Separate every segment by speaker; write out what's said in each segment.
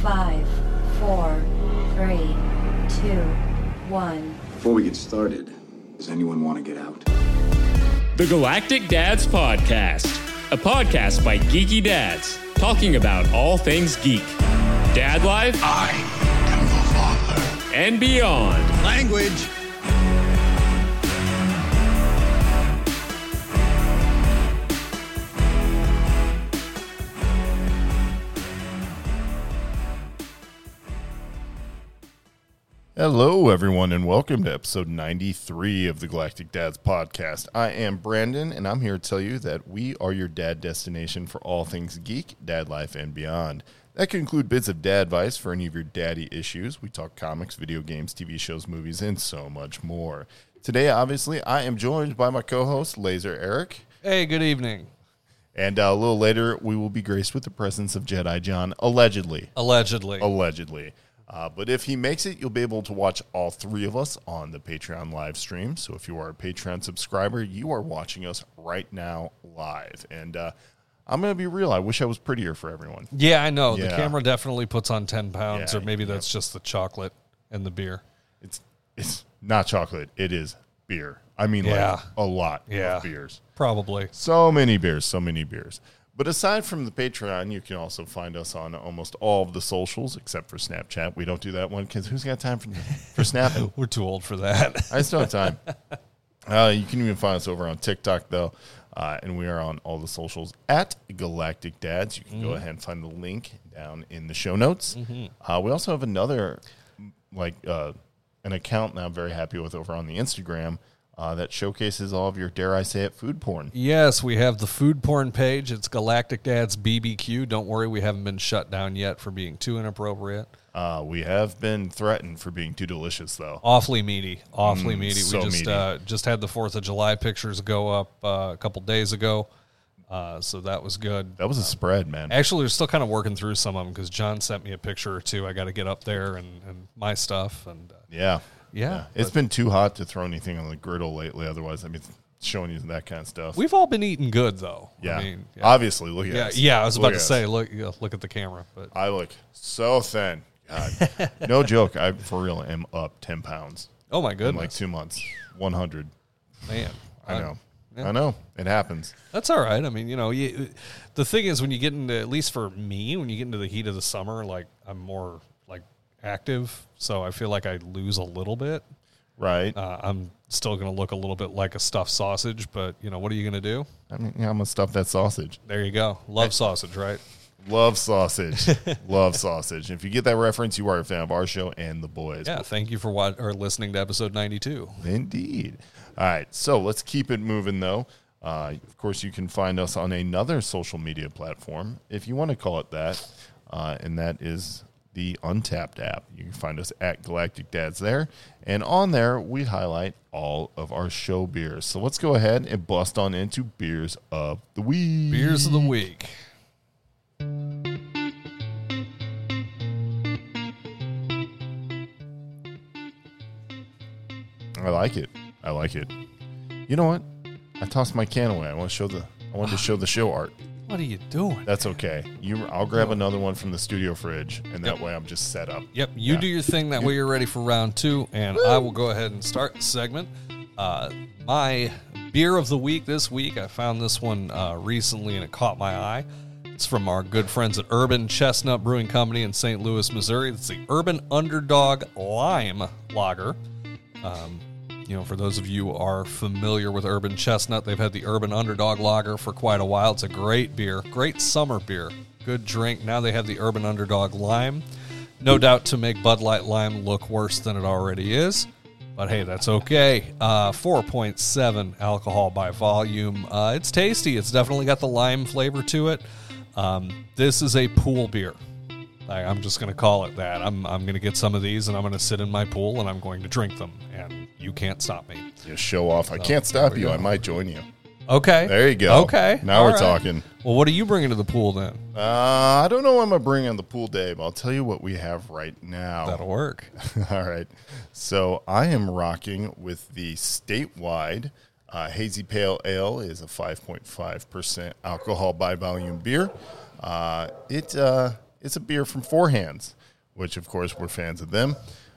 Speaker 1: Five, four, three, two, one.
Speaker 2: Before we get started, does anyone want to get out?
Speaker 3: The Galactic Dads Podcast, a podcast by geeky dads talking about all things geek, dad life,
Speaker 4: I am the father.
Speaker 3: and beyond.
Speaker 4: Language.
Speaker 5: Hello, everyone, and welcome to episode 93 of the Galactic Dads Podcast. I am Brandon, and I'm here to tell you that we are your dad destination for all things geek, dad life, and beyond. That can include bits of dad advice for any of your daddy issues. We talk comics, video games, TV shows, movies, and so much more. Today, obviously, I am joined by my co host, Laser Eric.
Speaker 6: Hey, good evening.
Speaker 5: And uh, a little later, we will be graced with the presence of Jedi John, allegedly
Speaker 6: Allegedly.
Speaker 5: allegedly. Uh, but if he makes it, you'll be able to watch all three of us on the Patreon live stream. So if you are a Patreon subscriber, you are watching us right now live. And uh, I'm going to be real. I wish I was prettier for everyone.
Speaker 6: Yeah, I know.
Speaker 5: Yeah.
Speaker 6: The camera definitely puts on 10 pounds,
Speaker 5: Yeah,
Speaker 6: or maybe
Speaker 5: yeah.
Speaker 6: that's just the chocolate and the beer.
Speaker 5: It's it's not chocolate. It is beer. I mean,
Speaker 6: Yeah.
Speaker 5: like a lot
Speaker 6: Yeah.
Speaker 5: of beers.
Speaker 6: Probably.
Speaker 5: So many beers, so many beers. But aside from the Patreon, you can also find us on almost all of the socials except for Snapchat. We don't do that one because who's got time for, for snapping?
Speaker 6: We're too old for that.
Speaker 5: I still have time. uh, you can even find us over on TikTok, though. Uh, and we are on all the socials at Galactic Dads. You can go ahead and find the link down in the show notes. Uh, we also have another, m- like, uh, an account that I'm very happy with over on the Instagram uh, that showcases all of your, dare I say it, food porn.
Speaker 6: yes, we have the food porn page. It's Galactic Dads BBQ. Don't worry, we haven't been shut down yet for being too inappropriate.
Speaker 5: Uh, we have been threatened for being too delicious, though.
Speaker 6: Awfully meaty. Awfully meaty.
Speaker 5: Mm, so
Speaker 6: we just
Speaker 5: meaty.
Speaker 6: Uh, just had the 4th of July pictures go up uh, a couple days ago. Uh, so that was good.
Speaker 5: That was a spread, man.
Speaker 6: Actually, we're still kind of working through some of them because John sent me a picture or two. I got to get up there and, and my stuff. And uh,
Speaker 5: Yeah.
Speaker 6: yeah,
Speaker 5: It's been too hot to throw anything on the griddle lately. Otherwise, I mean, showing you that kind of stuff.
Speaker 6: we've all been eating good though.
Speaker 5: Yeah.
Speaker 6: I mean, yeah,
Speaker 5: Obviously, look at
Speaker 6: yeah,
Speaker 5: us.
Speaker 6: yeah, I was about
Speaker 5: Look at
Speaker 6: to
Speaker 5: us.
Speaker 6: say, look, yeah, look at the camera, but
Speaker 5: I look so thin. God. no joke. I for real am up ten pounds
Speaker 6: oh my
Speaker 5: in like
Speaker 6: goodness,
Speaker 5: two months. One hundred.
Speaker 6: man,
Speaker 5: I know.
Speaker 6: Uh, yeah.
Speaker 5: I know. It happens.
Speaker 6: That's all right. I mean, you know, you, the thing is, when you get into at least for me, when you get into the heat of the summer, like I'm more like active, so I feel like I lose a little bit.
Speaker 5: Right.
Speaker 6: Uh, I'm still going to look a little bit like a stuffed sausage, but you know, what are you going to do?
Speaker 5: I mean, yeah, I'm gonna stuff that sausage.
Speaker 6: There you go. Love sausage, right?
Speaker 5: Love sausage. Love sausage. If you get that reference, you are a fan of our show and the boys.
Speaker 6: Yeah. Thank you for what or listening to episode ninety two.
Speaker 5: Indeed. All right. So let's keep it moving, though. Uh, of course, you can find us on another social media platform, if you want to call it that, uh, and that is the Untapped app. You can find us at Galactic Dads there. And on there, we highlight all of our show beers. So let's go ahead and bust on into Beers of the Week.
Speaker 6: Beers
Speaker 5: Mm-hmm.
Speaker 6: of the week.
Speaker 5: I like it. I like it. You know what? I tossed my can away. I want to show the. I wanted to show the show art.
Speaker 6: What are you doing?
Speaker 5: That's okay. You, I'll grab another one from the studio fridge, and that way I'm just set up.
Speaker 6: Yep, you
Speaker 5: Yeah.
Speaker 6: do your thing. That way you're ready for round two, and I will go ahead and start the segment. Uh, my beer of the week this week, I found this one uh, recently and it caught my eye. It's from our good friends at Urban Chestnut Brewing Company in St. Louis, Missouri. It's the Urban Underdog Lime Lager. Um, you know, for those of you who are familiar with Urban Chestnut, they've had the Urban Underdog Lager for quite a while. It's a great beer, great summer beer, good drink. Now they have the Urban Underdog Lime, no doubt to make Bud Light Lime look worse than it already is. But hey, that's okay. Uh, 4.7 alcohol by volume. Uh, it's tasty. It's definitely got the lime flavor to it. Um, this is a pool beer. I, I'm just going to call it that. I'm, I'm going to get some of these and I'm going to sit in my pool and I'm going to drink them. And you can't stop me.
Speaker 5: You show off. I can't stop you. I might join you.
Speaker 6: Okay.
Speaker 5: There you go.
Speaker 6: Okay.
Speaker 5: Now
Speaker 6: All
Speaker 5: we're
Speaker 6: right.
Speaker 5: talking.
Speaker 6: Well, what are you bringing to the pool then?
Speaker 5: Uh, I don't know what I'm gonna bring on the pool day, but I'll tell you what we have right now.
Speaker 6: That'll work.
Speaker 5: All right. So I am rocking with the statewide uh, hazy pale ale is a 5.5 percent alcohol by volume beer. Uh, it uh, It's a beer from Four Hands, which, of course, we're fans of them.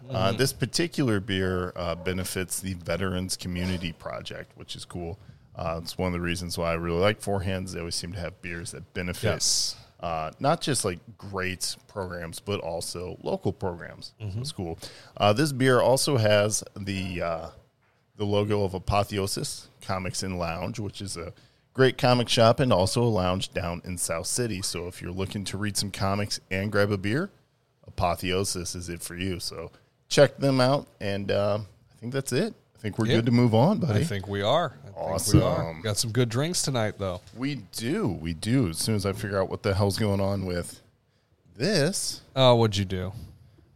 Speaker 5: Uh, this particular beer uh, benefits the Veterans Community Project, which is cool. Uh, it's one of the reasons why I really like Four Hands. They always seem to have beers that benefit
Speaker 6: Yes.
Speaker 5: uh, not just like great programs, but also local programs.
Speaker 6: Mm-hmm.
Speaker 5: It's cool. Uh, this beer also has the uh, the logo of Apotheosis Comics and Lounge, which is a great comic shop and also a lounge down in South City. So if you're looking to read some comics and grab a beer, Apotheosis is it for you. So check them out, and uh, I think that's it. I think we're
Speaker 6: Yeah.
Speaker 5: good to move on, buddy.
Speaker 6: I think we are. I think
Speaker 5: Awesome.
Speaker 6: we are. Got some good drinks tonight, though.
Speaker 5: we do, we do. As soon as I figure out what the hell's going on with this.
Speaker 6: Oh, what'd you do?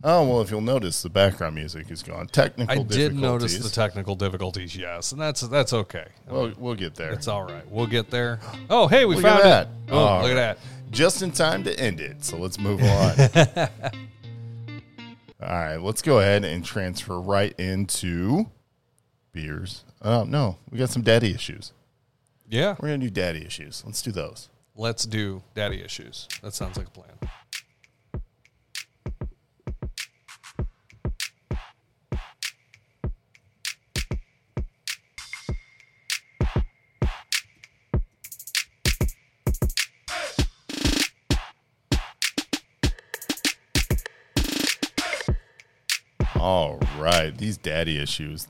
Speaker 5: Oh well, if you'll notice, the background music is gone. Technical.
Speaker 6: I did notice the
Speaker 5: difficulties.
Speaker 6: technical difficulties. Yes, and that's that's okay.
Speaker 5: We'll, we'll get there.
Speaker 6: It's all right. We'll get there. Oh, hey, we
Speaker 5: Look at
Speaker 6: found
Speaker 5: that.
Speaker 6: it. Oh,
Speaker 5: All
Speaker 6: look at
Speaker 5: right.
Speaker 6: that.
Speaker 5: Just in time to end it. So let's move on. all right, let's go ahead and transfer right into beers. Oh no, we got some daddy issues.
Speaker 6: Yeah.
Speaker 5: We're gonna do daddy issues. Let's do those.
Speaker 6: Let's do daddy issues. That sounds like a plan.
Speaker 5: All right, these daddy issues.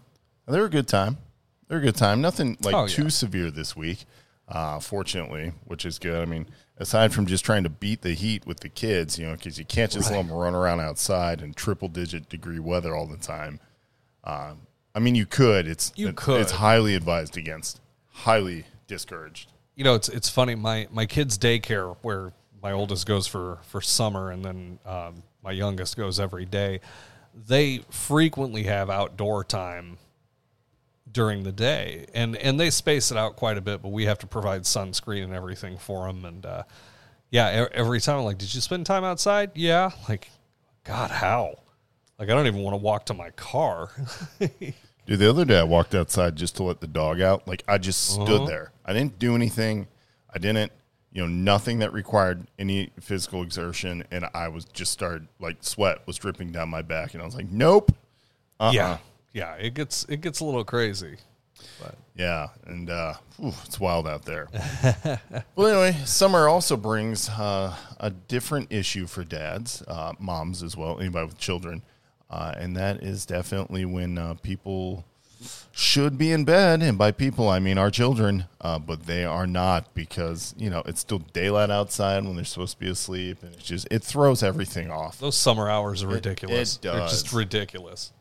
Speaker 5: They're a good time. They're a good time. Nothing like
Speaker 6: Oh, yeah.
Speaker 5: too severe this week, uh, fortunately, which is good. I mean, aside from just trying to beat the heat with the kids, you know, because you can't just let them run around outside in triple digit degree weather all the time. Uh, I mean, you could. It's
Speaker 6: You
Speaker 5: it-
Speaker 6: could.
Speaker 5: It's highly advised against. Highly discouraged.
Speaker 6: You know, it's it's funny. My my kids' daycare, where my oldest goes for for summer, and then um, my youngest goes every day. They frequently have outdoor time during the day, and and they space it out quite a bit. But we have to provide sunscreen and everything for them. And uh, yeah, e- every time I'm like, "Did you spend time outside?" Yeah, like, God, how? Like, I don't even want to walk to my car.
Speaker 5: Dude, the other day I walked outside just to let the dog out. Like I just stood there. I didn't do anything. I didn't, you know, nothing that required any physical exertion. And I was just started like sweat was dripping down my back, and I was like, nope. Uh-uh.
Speaker 6: Yeah, yeah, it gets it gets a little crazy.
Speaker 5: Yeah, and uh, whew, it's wild out there. well, anyway, summer also brings uh, a different issue for dads, uh, moms as well, anybody with children, uh, and that is definitely when uh, people should be in bed, and by people I mean our children, uh, but they are not because you know it's still daylight outside when they're supposed to be asleep, and it's just it throws everything off.
Speaker 6: Those summer hours are ridiculous.
Speaker 5: it
Speaker 6: They're just
Speaker 5: does.
Speaker 6: ridiculous.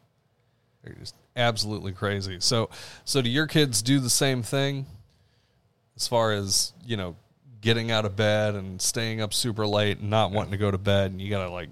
Speaker 6: They're just absolutely crazy. So, so do your kids do the same thing as far as you know, getting out of bed and staying up super late and not wanting to go to bed, and you gotta like,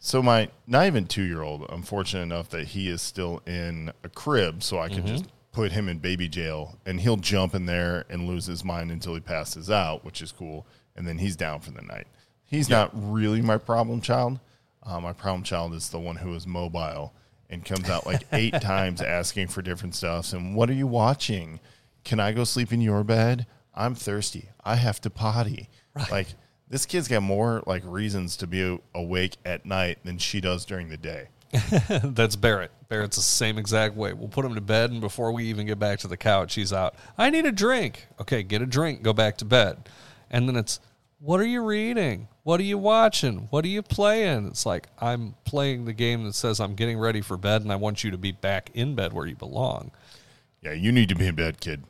Speaker 5: So my not even two year old, I'm fortunate enough that he is still in a crib, so I can just put him in baby jail and he'll jump in there and lose his mind until he passes out, which is cool. And then he's down for the night. He's not really my problem child. Uh, my problem child is the one who is mobile and comes out like eight times asking for different stuffs. And what are you watching? Can I go sleep in your bed? I'm thirsty. I have to potty. Like this kid's got more like reasons to be awake at night than she does during the day.
Speaker 6: that's Barrett. Barrett's the same exact way. We'll put him to bed, and before we even get back to the couch, he's out. I need a drink. Okay, get a drink. Go back to bed, and then it's. What are you reading? What are you watching? What are you playing? It's like I'm playing the game that says I'm getting ready for bed and I want you to be back in bed where you belong.
Speaker 5: Yeah, you need to be in bed, kid.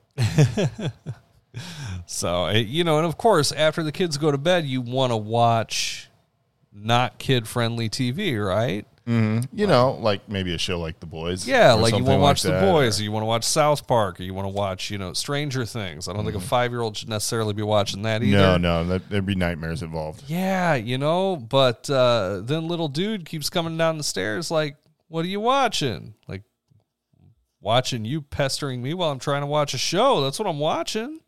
Speaker 6: So, it- you know, and of course, after the kids go to bed, you want to watch not kid friendly TV, right?
Speaker 5: You know, like maybe a show like The Boys.
Speaker 6: Yeah,
Speaker 5: or
Speaker 6: like you
Speaker 5: something
Speaker 6: want to watch The
Speaker 5: that,
Speaker 6: Boys,
Speaker 5: or-
Speaker 6: or you want to watch South Park, or you want to watch, you know, Stranger Things. I don't think a five year old should necessarily be watching that either.
Speaker 5: Mm-hmm. No, no, that, there'd be nightmares involved.
Speaker 6: Yeah, you know, but uh, then little dude keeps coming down the stairs like, what are you watching? Like, watching you pestering me while I'm trying to watch a show. That's what I'm watching.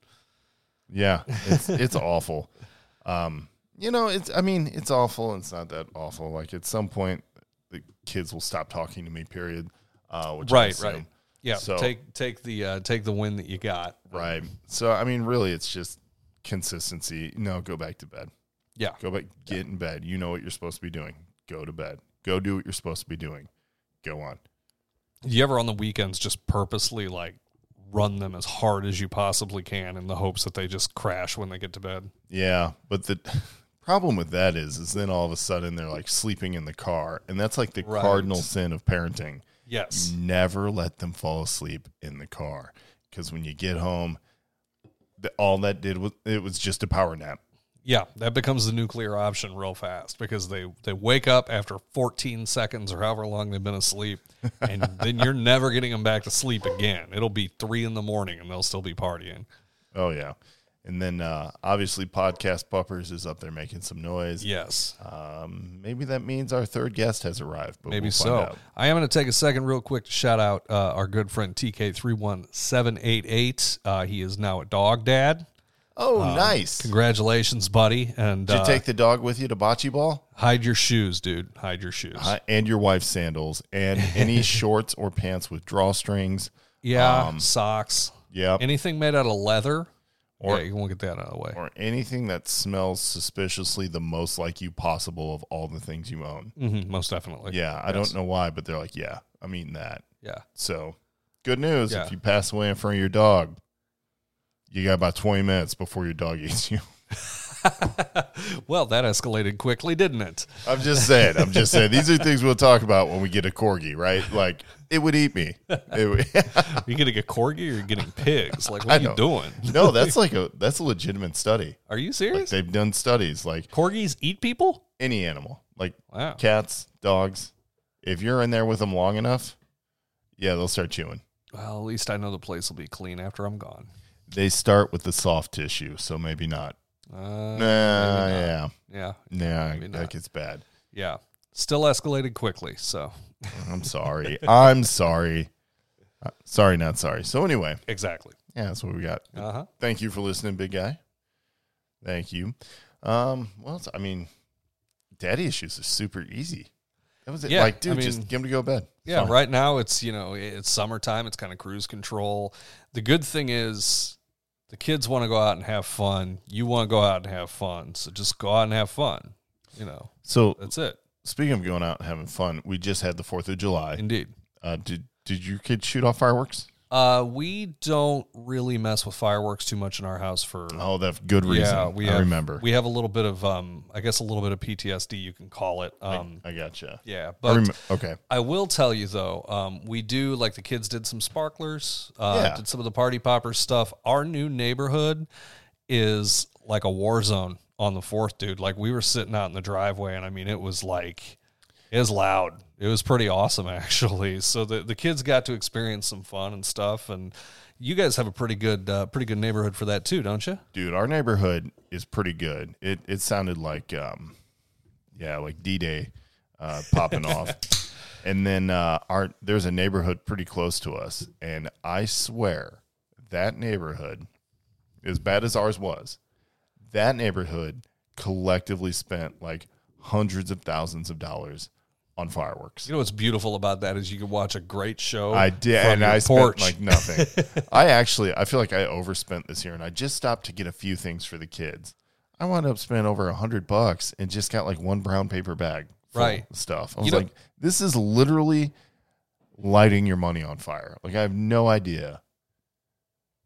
Speaker 5: Yeah, it's it's awful. Um, you know, it's I mean, it's awful. and It's not that awful. Like at some point, the kids will stop talking to me. Period. Uh, which I
Speaker 6: Right,
Speaker 5: assume.
Speaker 6: right. Yeah,
Speaker 5: So-
Speaker 6: take take the uh, take the win that you got.
Speaker 5: right. So I mean, really, it's just consistency. No, go back to bed.
Speaker 6: Yeah.
Speaker 5: Go back, get in bed. You know what you're supposed to be doing. Go to bed. Go do what you're supposed to be doing. Go on.
Speaker 6: You ever on the weekends just purposely like run them as hard as you possibly can in the hopes that they just crash when they get to bed?
Speaker 5: Yeah, but the problem with that is, is then all of a sudden they're like sleeping in the car, and that's like the
Speaker 6: Right.
Speaker 5: cardinal sin of parenting.
Speaker 6: Yes.
Speaker 5: Mm. Never let them fall asleep in the car because when you get home, the, all that did was it was just a power nap.
Speaker 6: Yeah, that becomes the nuclear option real fast because they they wake up after 14 seconds or however long they've been asleep, and then you're never getting them back to sleep again. It'll be three in the morning and they'll still be partying.
Speaker 5: Oh yeah, and then uh, obviously podcast puppers is up there making some noise.
Speaker 6: Yes,
Speaker 5: Um, maybe that means our third guest has arrived. But
Speaker 6: maybe
Speaker 5: we'll
Speaker 6: so.
Speaker 5: Find out.
Speaker 6: I am going to take a second real quick to shout out uh, our good friend TK31788. Uh, he is now a dog dad.
Speaker 5: Oh, nice.
Speaker 6: Congratulations, buddy! And
Speaker 5: Did
Speaker 6: uh,
Speaker 5: you take the dog with you to bocce ball?
Speaker 6: hide your shoes, dude. Hide your shoes.
Speaker 5: Uh, and your wife's sandals and any shorts or pants with drawstrings.
Speaker 6: yeah,
Speaker 5: um,
Speaker 6: socks.
Speaker 5: Yep.
Speaker 6: Anything made out of leather.
Speaker 5: Or-
Speaker 6: yeah, you won't get that out of the way.
Speaker 5: or anything that smells suspiciously the most like you possible of all the things you own.
Speaker 6: hmm most definitely.
Speaker 5: Yeah, I
Speaker 6: Yes.
Speaker 5: don't know why, but they're like, yeah, I'm eating that.
Speaker 6: Yeah.
Speaker 5: So, good news
Speaker 6: Yeah.
Speaker 5: if you pass away in front of your dog, you got about 20 minutes before your dog eats you.
Speaker 6: well, that escalated quickly, didn't it?
Speaker 5: I'm just saying. I'm just saying. These are things we'll talk about when we get a corgi, right? Like, it would eat me. It would-
Speaker 6: Are you getting a corgi or you're getting pigs? Like,
Speaker 5: I
Speaker 6: what are you
Speaker 5: know.
Speaker 6: doing?
Speaker 5: no, that's like a that's a legitimate study.
Speaker 6: Are you
Speaker 5: Like
Speaker 6: serious?
Speaker 5: they've done studies like
Speaker 6: Corgis eat people?
Speaker 5: any animal, like
Speaker 6: Wow.
Speaker 5: cats, dogs. If you're in there with them long enough, yeah, they'll start chewing.
Speaker 6: Well, at least I know the place will be clean after I'm gone.
Speaker 5: They start with the soft tissue, so maybe not. nah,
Speaker 6: Uh,
Speaker 5: yeah,
Speaker 6: yeah.
Speaker 5: nah,
Speaker 6: Maybe
Speaker 5: that
Speaker 6: not.
Speaker 5: gets bad.
Speaker 6: Yeah. Still escalated quickly. So,
Speaker 5: I'm sorry. I'm sorry. Uh, sorry, not sorry. So anyway,
Speaker 6: exactly.
Speaker 5: yeah, that's what we got.
Speaker 6: Uh huh.
Speaker 5: Thank you for listening, big guy. Thank you. Um, well, it's- I mean, daddy issues are super easy. That was it.
Speaker 6: Yeah,
Speaker 5: like, dude,
Speaker 6: I mean-
Speaker 5: just get him to go to bed.
Speaker 6: Yeah,
Speaker 5: Fine.
Speaker 6: right now it's you know it's summertime. It's kind of cruise control. The good thing is the kids want to go out and have fun. You want to go out and have fun, so just go out and have fun. You know,
Speaker 5: So
Speaker 6: that's it.
Speaker 5: Speaking of going out and having fun, we just had the Fourth of July.
Speaker 6: Indeed.
Speaker 5: Uh, did did your kids shoot off fireworks?
Speaker 6: Uh, we don't really mess with fireworks too much in our house for.
Speaker 5: Oh, that good reason. I
Speaker 6: have,
Speaker 5: remember.
Speaker 6: We have a little bit of um, I guess a little bit of PTSD you can call it. Um,
Speaker 5: I gotcha.
Speaker 6: yeah,
Speaker 5: I
Speaker 6: but
Speaker 5: rem- okay.
Speaker 6: I will tell you though, um, we do like the kids did some sparklers, uh,
Speaker 5: Yeah.
Speaker 6: did some of the party popper stuff. Our new neighborhood is like a war zone on the fourth, dude. Like we were sitting out in the driveway, and I mean, it was like it was loud. It was pretty awesome actually. So the the kids got to experience some fun and stuff, and you guys have a pretty good uh, pretty good neighborhood for that too, don't you?
Speaker 5: Dude, our neighborhood is pretty good. It it sounded like um, yeah, like D Day uh, popping off. And then uh, our there's a neighborhood pretty close to us, and I swear that neighborhood, as bad as ours was, that neighborhood collectively spent like hundreds of thousands of dollars on fireworks.
Speaker 6: You know what's beautiful about that is you can watch a great show.
Speaker 5: I did,
Speaker 6: from
Speaker 5: and
Speaker 6: your
Speaker 5: I
Speaker 6: porch.
Speaker 5: spent like nothing. I actually, I feel like I overspent this year, and I just stopped to get a few things for the kids. I wound up spending over a hundred bucks and just got like one brown paper bag, full
Speaker 6: Right.
Speaker 5: of Stuff. I was
Speaker 6: You know-
Speaker 5: like, this is literally lighting your money on fire. Like I have no idea,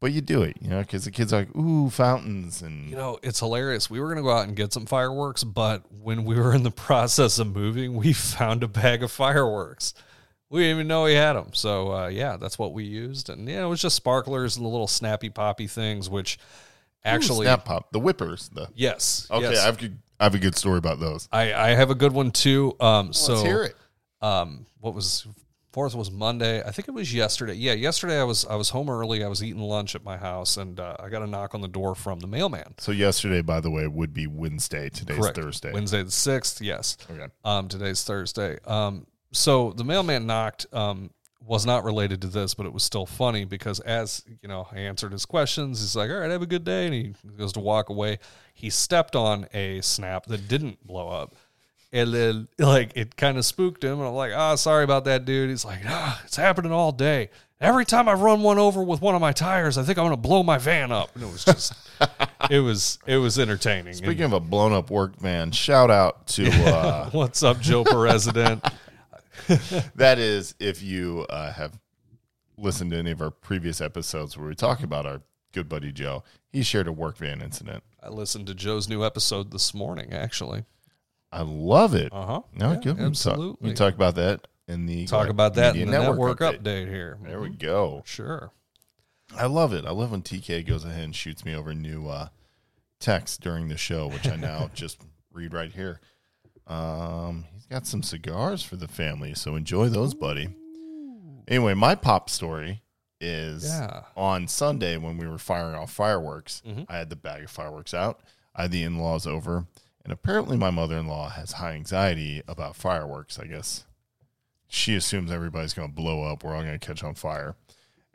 Speaker 5: but you do it, you know, because the kids are like, ooh, fountains, and
Speaker 6: You know, it's hilarious. We were going to go out and get some fireworks, but when we were in the process of moving, we found a bag of fireworks. We didn't even know we had them. So, uh, yeah, that's what we used. And, yeah, it was just sparklers and the little snappy poppy things, which actually,
Speaker 5: Hmm, snap pop the whippers. The
Speaker 6: yes.
Speaker 5: okay,
Speaker 6: yes.
Speaker 5: I've good- I have a good story about those.
Speaker 6: I, I have a good one too. Um, so,
Speaker 5: Let's hear it.
Speaker 6: um, what was fourth was Monday. I think it was yesterday. Yeah, yesterday I was I was home early. I was eating lunch at my house, and uh, I got a knock on the door from the mailman.
Speaker 5: So yesterday, by the way, would be Wednesday. Today's
Speaker 6: Correct.
Speaker 5: Thursday.
Speaker 6: Wednesday the sixth. Yes.
Speaker 5: Okay.
Speaker 6: Um, today's Thursday. Um, so the mailman knocked. Um, was not related to this, but it was still funny because as you know, I answered his questions. He's like, "All right, have a good day," and he goes to walk away. He stepped on a snap that didn't blow up, and then like it kind of spooked him. And I'm like, "Ah, sorry about that, dude." He's like, "Ah, it's happening all day. Every time I run one over with one of my tires, I think I'm gonna blow my van up." And it was just it was it was entertaining.
Speaker 5: Speaking of a blown up work van, shout out to uh,
Speaker 6: And what's up, Joe President?
Speaker 5: that is if you uh, have listened to any of our previous episodes where we talk about our good buddy Joe. He shared a work van incident.
Speaker 6: I listened to Joe's new episode this morning. Actually,
Speaker 5: I love it.
Speaker 6: Uh-huh.
Speaker 5: No,
Speaker 6: Yeah,
Speaker 5: good.
Speaker 6: absolutely.
Speaker 5: We talk about that in the
Speaker 6: talk about that
Speaker 5: Media
Speaker 6: in the network, update. here.
Speaker 5: There we go.
Speaker 6: Sure.
Speaker 5: I love it. I love when TK goes ahead and shoots me over new uh, text during the show, which I now just read right here. Um, he's got some cigars for the family, so enjoy those, buddy. Anyway, my pop story is
Speaker 6: Yeah.
Speaker 5: on Sunday when we were firing off fireworks. I had the bag of fireworks out. I had the in laws over, and apparently my mother in law has high anxiety about fireworks. I guess she assumes everybody's going to blow up. We're all going to catch on fire.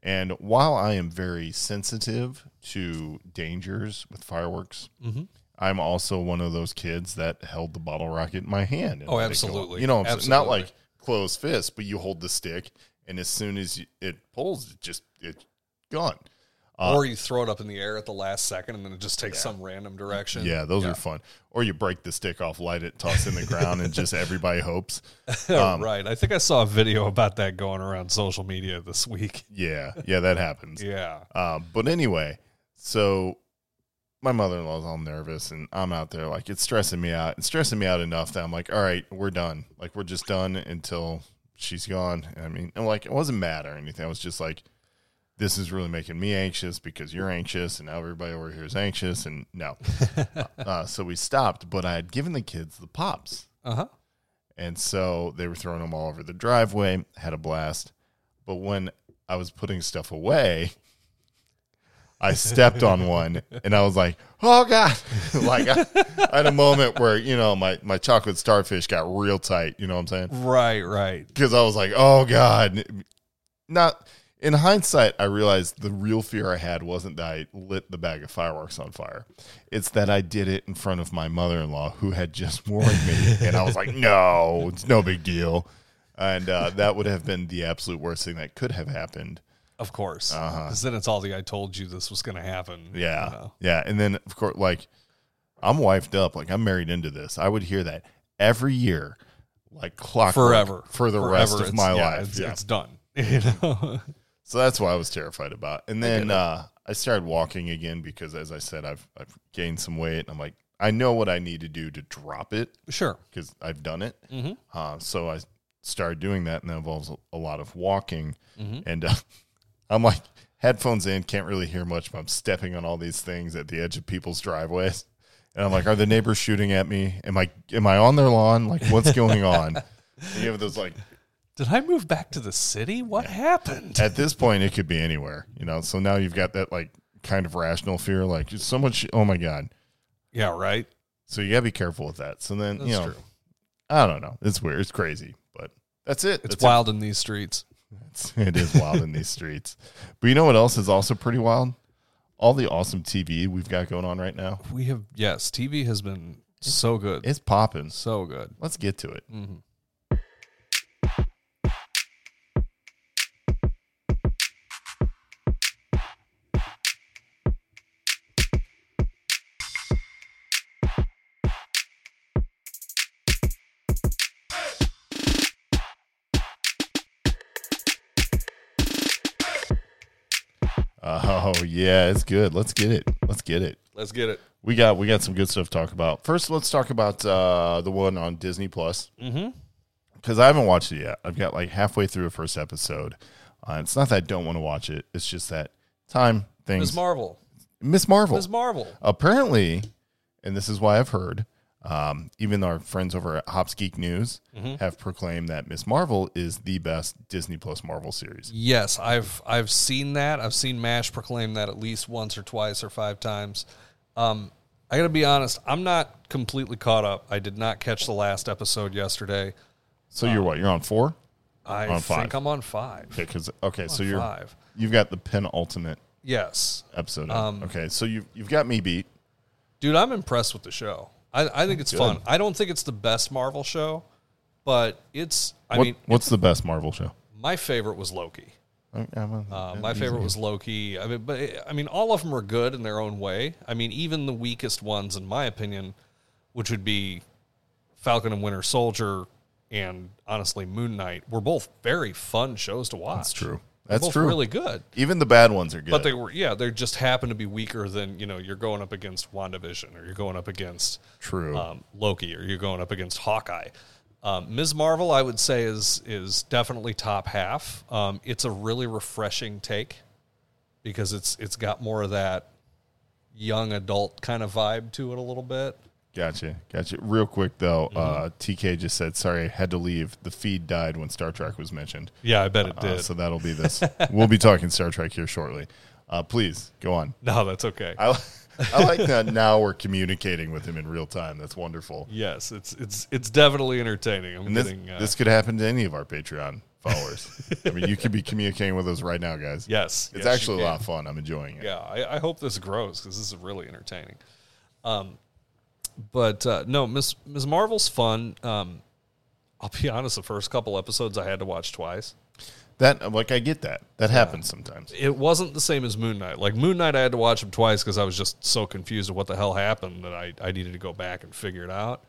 Speaker 5: And while I am very sensitive to dangers with fireworks,
Speaker 6: Mm-hmm.
Speaker 5: I'm also one of those kids that held the bottle rocket in my hand. and
Speaker 6: Oh,
Speaker 5: let it go.
Speaker 6: absolutely.
Speaker 5: You know, what I'm saying? not
Speaker 6: Absolutely.
Speaker 5: like closed fist, but you hold the stick, and as soon as you, it pulls, it just it's gone. Uh,
Speaker 6: or you throw it up in the air at the last second, and then it just takes some random direction.
Speaker 5: Yeah, those are fun. Or you break the stick off, light it, toss it in the ground, and just everybody hopes. um,
Speaker 6: right. I think I saw a video about that going around social media this week.
Speaker 5: Yeah, yeah, that happens.
Speaker 6: Yeah.
Speaker 5: Uh, but anyway, so my mother in law's all nervous, and I'm out there like it's stressing me out. It's stressing me out enough that I'm like, all right, we're done. Like we're just done until she's gone. I mean, and like I wasn't mad or anything. I was just like, this is really making me anxious because you're anxious, and now everybody over here is anxious. And no, uh, so we stopped. But I had given the kids the pops.
Speaker 6: Uh huh.
Speaker 5: And so they were throwing them all over the driveway, had a blast. But when I was putting stuff away, I stepped on one and I was like, oh God. like I, I had a moment where, you know, my, my chocolate starfish got real tight. You know what I'm saying?
Speaker 6: Right. Right.
Speaker 5: because I was like, oh god. Not in hindsight, I realized the real fear I had wasn't that I lit the bag of fireworks on fire. It's that I did it in front of my mother in law, who had just warned me, and I was like, no, it's no big deal. And uh, that would have been the absolute worst thing that could have happened.
Speaker 6: Of course. Because then it's all the I told you this was going to happen.
Speaker 5: Uh-huh. Yeah,
Speaker 6: you know.
Speaker 5: yeah. And then of course, like I'm wifed up, like I'm married into this. I would hear that every year, like clockwork,
Speaker 6: Forever.
Speaker 5: for the
Speaker 6: Forever.
Speaker 5: rest of
Speaker 6: It's-
Speaker 5: my
Speaker 6: yeah,
Speaker 5: life.
Speaker 6: It's,
Speaker 5: Yeah.
Speaker 6: it's done. You know?
Speaker 5: So that's what I was terrified about. And then uh, I started walking again because, as I said, I've I've gained some weight. And I'm like, I know what I need to do to drop it
Speaker 6: sure.
Speaker 5: because I've done it.
Speaker 6: Mm-hmm.
Speaker 5: Uh, so I started doing that, and that involves a- a lot of walking.
Speaker 6: Mm-hmm.
Speaker 5: And uh, I'm like, headphones in, can't really hear much, but I'm stepping on all these things at the edge of people's driveways. And I'm like, are the neighbors shooting at me? Am I am I on their lawn? Like, what's going on? And you have those like
Speaker 6: Did I move back to the city? What happened?
Speaker 5: at this point it could be anywhere you know so now you've got that like kind of rational fear like it's so much oh my god
Speaker 6: Yeah. Right.
Speaker 5: so you gotta be careful with that so then you
Speaker 6: That's
Speaker 5: know
Speaker 6: true.
Speaker 5: i don't know it's weird it's crazy but that's it
Speaker 6: It's
Speaker 5: That's
Speaker 6: wild in these streets.
Speaker 5: it. it is wild in these streets but you know what else is also pretty wild all the awesome tv we've got going on right now
Speaker 6: We have yes, TV has been so good,
Speaker 5: it's popping so
Speaker 6: so good.
Speaker 5: let's get to it oh yeah it's good let's get it let's get it
Speaker 6: Let's get it.
Speaker 5: we got we got some good stuff to talk about. First, let's talk about uh, the one on Disney Plus because mm-hmm. I haven't watched it yet. I've got like halfway through a first episode. Uh, it's not that I don't want to watch it. It's just that time
Speaker 6: Ms.
Speaker 5: things.
Speaker 6: Marvel.
Speaker 5: Miss Marvel.
Speaker 6: Ms. Marvel.
Speaker 5: Apparently, and this is why I've heard. Um, even our friends over at Hops Geek News have proclaimed that Miss Marvel is the best Disney Plus Marvel series.
Speaker 6: Yes, I've I've seen that. I've seen Mash proclaim that at least once or twice or five times. Um, I got to be honest, I'm not completely caught up. I did not catch the last episode yesterday.
Speaker 5: So you're what? You're on four?
Speaker 6: I
Speaker 5: On five.
Speaker 6: think I'm on five.
Speaker 5: Okay, 'cause- okay, so you're
Speaker 6: five.
Speaker 5: you've got the penultimate
Speaker 6: Yes,
Speaker 5: episode. Um, okay, so you've you've got me beat.
Speaker 6: dude, I'm impressed with the show. I, I think it's fun. I don't think it's the best Marvel show, but it's. I
Speaker 5: What-
Speaker 6: mean,
Speaker 5: what's the best Marvel show?
Speaker 6: my favorite was Loki. Uh, my favorite was Loki. I mean, but I mean, all of them are good in their own way. I mean, even the weakest ones, in my opinion, which would be Falcon and Winter Soldier, and honestly Moon Knight, were both very fun shows to watch.
Speaker 5: That's true.
Speaker 6: They're
Speaker 5: That's
Speaker 6: both
Speaker 5: true.
Speaker 6: Really good,
Speaker 5: Even the bad ones are good.
Speaker 6: but they were yeah. They just happened to be weaker than you know. You're going up against WandaVision, or you're going up against
Speaker 5: true.
Speaker 6: um, Loki, or you're going up against Hawkeye. Um, Ms. Marvel, I would say, is is definitely top half. Um, it's a really refreshing take because it's it's got more of that young adult kind of vibe to it a little bit.
Speaker 5: gotcha. Gotcha. Real quick though,
Speaker 6: Mhm.
Speaker 5: uh, TK just said sorry, I had to leave. The feed died when Star Trek was mentioned.
Speaker 6: Yeah, I bet it
Speaker 5: Uh,
Speaker 6: did.
Speaker 5: so that'll be this. we'll be talking Star Trek here shortly. Uh, please go on.
Speaker 6: no, that's okay.
Speaker 5: I, I like that now we're communicating with him in real time. That's wonderful.
Speaker 6: yes, it's it's it's definitely entertaining. I'm
Speaker 5: And this,
Speaker 6: getting uh,
Speaker 5: this could happen to any of our Patreon followers. I mean, you could be communicating with us right now, guys.
Speaker 6: yes,
Speaker 5: It's
Speaker 6: yes, you
Speaker 5: actually a
Speaker 6: can.
Speaker 5: lot of fun. I'm enjoying it.
Speaker 6: yeah I, I hope this grows because this is really entertaining um but uh no miss miss marvel's fun um i'll be honest the first couple episodes i had to watch twice
Speaker 5: That like I get that. That happens sometimes.
Speaker 6: it wasn't the same as moon knight like moon knight i had to watch them twice because i was just so confused of what the hell happened that i i needed to go back and figure it out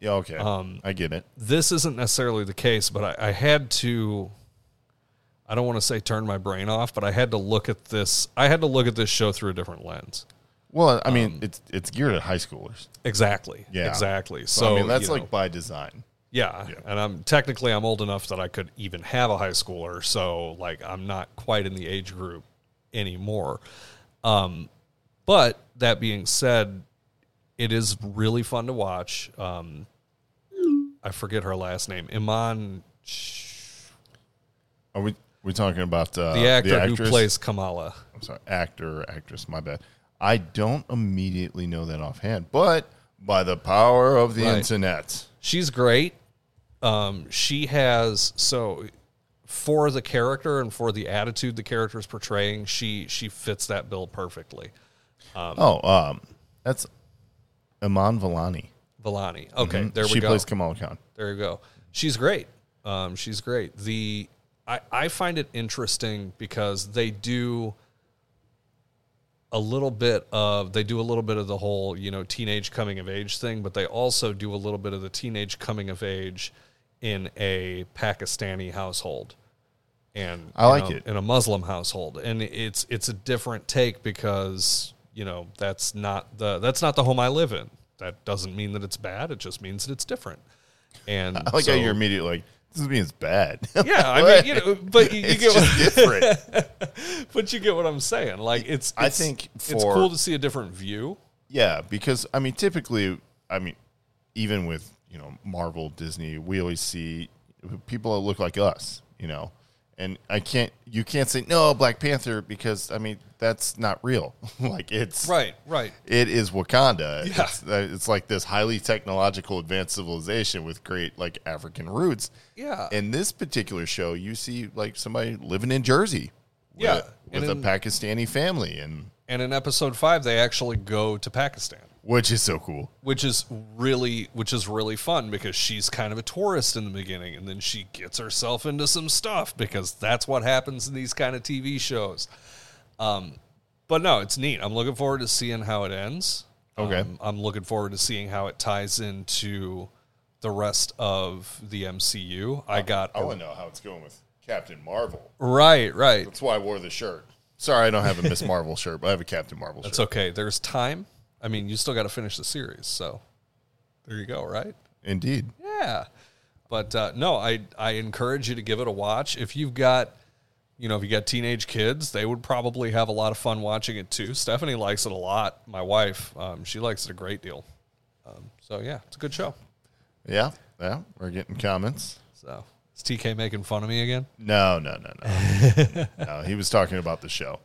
Speaker 5: Yeah, okay.
Speaker 6: Um,
Speaker 5: I get it.
Speaker 6: this isn't necessarily the case but i, I had to i don't want to say turn my brain off but i had to look at this i had to look at this show through a different lens
Speaker 5: Well, I
Speaker 6: um,
Speaker 5: mean, it's it's geared at high schoolers.
Speaker 6: exactly
Speaker 5: Yeah.
Speaker 6: exactly so,
Speaker 5: So, I mean, that's
Speaker 6: you know.
Speaker 5: like by design.
Speaker 6: Yeah, and I'm technically I'm old enough that I could even have a high schooler, so like I'm not quite in the age group anymore. Um, but that being said, it is really fun to watch. Um, I forget her last name, Iman,
Speaker 5: Are we we talking about uh,
Speaker 6: the actor who
Speaker 5: actress?
Speaker 6: plays Kamala.
Speaker 5: I'm sorry, actor, or actress. My bad. I don't immediately know that offhand, but by the power of the
Speaker 6: Right.
Speaker 5: internet,
Speaker 6: She's great. Um, she has so for the character and for the attitude the character is portraying, she she fits that bill perfectly.
Speaker 5: oh, um, that's Iman Vellani. Mm-hmm.
Speaker 6: Villani. Okay, there we
Speaker 5: she
Speaker 6: go.
Speaker 5: plays Kamala Khan.
Speaker 6: There you go. She's great. Um, she's great. The I, I find it interesting because they do a little bit of they do a little bit of the whole you know teenage coming of age thing, but they also do a little bit of the teenage coming of age in a Pakistani household and
Speaker 5: I like
Speaker 6: you know,
Speaker 5: it.
Speaker 6: in a Muslim household, and it's it's a different take because you know that's not the that's not the home I live in. That doesn't mean that it's bad. It just means that it's different. And
Speaker 5: I like
Speaker 6: so,
Speaker 5: how you're immediately like this means bad.
Speaker 6: yeah, I mean, you know, but you, you
Speaker 5: it's
Speaker 6: get
Speaker 5: just
Speaker 6: what,
Speaker 5: different.
Speaker 6: but you get what I'm saying. Like it's,
Speaker 5: I
Speaker 6: it's-
Speaker 5: think
Speaker 6: it's
Speaker 5: for-
Speaker 6: cool to see a different view.
Speaker 5: Yeah, because I mean, typically, I mean, even with you know Marvel, Disney, we always see people that look like us, you know. And I can't, you can't say no Black Panther because I mean that's not real. like it's
Speaker 6: Right, right.
Speaker 5: It is Wakanda.
Speaker 6: Yeah.
Speaker 5: It's, uh, it's like this highly technological, advanced civilization with great like African roots.
Speaker 6: Yeah.
Speaker 5: In this particular show, you see like somebody living in Jersey. with
Speaker 6: Yeah.
Speaker 5: a-
Speaker 6: And
Speaker 5: with a
Speaker 6: in-
Speaker 5: Pakistani family, and
Speaker 6: And in episode five, they actually go to Pakistan.
Speaker 5: which is so cool.
Speaker 6: which is really which is really fun because she's kind of a tourist in the beginning and then she gets herself into some stuff because that's what happens in these kind of TV shows. Um but no, it's neat. I'm looking forward to seeing how it ends.
Speaker 5: Okay.
Speaker 6: Um, I'm looking forward to seeing how it ties into the rest of the MCU. I got
Speaker 5: I want to know how it's going with Captain Marvel.
Speaker 6: Right, right.
Speaker 5: That's why I wore the shirt. Sorry, I don't have a Miss Marvel shirt, but I have a Captain Marvel
Speaker 6: That's
Speaker 5: shirt.
Speaker 6: okay. There's time. I mean, you still got to finish the series, so there you go, right?
Speaker 5: Indeed.
Speaker 6: Yeah. But uh, no, I I encourage you to give it a watch. If you've got, you know, if you got teenage kids, they would probably have a lot of fun watching it too. Stephanie likes it a lot. My wife, um, she likes it a great deal. Um, so yeah, it's a good show.
Speaker 5: Yeah, yeah. We're getting comments.
Speaker 6: So is TK making fun of me again?
Speaker 5: No, no, no, no. no, he was talking about the show,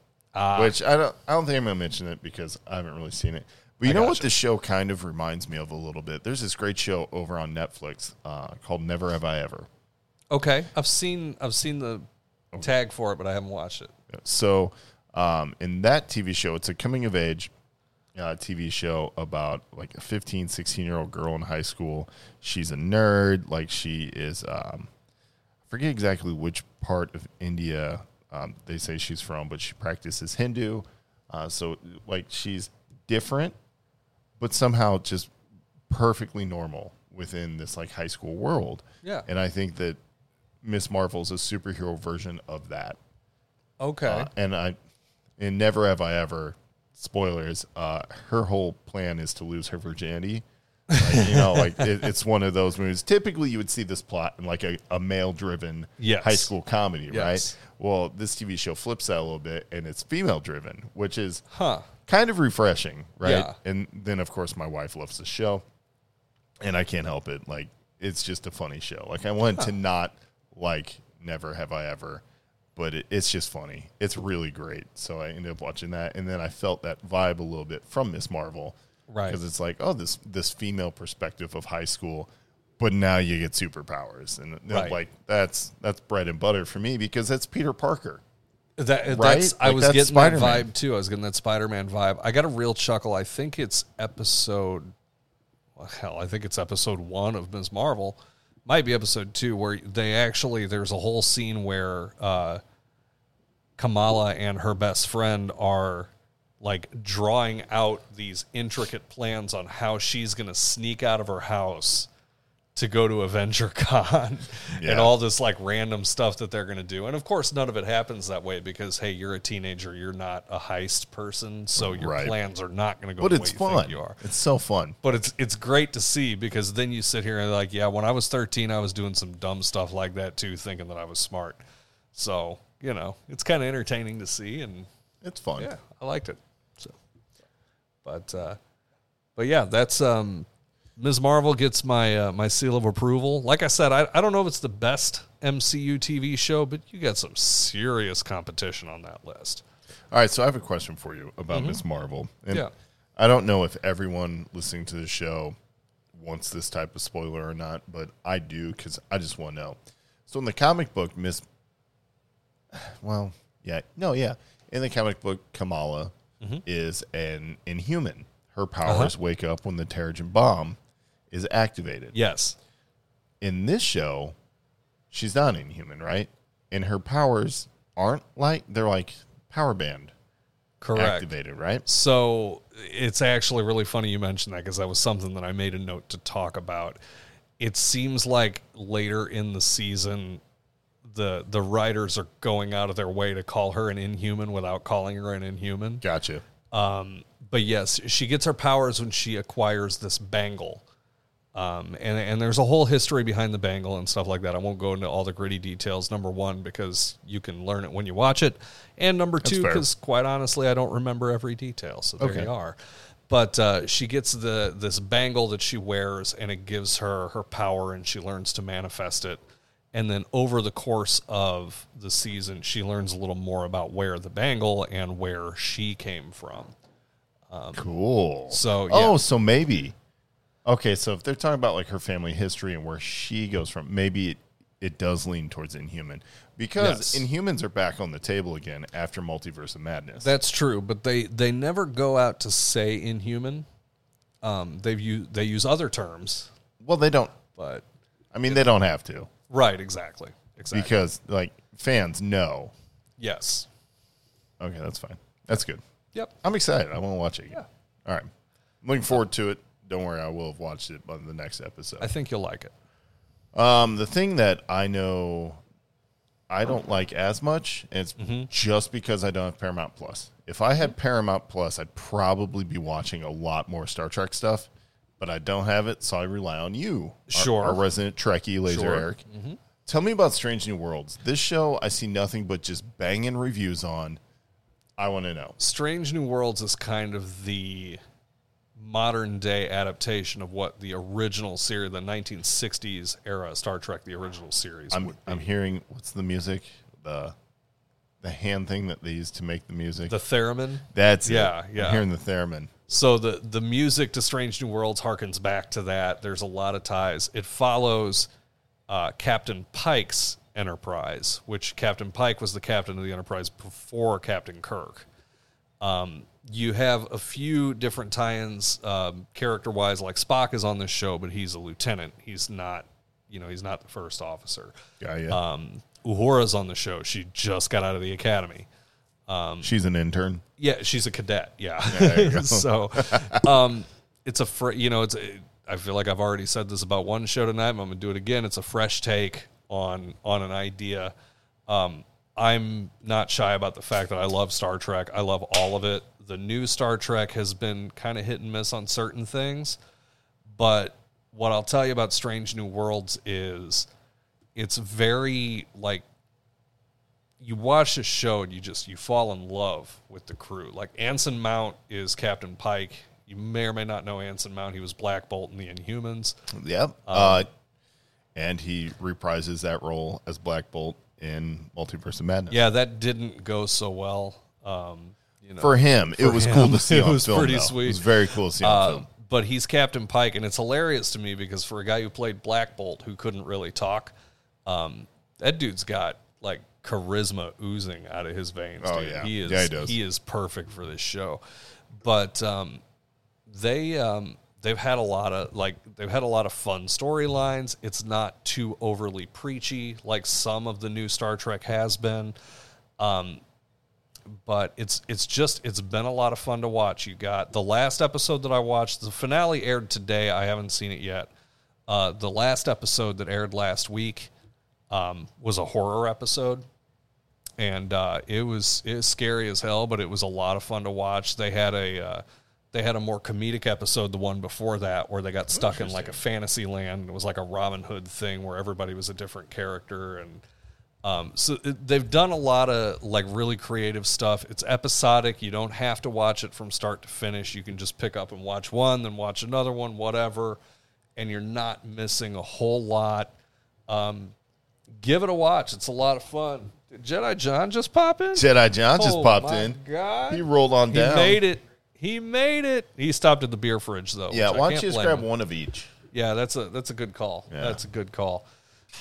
Speaker 5: which I don't. I don't think I'm gonna mention it because I haven't really seen it. But you know what? The show kind of reminds me of a little bit. There's this great show over on Netflix uh, called Never Have I Ever.
Speaker 6: Okay, I've seen I've seen the tag for it, but I haven't watched it.
Speaker 5: So, um, in that TV show, it's a coming of age uh, TV show about like a 15, 16 year old girl in high school. She's a nerd. Like, she is, um, I forget exactly which part of India um, they say she's from, but she practices Hindu. Uh, so like she's different, but somehow just perfectly normal within this like high school world.
Speaker 6: Yeah.
Speaker 5: and I think that Miss Marvel's a superhero version of that.
Speaker 6: Okay.
Speaker 5: Uh, and I, and never have I ever, spoilers. Uh, her whole plan is to lose her virginity. Like, you know, like it, it's one of those movies. Typically, you would see this plot in like a, a male-driven
Speaker 6: Yes.
Speaker 5: high school comedy,
Speaker 6: Yes.
Speaker 5: right? Well, this TV show flips that a little bit, and it's female-driven, which is
Speaker 6: huh.
Speaker 5: kind of refreshing, right?
Speaker 6: Yeah.
Speaker 5: And then, of course, my wife loves the show, and I can't help it. Like, it's just a funny show. Like, I wanted to not like Never Have I Ever, but it, it's just funny. It's really great. So I ended up watching that, and then I felt that vibe a little bit from Miss Marvel,
Speaker 6: Right.
Speaker 5: Because it's like, oh, this this female perspective of high school. But now you get superpowers, and
Speaker 6: Right.
Speaker 5: like that's that's bread and butter for me because that's Peter Parker.
Speaker 6: That, That's, I
Speaker 5: Like,
Speaker 6: was
Speaker 5: that's
Speaker 6: getting that
Speaker 5: Spider-Man.
Speaker 6: vibe too. I was getting that Spider Man vibe. I got a real chuckle. I think it's episode, well, hell, I think it's episode one of Ms. Marvel. Might be episode two where they actually, there's a whole scene where uh, Kamala and her best friend are like drawing out these intricate plans on how she's going to sneak out of her house to go to Avenger Con
Speaker 5: Yeah.
Speaker 6: and all this like random stuff that they're going to do. And of course, none of it happens that way because, hey, you're a teenager, you're not a heist person, so your
Speaker 5: Right.
Speaker 6: plans are not going to go
Speaker 5: But
Speaker 6: the
Speaker 5: it's
Speaker 6: way you think
Speaker 5: fun.
Speaker 6: you are.
Speaker 5: It's so fun.
Speaker 6: But it's it's great to see because then you sit here and like, yeah, when I was 13, I was doing some dumb stuff like that too, thinking that I was smart. So, you know, it's kind of entertaining to see and
Speaker 5: It's fun.
Speaker 6: yeah, I liked it. So, but uh, but yeah, that's um, Ms. Marvel gets my uh, my seal of approval. Like I said, I, I don't know if it's the best MCU TV show, but you got some serious competition on that list.
Speaker 5: All right, so I have a question for you about Miss Marvel. And
Speaker 6: Yeah.
Speaker 5: I don't know if everyone listening to the show wants this type of spoiler or not, but I do because I just want to know. So in the comic book, Miss, well, yeah, no, yeah, in the comic book, Kamala is an inhuman. Her powers wake up when the Terrigen bomb is activated.
Speaker 6: Yes,
Speaker 5: In this show, she's not inhuman, right? And her powers aren't like they're like power band
Speaker 6: correct.
Speaker 5: activated, right?
Speaker 6: So it's actually really funny you mentioned that because that was something that I made a note to talk about. It seems like later in the season, the the writers are going out of their way to call her an inhuman without calling her an inhuman.
Speaker 5: Gotcha.
Speaker 6: Um, but yes, she gets her powers when she acquires this bangle. Um, and, and there's a whole history behind the bangle and stuff like that. I won't go into all the gritty details, number one, because you can learn it when you watch it. And number two,
Speaker 5: fair.
Speaker 6: because quite honestly, I don't remember every detail. So there
Speaker 5: Okay.
Speaker 6: you are. But uh, she gets the this bangle that she wears, and it gives her her power, and she learns to manifest it. And then over the course of the season, she learns a little more about where the bangle and where she came from.
Speaker 5: Cool.
Speaker 6: So, yeah.
Speaker 5: oh, so maybe. Okay, so if they're talking about like her family history and where she goes from, maybe it, it does lean towards Inhuman because
Speaker 6: Yes.
Speaker 5: Inhumans are back on the table again after Multiverse of Madness.
Speaker 6: That's true, but they they never go out to say inhuman. Um, they've u- they use other terms,
Speaker 5: well, they don't.
Speaker 6: but
Speaker 5: I mean, they don't have to
Speaker 6: right, exactly, exactly.
Speaker 5: because like fans know.
Speaker 6: yes,
Speaker 5: Okay, that's fine. That's good.
Speaker 6: yep,
Speaker 5: I'm excited. I want to watch it. Again.
Speaker 6: Yeah.
Speaker 5: All right. I'm looking forward to it. Don't worry, I will have watched it by the next episode.
Speaker 6: I think you'll like it.
Speaker 5: Um, the thing that I know I don't
Speaker 6: Oh.
Speaker 5: like as much, and it's
Speaker 6: Mm-hmm.
Speaker 5: just because I don't have Paramount Plus. If I had Paramount Plus, I'd probably be watching a lot more Star Trek stuff, but I don't have it, so I rely on you, our-
Speaker 6: Sure.
Speaker 5: our, resident Trekkie, Laser
Speaker 6: Sure. Mm-hmm.
Speaker 5: Eric. Tell me about Strange New Worlds. This show I see nothing but just banging reviews on. I want to know.
Speaker 6: Strange New Worlds is kind of the modern day adaptation of what the original series, the 1960s era Star Trek, the original series.
Speaker 5: I'm
Speaker 6: would be.
Speaker 5: I'm hearing what's the music the the hand thing that they use to make the music.
Speaker 6: the theremin.
Speaker 5: That's
Speaker 6: Yeah,
Speaker 5: it.
Speaker 6: yeah.
Speaker 5: I'm hearing the theremin.
Speaker 6: So the the music to Strange New Worlds harkens back to that. There's a lot of ties. It follows uh, Captain Pike's Enterprise, which Captain Pike was the captain of the Enterprise before Captain Kirk. Um, you have a few different tie-ins um, character-wise, like Spock is on this show, but he's a lieutenant. He's not you know he's not the first officer.
Speaker 5: Yeah, yeah.
Speaker 6: Um, Uhura's on the show. She just got out of the academy.
Speaker 5: She's an intern.
Speaker 6: Yeah, she's a cadet. Yeah.
Speaker 5: There you go.
Speaker 6: so, um, it's a fr- you know it's a, I feel like I've already said this about one show tonight. But I'm gonna do it again. It's a fresh take on on an idea. Um, I'm not shy about the fact that I love Star Trek. I love all of it. The new Star Trek has been kind of hit and miss on certain things, but what I'll tell you about Strange New Worlds is it's very like you watch this show and you just you fall in love with the crew. Like Anson Mount is Captain Pike. You may or may not know Anson Mount. He was Black Bolt in the Inhumans.
Speaker 5: Yep. uh, and he reprises that role as Black Bolt in Multiverse of Madness.
Speaker 6: Yeah, that didn't go so well. Um, you know,
Speaker 5: For him, it was cool to see
Speaker 6: it
Speaker 5: on
Speaker 6: was
Speaker 5: film.
Speaker 6: pretty
Speaker 5: though.
Speaker 6: sweet.
Speaker 5: It was very cool to see on
Speaker 6: Uh,
Speaker 5: film.
Speaker 6: but he's Captain Pike, and it's hilarious to me because for a guy who played Black Bolt who couldn't really talk, um, that dude's got like charisma oozing out of his veins.
Speaker 5: Oh,
Speaker 6: dude.
Speaker 5: yeah.
Speaker 6: he is
Speaker 5: Yeah, he does.
Speaker 6: is perfect for this show. But um, they um, they've had a lot of like they've had a lot of fun storylines. It's not too overly preachy like some of the new Star Trek has been. Um, but it's it's just it's been a lot of fun to watch. You got the last episode that I watched. The finale aired today. I haven't seen it yet. Uh, the last episode that aired last week um, was a horror episode, and uh, it was it was scary as hell. But it was a lot of fun to watch. They had a uh, they had a more comedic episode, the one before that, where they got stuck in like a fantasy land. It was like a Robin Hood thing where everybody was a different character and. Um, so it- they've done a lot of like really creative stuff. It's episodic. You don't have to watch it from start to finish. You can just pick up and watch one, then watch another one, whatever, and you're not missing a whole lot. Um, give it a watch. It's a lot of fun. Did Jedi John just pop in?
Speaker 5: Jedi John just
Speaker 6: Oh
Speaker 5: popped
Speaker 6: my
Speaker 5: in.
Speaker 6: God.
Speaker 5: He rolled on
Speaker 6: he
Speaker 5: down.
Speaker 6: made it. He made it. He stopped at the beer fridge though.
Speaker 5: Yeah, why
Speaker 6: which I
Speaker 5: don't
Speaker 6: can't
Speaker 5: you just
Speaker 6: blame
Speaker 5: grab
Speaker 6: him.
Speaker 5: one of each?
Speaker 6: Yeah, that's a that's a good call.
Speaker 5: Yeah.
Speaker 6: That's a good call.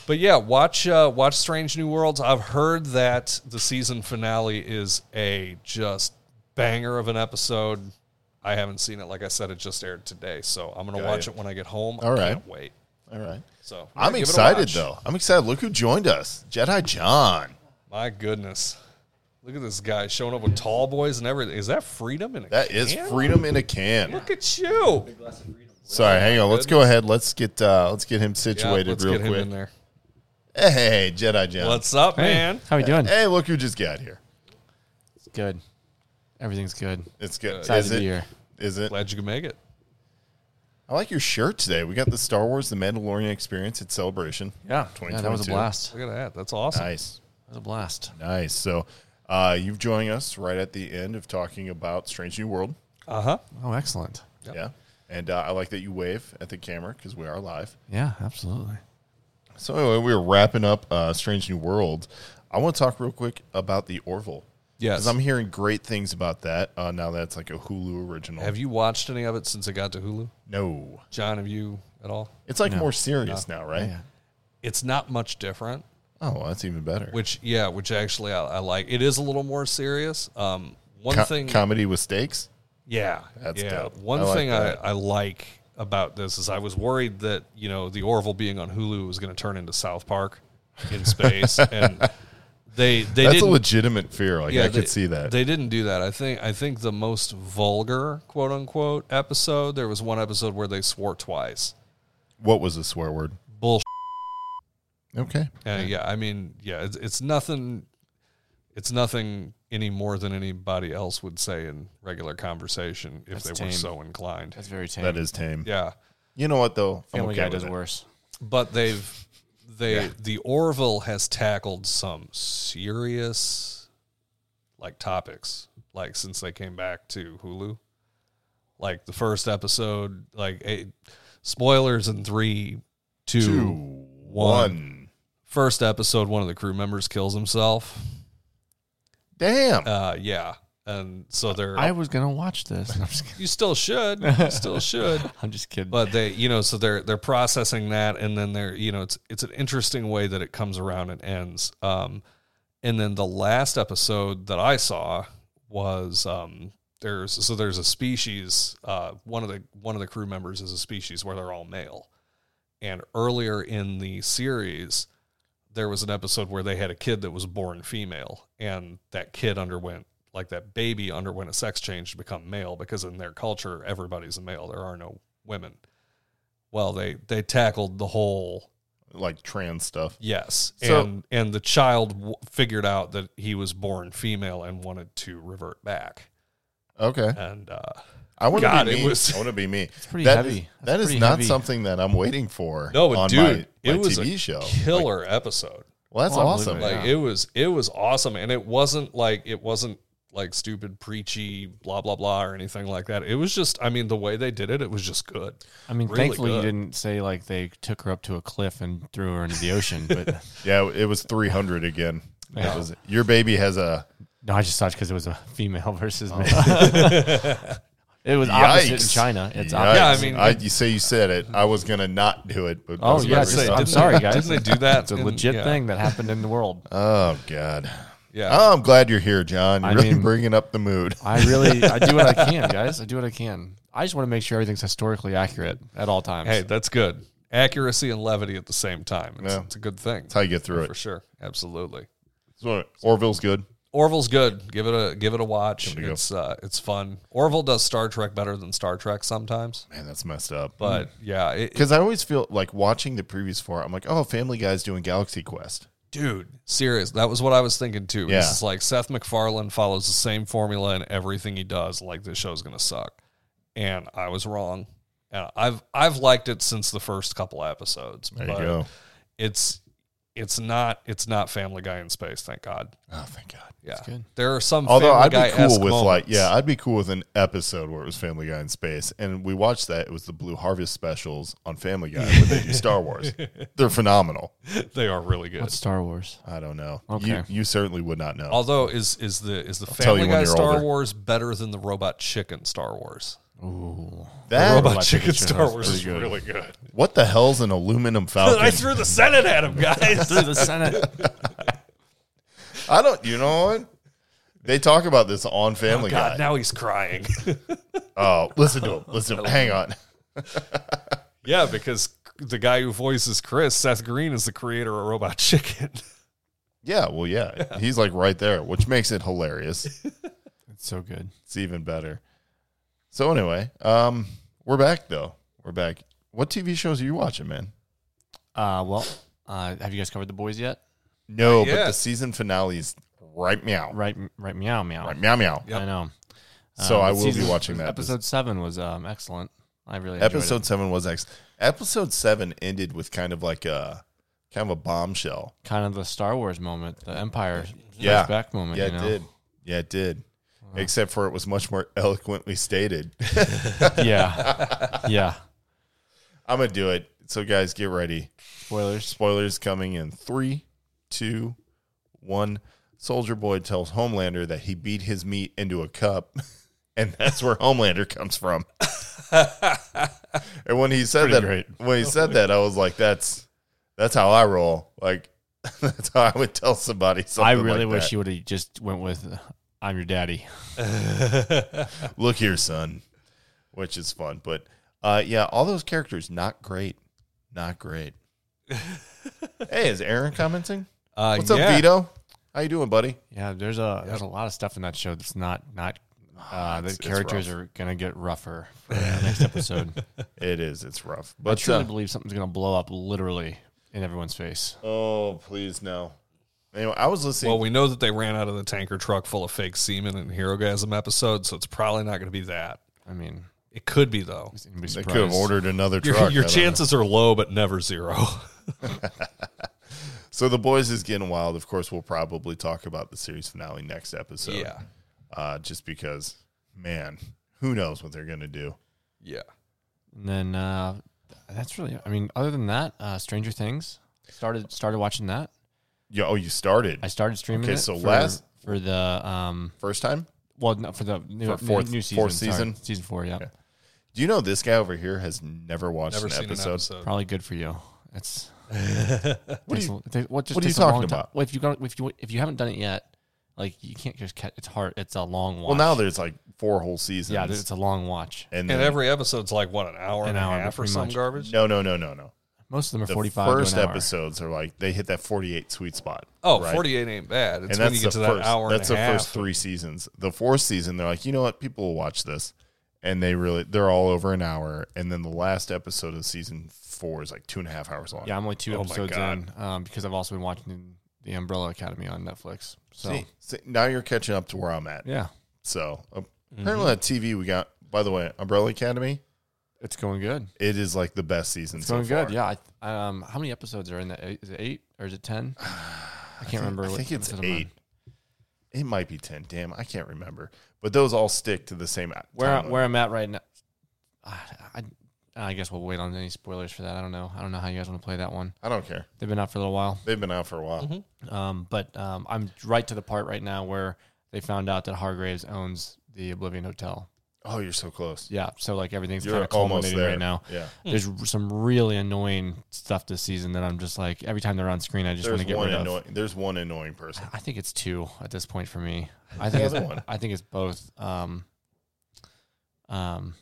Speaker 6: But yeah, watch uh, watch Strange New Worlds. I've heard that the season finale is a just banger of an episode. I haven't seen it. Like I said, it just aired today, so I'm gonna
Speaker 5: Got
Speaker 6: watch
Speaker 5: you.
Speaker 6: it when I get home.
Speaker 5: All
Speaker 6: I
Speaker 5: right.
Speaker 6: can't wait.
Speaker 5: All right.
Speaker 6: So yeah,
Speaker 5: I'm
Speaker 6: give it a
Speaker 5: excited
Speaker 6: watch.
Speaker 5: though. I'm excited. Look who joined us, Jedi John.
Speaker 6: My goodness, look at this guy showing up with tall boys and everything. Is that freedom? In a
Speaker 5: That is
Speaker 6: can?
Speaker 5: freedom in a can.
Speaker 6: Look at you.
Speaker 5: Sorry, hang on. Let's go ahead. Let's get uh, let's get him
Speaker 6: Yeah,
Speaker 5: situated
Speaker 6: let's
Speaker 5: real
Speaker 6: get him
Speaker 5: quick.
Speaker 6: in there.
Speaker 5: Hey, Jedi John.
Speaker 6: What's up,
Speaker 7: Hey,
Speaker 6: man?
Speaker 7: how are you doing?
Speaker 5: hey, look who just got here.
Speaker 7: Good. Everything's good.
Speaker 5: It's good.
Speaker 7: Excited
Speaker 5: Is
Speaker 7: to
Speaker 5: it?
Speaker 7: be here.
Speaker 5: Is it?
Speaker 6: Glad you could make it.
Speaker 5: I like your shirt today. We got the Star Wars: The Mandalorian Experience at Celebration.
Speaker 7: Yeah, yeah, that was a
Speaker 5: 2022.
Speaker 7: blast.
Speaker 6: Look at that. That's awesome.
Speaker 5: Nice,
Speaker 7: That was a blast.
Speaker 5: nice. So, uh, you've joined us right at the end of talking about Strange New World.
Speaker 6: Uh huh.
Speaker 7: Oh, excellent.
Speaker 5: Yeah, and uh, I like that you wave at the camera because we are live.
Speaker 7: Yeah, absolutely.
Speaker 5: So anyway, we were wrapping up uh, Strange New World. I want to talk real quick about the Orville.
Speaker 6: Yes.
Speaker 5: because I'm hearing great things about that. Uh, now that's like a Hulu original.
Speaker 6: Have you watched any of it since it got to Hulu?
Speaker 5: No,
Speaker 6: John, have you at all?
Speaker 5: it's like more serious now, right?
Speaker 7: Yeah.
Speaker 6: It's not much different.
Speaker 5: Oh, well, that's even better.
Speaker 6: Which, yeah, which actually I, I like. It is a little more serious. Um, one
Speaker 5: Co-
Speaker 6: thing,
Speaker 5: comedy with stakes.
Speaker 6: yeah,
Speaker 5: That's
Speaker 6: yeah.
Speaker 5: dope.
Speaker 6: One
Speaker 5: I like
Speaker 6: thing
Speaker 5: that.
Speaker 6: I, I like about this is I was worried that you know the Orville being on Hulu was going to turn into South Park in space, and they they
Speaker 5: That's a
Speaker 6: didn't.
Speaker 5: legitimate fear. Like I
Speaker 6: they-
Speaker 5: could see that.
Speaker 6: They didn't do that. I think I think the most vulgar quote unquote episode. There was one episode where they swore twice.
Speaker 5: what was the swear word?
Speaker 6: Bull
Speaker 5: Okay.
Speaker 6: Uh, yeah, I mean, yeah, it's, it's nothing. It's nothing any more than anybody else would say in regular conversation if
Speaker 7: That's
Speaker 6: they were
Speaker 7: tame.
Speaker 6: so inclined.
Speaker 7: That's very tame.
Speaker 5: That is tame.
Speaker 6: Yeah,
Speaker 5: You know what though? I'm
Speaker 7: Family
Speaker 5: okay
Speaker 7: Guy
Speaker 5: with
Speaker 7: does
Speaker 5: it.
Speaker 7: worse.
Speaker 6: but they've they the Orville has tackled some serious like topics like since they came back to Hulu. Like the first episode, like eh, spoilers in three, two,
Speaker 5: Two,
Speaker 6: one.
Speaker 5: one.
Speaker 6: First episode, one of the crew members kills himself.
Speaker 5: Damn.
Speaker 6: Uh, yeah, and so they're.
Speaker 7: I was gonna watch this. I'm just kidding.
Speaker 6: you still should. You still should.
Speaker 7: I'm just kidding.
Speaker 6: But they, you know, so they're they're processing that, and then they're, you know, it's it's an interesting way that it comes around and ends. Um, and then the last episode that I saw was um, there's so there's a species. Uh, one of the one of the crew members is a species where they're all male, And earlier in the series, there was an episode where they had a kid that was born female, and that kid underwent, like that baby underwent a sex change to become male because in their culture, everybody's a male. There are no women. Well, they they tackled the whole
Speaker 5: like trans stuff.
Speaker 6: yes,
Speaker 5: So-
Speaker 6: and and the child w- figured out that he was born female and wanted to revert back,
Speaker 5: Okay,
Speaker 6: and uh,
Speaker 5: I want to
Speaker 6: God,
Speaker 5: be
Speaker 6: it
Speaker 5: me.
Speaker 6: was-
Speaker 5: I want to be me. It's
Speaker 7: pretty heavy. That's
Speaker 5: that is
Speaker 7: pretty
Speaker 5: not
Speaker 7: heavy.
Speaker 5: something that I'm waiting for.
Speaker 6: No, but
Speaker 5: on
Speaker 6: dude,
Speaker 5: my, my
Speaker 6: it was
Speaker 5: TV
Speaker 6: a
Speaker 5: show.
Speaker 6: killer episode.
Speaker 5: Well, that's
Speaker 7: Well, I believe
Speaker 5: awesome.
Speaker 7: it.
Speaker 6: Like
Speaker 7: Yeah.
Speaker 6: it was it was awesome and it wasn't like it wasn't like stupid preachy blah blah blah or anything like that. It was just I mean the way they did it it was just good.
Speaker 7: I mean,
Speaker 6: Really
Speaker 7: thankfully you
Speaker 6: good.
Speaker 7: didn't say like they took her up to a cliff and threw her into the ocean. But
Speaker 5: Yeah, it was 300 again. That
Speaker 7: Yeah.
Speaker 5: was- your baby has a
Speaker 7: no, I just thought because it was a female versus male. it was opposite in
Speaker 5: Yikes.
Speaker 7: China. It's
Speaker 5: Yikes.
Speaker 7: opposite.
Speaker 6: Yeah, Oh. I mean-
Speaker 5: you say you said it. I was gonna not do it, but very
Speaker 6: I
Speaker 7: Oh, yeah,
Speaker 6: was about to
Speaker 7: just-
Speaker 6: say,
Speaker 5: sorry.
Speaker 6: didn't they-
Speaker 7: I'm sorry, guys.
Speaker 6: Didn't they do that?
Speaker 7: It's a
Speaker 6: in-
Speaker 7: legit
Speaker 6: yeah,
Speaker 7: thing that happened in the world.
Speaker 5: oh god.
Speaker 6: Yeah.
Speaker 5: Oh, I'm glad you're here, John. You're
Speaker 7: I
Speaker 5: really
Speaker 7: mean-
Speaker 5: bringing up the mood.
Speaker 7: I really, I do what I can, guys. I do what I can. I just want to make sure everything's historically accurate at all times.
Speaker 6: hey, that's good. Accuracy and levity at the same time. It's,
Speaker 5: Yeah.
Speaker 6: it's a good thing.
Speaker 5: That's how you get through
Speaker 6: For
Speaker 5: it.
Speaker 6: sure. Absolutely.
Speaker 5: So, Orville's good.
Speaker 6: Orville's good. Give it a give it a watch.
Speaker 5: Give it a go.
Speaker 6: it's uh, it's fun. Orville does Star Trek better than Star Trek sometimes.
Speaker 5: Man, that's messed up.
Speaker 6: But yeah, it,
Speaker 5: because I always feel like watching the previous four, I'm like, oh, Family Guy's doing Galaxy Quest.
Speaker 6: dude serious that was what i was thinking too
Speaker 5: Yeah.
Speaker 6: it's like seth macfarlane follows the same formula in everything he does like this show's gonna suck and i was wrong and i've i've liked it since the first couple episodes
Speaker 5: There you go.
Speaker 6: it's it's not it's not family guy in space thank god
Speaker 5: Oh, thank God.
Speaker 6: yeah
Speaker 7: good.
Speaker 6: there are some
Speaker 5: Although
Speaker 6: family
Speaker 5: I'd be cool
Speaker 6: Guy-esque
Speaker 5: with like,
Speaker 6: moments.
Speaker 5: yeah, I'd be cool with an episode where it was Family Guy in space, and we watched that. It was the Blue Harvest specials on Family Guy where they do Star Wars. They're phenomenal.
Speaker 6: they are really good
Speaker 7: What's Star Wars?
Speaker 5: I don't know.
Speaker 7: Okay.
Speaker 5: You, you certainly would not know.
Speaker 6: although is is the is the
Speaker 5: tell you
Speaker 6: family
Speaker 5: when
Speaker 6: guy
Speaker 5: you're
Speaker 6: star
Speaker 5: older.
Speaker 6: wars better than the robot chicken star wars
Speaker 7: Ooh,
Speaker 5: that
Speaker 6: robot,
Speaker 5: robot-
Speaker 6: chicken,
Speaker 7: Chicken
Speaker 6: star
Speaker 7: was
Speaker 6: wars is really good
Speaker 5: what the hell's an aluminum falcon?
Speaker 6: i threw the senate at him guys
Speaker 7: the Senate.
Speaker 5: I don't. You know what? They talk about this on Family
Speaker 7: Oh,
Speaker 6: God,
Speaker 5: Guy.
Speaker 6: now he's crying.
Speaker 5: Oh, listen to him. Listen. To him. Hang on.
Speaker 6: yeah, because the guy who voices Chris, Seth Green, is the creator of Robot Chicken.
Speaker 5: Yeah. Well, yeah. He's like right there, which makes it hilarious.
Speaker 7: It's so good.
Speaker 5: It's even better. So anyway, um, we're back though. We're back. What TV shows are you watching, man?
Speaker 7: Uh, well, uh, have you guys covered the boys yet?
Speaker 5: No, but the
Speaker 6: yet.
Speaker 5: season finale's right meow.
Speaker 7: Right, right, meow, meow.
Speaker 5: Right meow meow.
Speaker 6: Yep.
Speaker 7: I know.
Speaker 5: So I
Speaker 7: but
Speaker 5: will be watching that.
Speaker 7: Um, Episode seven was um, excellent. I really enjoyed
Speaker 5: Episode seven was X. Episode seven ended with kind of like a kind of a bombshell.
Speaker 7: it. kind of the Star Wars moment, the Empire Strikes
Speaker 5: Yeah.
Speaker 7: back moment.
Speaker 5: Yeah,
Speaker 7: you know?
Speaker 5: it did. Yeah, it did. Except for it was much more eloquently stated.
Speaker 7: Yeah, yeah.
Speaker 5: I'm gonna do it. So guys, get ready.
Speaker 7: Spoilers.
Speaker 5: Spoilers coming in three, two, one. Soldier Boy tells Homelander that he beat his meat into a cup, and that's where Homelander comes from. and when he said
Speaker 7: Pretty
Speaker 5: that,
Speaker 7: great.
Speaker 5: when he said that, I was like, "That's that's how I roll." Like that's how I would tell somebody. Something
Speaker 7: I really
Speaker 5: like
Speaker 7: wish
Speaker 5: that.
Speaker 7: you would have just went with uh, "I'm your daddy."
Speaker 5: look here, son, which is fun. But uh, yeah, all those characters not great, not great. hey, is Aaron commenting?
Speaker 6: Uh,
Speaker 5: What's up, Vito? How you doing, buddy?
Speaker 7: Yeah, there's a there's a lot of stuff in that show that's not not. Uh,
Speaker 5: Ah,
Speaker 7: the
Speaker 5: it's
Speaker 7: characters
Speaker 5: rough.
Speaker 7: are gonna get rougher for the next episode.
Speaker 5: It is. It's rough.
Speaker 7: I
Speaker 5: But
Speaker 7: truly
Speaker 5: uh,
Speaker 7: believe something's gonna blow up literally in everyone's face.
Speaker 5: oh, please no. Anyway, I was listening.
Speaker 6: Well, we know that they ran out of the tanker truck full of fake semen in the Hero Gasm episode, so it's probably not going to be that.
Speaker 7: I mean,
Speaker 6: It could be, though.
Speaker 7: it's gonna be
Speaker 5: they could have ordered another
Speaker 6: Your,
Speaker 5: truck.
Speaker 6: your
Speaker 5: I don't know.
Speaker 6: chances are low, but never zero.
Speaker 5: So the boys is getting wild. Of course, we'll probably talk about the series finale next episode.
Speaker 6: yeah.
Speaker 5: Uh, just because, man, who knows what they're gonna do?
Speaker 6: Yeah.
Speaker 7: And then uh, that's really. I mean, other than that, uh, Stranger Things started started watching that.
Speaker 5: Yeah. Oh, you started
Speaker 7: I started streaming.
Speaker 5: Okay,
Speaker 7: it
Speaker 5: so
Speaker 7: for,
Speaker 5: last-
Speaker 7: for the um,
Speaker 5: first time.
Speaker 7: well, no, for the new,
Speaker 5: For fourth-
Speaker 7: new, new season,
Speaker 5: fourth
Speaker 7: sorry,
Speaker 5: season?
Speaker 7: season four. Yeah,
Speaker 5: Do you know this guy over here has never watched
Speaker 6: Never
Speaker 5: an,
Speaker 6: seen
Speaker 5: episode?
Speaker 6: an episode.
Speaker 7: probably good for you. It's
Speaker 5: What do
Speaker 7: takes
Speaker 5: you-
Speaker 7: a- it takes- what,
Speaker 5: Hmm. what
Speaker 7: just
Speaker 5: are you
Speaker 7: takes a long
Speaker 5: talking
Speaker 7: time.
Speaker 5: about?
Speaker 7: Well, if you got, if you if you haven't done it yet, like you can't just catch. It's hard. It's a long watch.
Speaker 5: Well, now there's like four whole seasons.
Speaker 7: yeah, it's a long watch.
Speaker 5: and,
Speaker 6: And
Speaker 5: then-
Speaker 6: every episode's like, what, an hour
Speaker 7: An
Speaker 6: and a
Speaker 7: hour,
Speaker 6: half or
Speaker 7: pretty
Speaker 6: some
Speaker 7: much.
Speaker 6: garbage?
Speaker 5: no, no, no, no, no.
Speaker 7: Most of them are
Speaker 5: The
Speaker 7: 45 to an
Speaker 5: first
Speaker 7: hour.
Speaker 5: episodes are like they hit that 48 sweet spot.
Speaker 6: Oh,
Speaker 5: right?
Speaker 6: 48 ain't bad. It's
Speaker 5: and
Speaker 6: when
Speaker 5: that's
Speaker 6: you get
Speaker 5: the
Speaker 6: to that
Speaker 5: first,
Speaker 6: hour
Speaker 5: That's
Speaker 6: and
Speaker 5: the
Speaker 6: a half.
Speaker 5: first three seasons. The fourth season, they're like, you know what? People will watch this, and they really they're all over an hour. And then the last episode of season four is like two and a half hours long.
Speaker 7: Yeah, I'm only two
Speaker 5: Oh my
Speaker 7: episodes in
Speaker 5: God.
Speaker 7: um, because I've also been watching The Umbrella Academy on Netflix. So,
Speaker 5: See, see, now you're catching up to where I'm at.
Speaker 7: yeah, Mm-hmm.
Speaker 5: So uh, apparently on TV we got. By the way, Umbrella Academy.
Speaker 7: it's going good.
Speaker 5: It is like the best season.
Speaker 7: It's
Speaker 5: so
Speaker 7: going
Speaker 5: far.
Speaker 7: good. Yeah. I, um, how many episodes are in that? Is it eight or is it 10? I can't remember.
Speaker 5: I
Speaker 7: what
Speaker 5: think it's
Speaker 7: episode I'm on.
Speaker 5: eight. It might be ten. Damn, I can't remember. But those all stick to the same. a-
Speaker 7: Where,
Speaker 5: time
Speaker 7: where
Speaker 5: limit.
Speaker 7: I'm at right now, I, I, I guess we'll wait on any spoilers for that. I don't know. I don't know how you guys want to play that one.
Speaker 5: I don't care.
Speaker 7: They've been out for a little while.
Speaker 5: They've been out for a while.
Speaker 7: Um, but um, I'm right to the part right now where they found out that Hargraves owns the Oblivion Hotel.
Speaker 5: Oh, you're so close.
Speaker 7: Yeah, so like everything's
Speaker 5: You're
Speaker 7: kind of
Speaker 5: almost
Speaker 7: culminating
Speaker 5: there.
Speaker 7: right now.
Speaker 5: Yeah.
Speaker 7: There's r- some really annoying stuff this season that I'm just like every time they're on screen, I just want
Speaker 5: There's
Speaker 7: to get
Speaker 5: one
Speaker 7: rid
Speaker 5: annoying.
Speaker 7: of.
Speaker 5: There's one annoying person.
Speaker 7: I think it's two at this point for me. I think it's,
Speaker 5: other one.
Speaker 7: I think it's both. Um, um,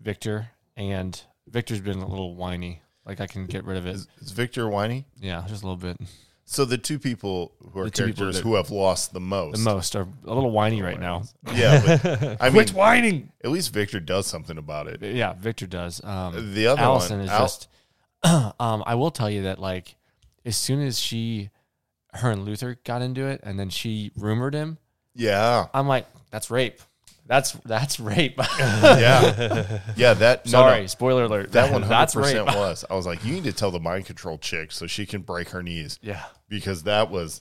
Speaker 7: Victor and Victor's been a little whiny. Like I can get rid of it.
Speaker 5: Is, is Victor whiny?
Speaker 7: Yeah, just a little bit.
Speaker 5: So the two people who are
Speaker 7: The two people
Speaker 5: characters
Speaker 7: that-
Speaker 5: who have lost the most.
Speaker 7: The most are a little whiny right now.
Speaker 5: Yeah. But, I mean,
Speaker 6: Quit whining.
Speaker 5: at least Victor does something about it.
Speaker 7: Yeah, Victor does. Um,
Speaker 5: The other
Speaker 7: Allison
Speaker 5: one,
Speaker 7: is
Speaker 5: Al-
Speaker 7: just. um, I will tell you that like, as soon as she, her and Luther got into it, and then she rumored him.
Speaker 5: Yeah.
Speaker 7: I'm like, that's rape. That's that's rape.
Speaker 5: Yeah. yeah. That. no,
Speaker 7: Sorry,
Speaker 5: no.
Speaker 7: spoiler alert.
Speaker 5: That one hundred
Speaker 7: that's rape.
Speaker 5: percent was. I was like, you need to tell the mind control chick so she can break her knees
Speaker 7: Yeah,
Speaker 5: because that was,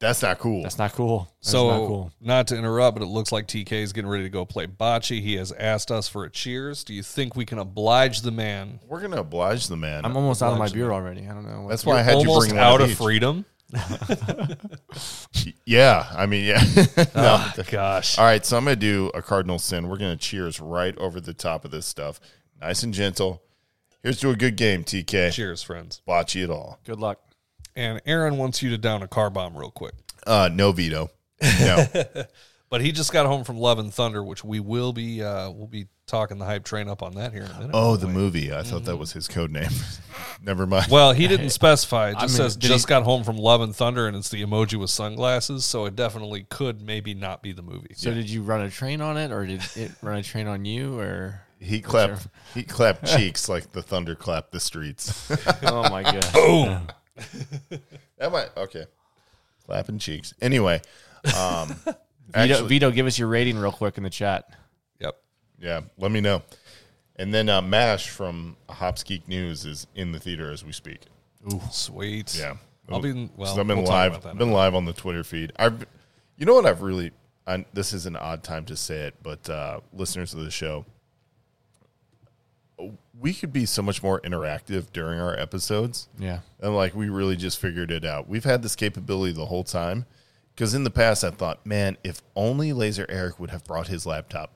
Speaker 5: that's not cool.
Speaker 7: that's not cool. That's
Speaker 6: So,
Speaker 7: not
Speaker 6: not,
Speaker 7: cool.
Speaker 6: to interrupt, but it looks like TK is getting ready to go play bocce. He has asked us for a cheers. Do you think we can oblige the man?
Speaker 5: We're gonna oblige the man.
Speaker 7: I'm almost out of my beer already. I don't know. What,
Speaker 5: that's why I had you
Speaker 6: Almost
Speaker 5: bring one
Speaker 6: out of
Speaker 5: each.
Speaker 6: freedom.
Speaker 5: Yeah, I mean, yeah. no,
Speaker 6: Gosh.
Speaker 5: All right, so I'm going to do a cardinal sin. We're going to cheers right over the top of this stuff. Nice and gentle. Here's to a good game, TK.
Speaker 6: Cheers, friends.
Speaker 5: Bocce it all.
Speaker 7: good luck.
Speaker 6: And Aaron wants you to down a car bomb real quick.
Speaker 5: Uh, no veto. No.
Speaker 6: But he just got home from Love and Thunder, which we will be uh, we'll be talking the hype train up on that here in a minute.
Speaker 5: oh, the movie. I thought
Speaker 6: Mm-hmm.
Speaker 5: that was his code name. Never mind.
Speaker 6: Well, he didn't specify. It just
Speaker 7: I mean,
Speaker 6: says
Speaker 7: did
Speaker 6: just
Speaker 7: he-
Speaker 6: got home from Love and Thunder, and it's the emoji with sunglasses, so it definitely could maybe not be the movie.
Speaker 7: So did you run a train on it, or did it run a train on you, or?
Speaker 5: he clapped. He clapped cheeks like the thunder clapped the streets.
Speaker 7: Oh my god! Boom.
Speaker 5: that might okay. Clapping cheeks. Anyway, um,
Speaker 7: Vito,
Speaker 5: actually-
Speaker 7: Vito, give us your rating real quick in the chat.
Speaker 6: Yep.
Speaker 5: Yeah, let me know. And then uh, Mash from Hops Geek News is in the theater as we speak.
Speaker 6: Sweet.
Speaker 5: Yeah,
Speaker 6: I'll be in- well,
Speaker 5: So I've been
Speaker 6: we'll talk
Speaker 5: live.
Speaker 6: about that in a
Speaker 5: been live on the Twitter feed. I've, you know what? I've really. I, this is an odd time to say it, but uh, listeners of the show, we could be so much more interactive during our episodes.
Speaker 7: Yeah.
Speaker 5: And like we really just figured it out. We've had this capability the whole time. Because in the past, I thought, man, if only Laser Eric would have brought his laptop.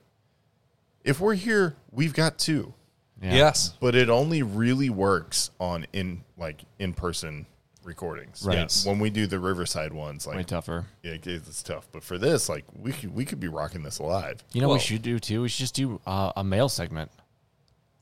Speaker 5: If we're here, we've got two,
Speaker 7: Yeah.
Speaker 6: Yes.
Speaker 5: but it only really works on in like in person recordings.
Speaker 7: Right.
Speaker 6: Yes.
Speaker 5: When we do the Riverside ones,
Speaker 7: Way
Speaker 5: like
Speaker 7: tougher.
Speaker 5: yeah, it- it's tough. But for this, like we could we could be rocking this live.
Speaker 7: You know what
Speaker 6: Well-
Speaker 7: we should do too? We should just do uh, a mail segment.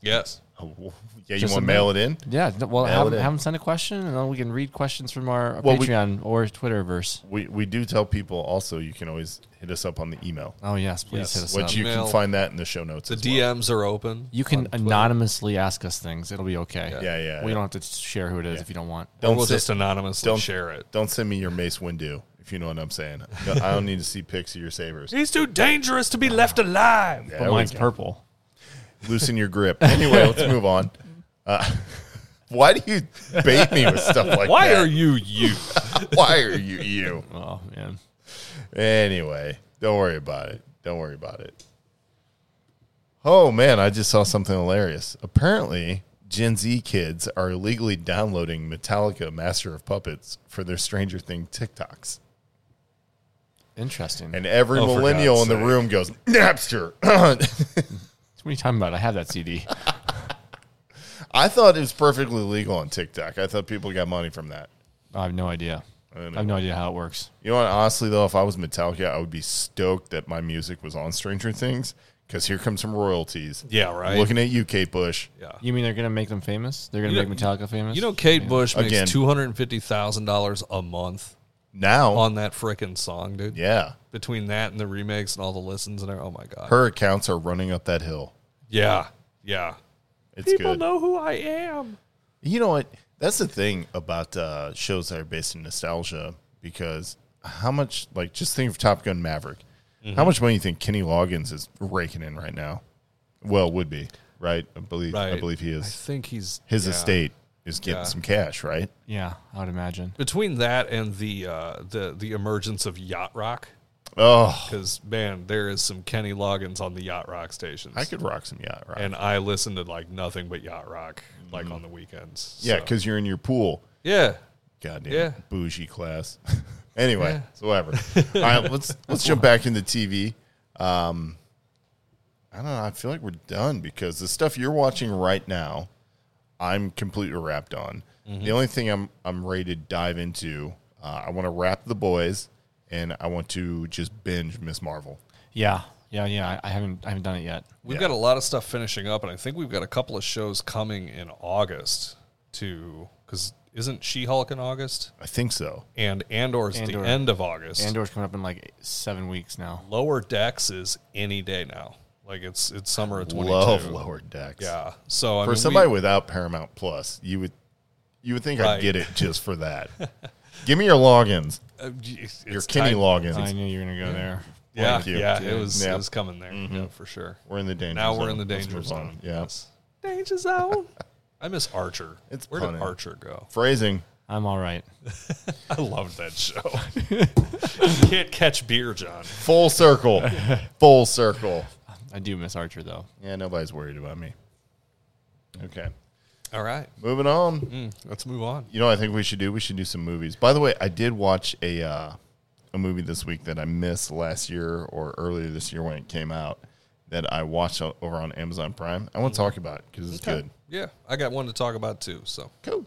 Speaker 6: Yes.
Speaker 5: Oh, yeah, you
Speaker 7: Just
Speaker 5: want to
Speaker 7: a
Speaker 5: mail it in?
Speaker 7: Yeah, th- well,
Speaker 5: Mail
Speaker 7: have,
Speaker 5: it in.
Speaker 7: have them send a question, and then we can read questions from our, our
Speaker 5: Well, we-
Speaker 7: Patreon or Twitterverse.
Speaker 5: We we do tell people also you can always hit us up on the email.
Speaker 7: Oh yes, please
Speaker 6: Yes,
Speaker 7: hit us
Speaker 5: Which
Speaker 7: up.
Speaker 5: you
Speaker 7: You,
Speaker 5: can
Speaker 6: Mail.
Speaker 5: find that in the show notes.
Speaker 6: The
Speaker 5: as well.
Speaker 6: DMs are open.
Speaker 7: can anonymously ask us things; it'll be okay.
Speaker 5: Yeah, yeah.
Speaker 7: we don't have to share who it is if you don't want.
Speaker 6: Or we'll
Speaker 5: sit-
Speaker 6: just anonymously
Speaker 5: don't-
Speaker 6: share it.
Speaker 5: Don't send me your Mace Windu, if you know what I'm saying. No, I don't need to see pics of your sabers.
Speaker 6: He's too dangerous to be left alive.
Speaker 5: There
Speaker 7: But
Speaker 5: we
Speaker 7: mine's
Speaker 5: go.
Speaker 7: purple.
Speaker 5: Loosen your grip. Anyway, let's move on. Uh, why do you bait me with stuff like
Speaker 6: Why
Speaker 5: that?
Speaker 6: are you you?
Speaker 5: Why are you you?
Speaker 7: Oh man,
Speaker 5: Anyway, don't worry about it. Don't worry about it. Oh man, I just saw something hilarious. Apparently, Gen Z kids are illegally downloading Metallica Master of Puppets for their Stranger Thing TikToks.
Speaker 7: interesting.
Speaker 5: And every
Speaker 6: Oh, for
Speaker 5: millennial in
Speaker 6: God's
Speaker 5: the
Speaker 6: sake.
Speaker 5: room goes, Napster.
Speaker 7: what are you talking about? I have that CD.
Speaker 5: I thought it was perfectly legal on TikTok. I thought people got money from that.
Speaker 7: I have no idea. I, have no idea how it works.
Speaker 5: You know what? Honestly, though, if I was Metallica, I would be stoked that my music was on Stranger Things because here comes some royalties.
Speaker 6: Yeah, right.
Speaker 5: Looking at you, Kate Bush.
Speaker 6: yeah.
Speaker 7: You mean they're gonna make them famous? They're gonna
Speaker 6: You
Speaker 7: make
Speaker 6: know-
Speaker 7: Metallica famous?
Speaker 6: You know, Kate Bush makes
Speaker 5: Again.
Speaker 6: two hundred and fifty thousand dollars a month
Speaker 5: Now,
Speaker 6: on that frickin' song, dude.
Speaker 5: yeah,
Speaker 6: Between that and the remakes and all the listens and everything, oh my god.
Speaker 5: her accounts are running up that hill.
Speaker 6: yeah, yeah.
Speaker 5: It's good.
Speaker 6: know who I am.
Speaker 5: You know what? That's the thing about uh, shows that are based in nostalgia because how much, like, just think of Top Gun Maverick.
Speaker 6: Mm-hmm.
Speaker 5: How much money you think Kenny Loggins is raking in right now? Well, would be right. I believe. I
Speaker 6: Right.
Speaker 5: believe he
Speaker 6: I
Speaker 5: is.
Speaker 6: think he's
Speaker 5: His
Speaker 6: yeah.
Speaker 5: estate is getting
Speaker 6: Yeah.
Speaker 5: some cash, right?
Speaker 7: Yeah, I would imagine.
Speaker 6: Between that and the uh, the the emergence of yacht rock,
Speaker 5: Oh,
Speaker 6: because man, there is some Kenny Loggins on the yacht rock stations.
Speaker 5: I could rock some yacht, right?
Speaker 6: and I listen to like nothing but yacht rock, like on the weekends.
Speaker 5: yeah,
Speaker 6: so-
Speaker 5: because you're in your pool.
Speaker 6: yeah,
Speaker 5: Goddamn
Speaker 6: Yeah.
Speaker 5: bougie class. anyway, so whatever. All right, let's let's jump back into TV. Um, I don't know. I feel like we're done because the stuff you're watching right now, I'm completely wrapped on.
Speaker 6: Mm-hmm.
Speaker 5: The only thing I'm I'm ready to dive into, uh, I want to wrap the boys, and I want to just binge Miss Marvel.
Speaker 7: Yeah, yeah, yeah. I, I haven't, I haven't done it yet.
Speaker 6: we've got a lot of stuff finishing up, and I think we've got a couple of shows coming in August to because isn't She Hulk in August
Speaker 5: I think so.
Speaker 6: and Andor's
Speaker 7: Andor.
Speaker 6: the end of August.
Speaker 7: Andor's coming up in like seven weeks now.
Speaker 6: Lower Decks is any day now. Like it's it's summer of twenty two.
Speaker 5: Love Lower Decks.
Speaker 6: Yeah. So I
Speaker 5: For
Speaker 6: mean,
Speaker 5: somebody
Speaker 6: we,
Speaker 5: without Paramount Plus, you would you would think I'd
Speaker 6: Right.
Speaker 5: get it just for that. Give me your logins.
Speaker 6: uh, it's
Speaker 5: your Kenny
Speaker 6: tight.
Speaker 5: Loggins.
Speaker 7: I knew you were gonna go there.
Speaker 6: Yeah,
Speaker 5: Thank you.
Speaker 6: yeah, it was
Speaker 5: Yeah. Mm-hmm.
Speaker 6: it was coming there yeah, for sure.
Speaker 5: We're in the danger.
Speaker 6: now we're
Speaker 5: zone.
Speaker 6: in the
Speaker 5: Let's
Speaker 6: danger
Speaker 5: move
Speaker 6: zone.
Speaker 5: on. Yeah.
Speaker 6: danger zone. I miss Archer.
Speaker 5: It's
Speaker 6: where
Speaker 5: punning.
Speaker 6: did Archer go?
Speaker 5: Phrasing.
Speaker 7: I'm all right.
Speaker 6: I loved that show. Can't catch beer, John.
Speaker 5: Full circle. Full circle.
Speaker 7: I do miss Archer though.
Speaker 5: Yeah, nobody's worried about me. Okay.
Speaker 6: All right, Mm,
Speaker 5: Moving on.
Speaker 6: let's move on.
Speaker 5: You know, what I think we should do we should do some movies. By the way, I did watch a uh, a movie this week that I missed last year or earlier this year when it came out that I watched o- over on Amazon Prime. I won't
Speaker 6: Hmm.
Speaker 5: talk about it because it's good.
Speaker 6: Yeah, I got one to talk about too. So
Speaker 5: Cool.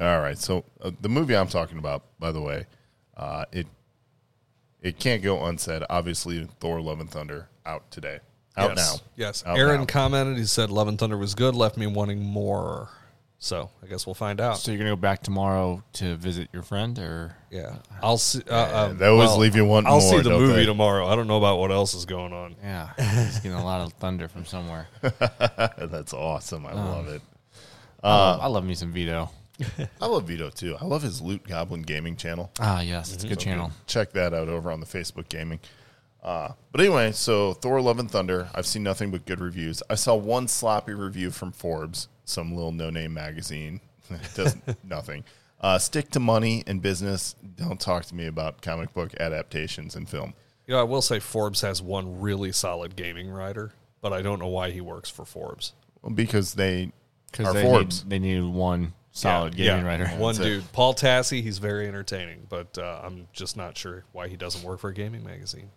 Speaker 5: All right. So uh, the movie I'm talking about, by the way, uh, it it can't go unsaid. Obviously, Thor: Love and Thunder out today, out
Speaker 6: yes.
Speaker 5: now.
Speaker 6: Yes,
Speaker 5: Out
Speaker 6: Aaron
Speaker 5: now.
Speaker 6: commented. He said Love and Thunder was good, left me wanting more. So I guess we'll find out.
Speaker 7: So you're gonna go back tomorrow to visit your friend, or
Speaker 6: yeah, I'll see. Uh, um,
Speaker 5: they always leave you wanting
Speaker 6: I'll see
Speaker 5: more,
Speaker 6: the
Speaker 5: don't
Speaker 6: movie
Speaker 5: they?
Speaker 6: tomorrow. I don't know about what else is going on.
Speaker 7: yeah, he's getting a lot of thunder from somewhere.
Speaker 5: That's awesome. I love it.
Speaker 7: I love- I love me some Vito.
Speaker 5: I love Vito too. I love his Loot Goblin Gaming channel.
Speaker 7: Ah, yes, it's a good channel.
Speaker 5: Check that out over on the Facebook Gaming. Uh, but anyway, so Thor: Love and Thunder. I've seen nothing but good reviews. I saw one sloppy review from Forbes, some little no-name magazine. It Does nothing. Uh, stick to money and business. Don't talk to me about comic book adaptations and film.
Speaker 6: You know, I will say Forbes has one really solid gaming writer, but I don't know why he works for Forbes.
Speaker 5: Well, because they are
Speaker 7: they
Speaker 5: Forbes.
Speaker 7: Need, they needed one solid
Speaker 6: Yeah,
Speaker 7: gaming writer.
Speaker 6: One
Speaker 5: That's it.
Speaker 6: dude, Paul Tassi, he's very entertaining, but uh, I'm just not sure why he doesn't work for a gaming magazine.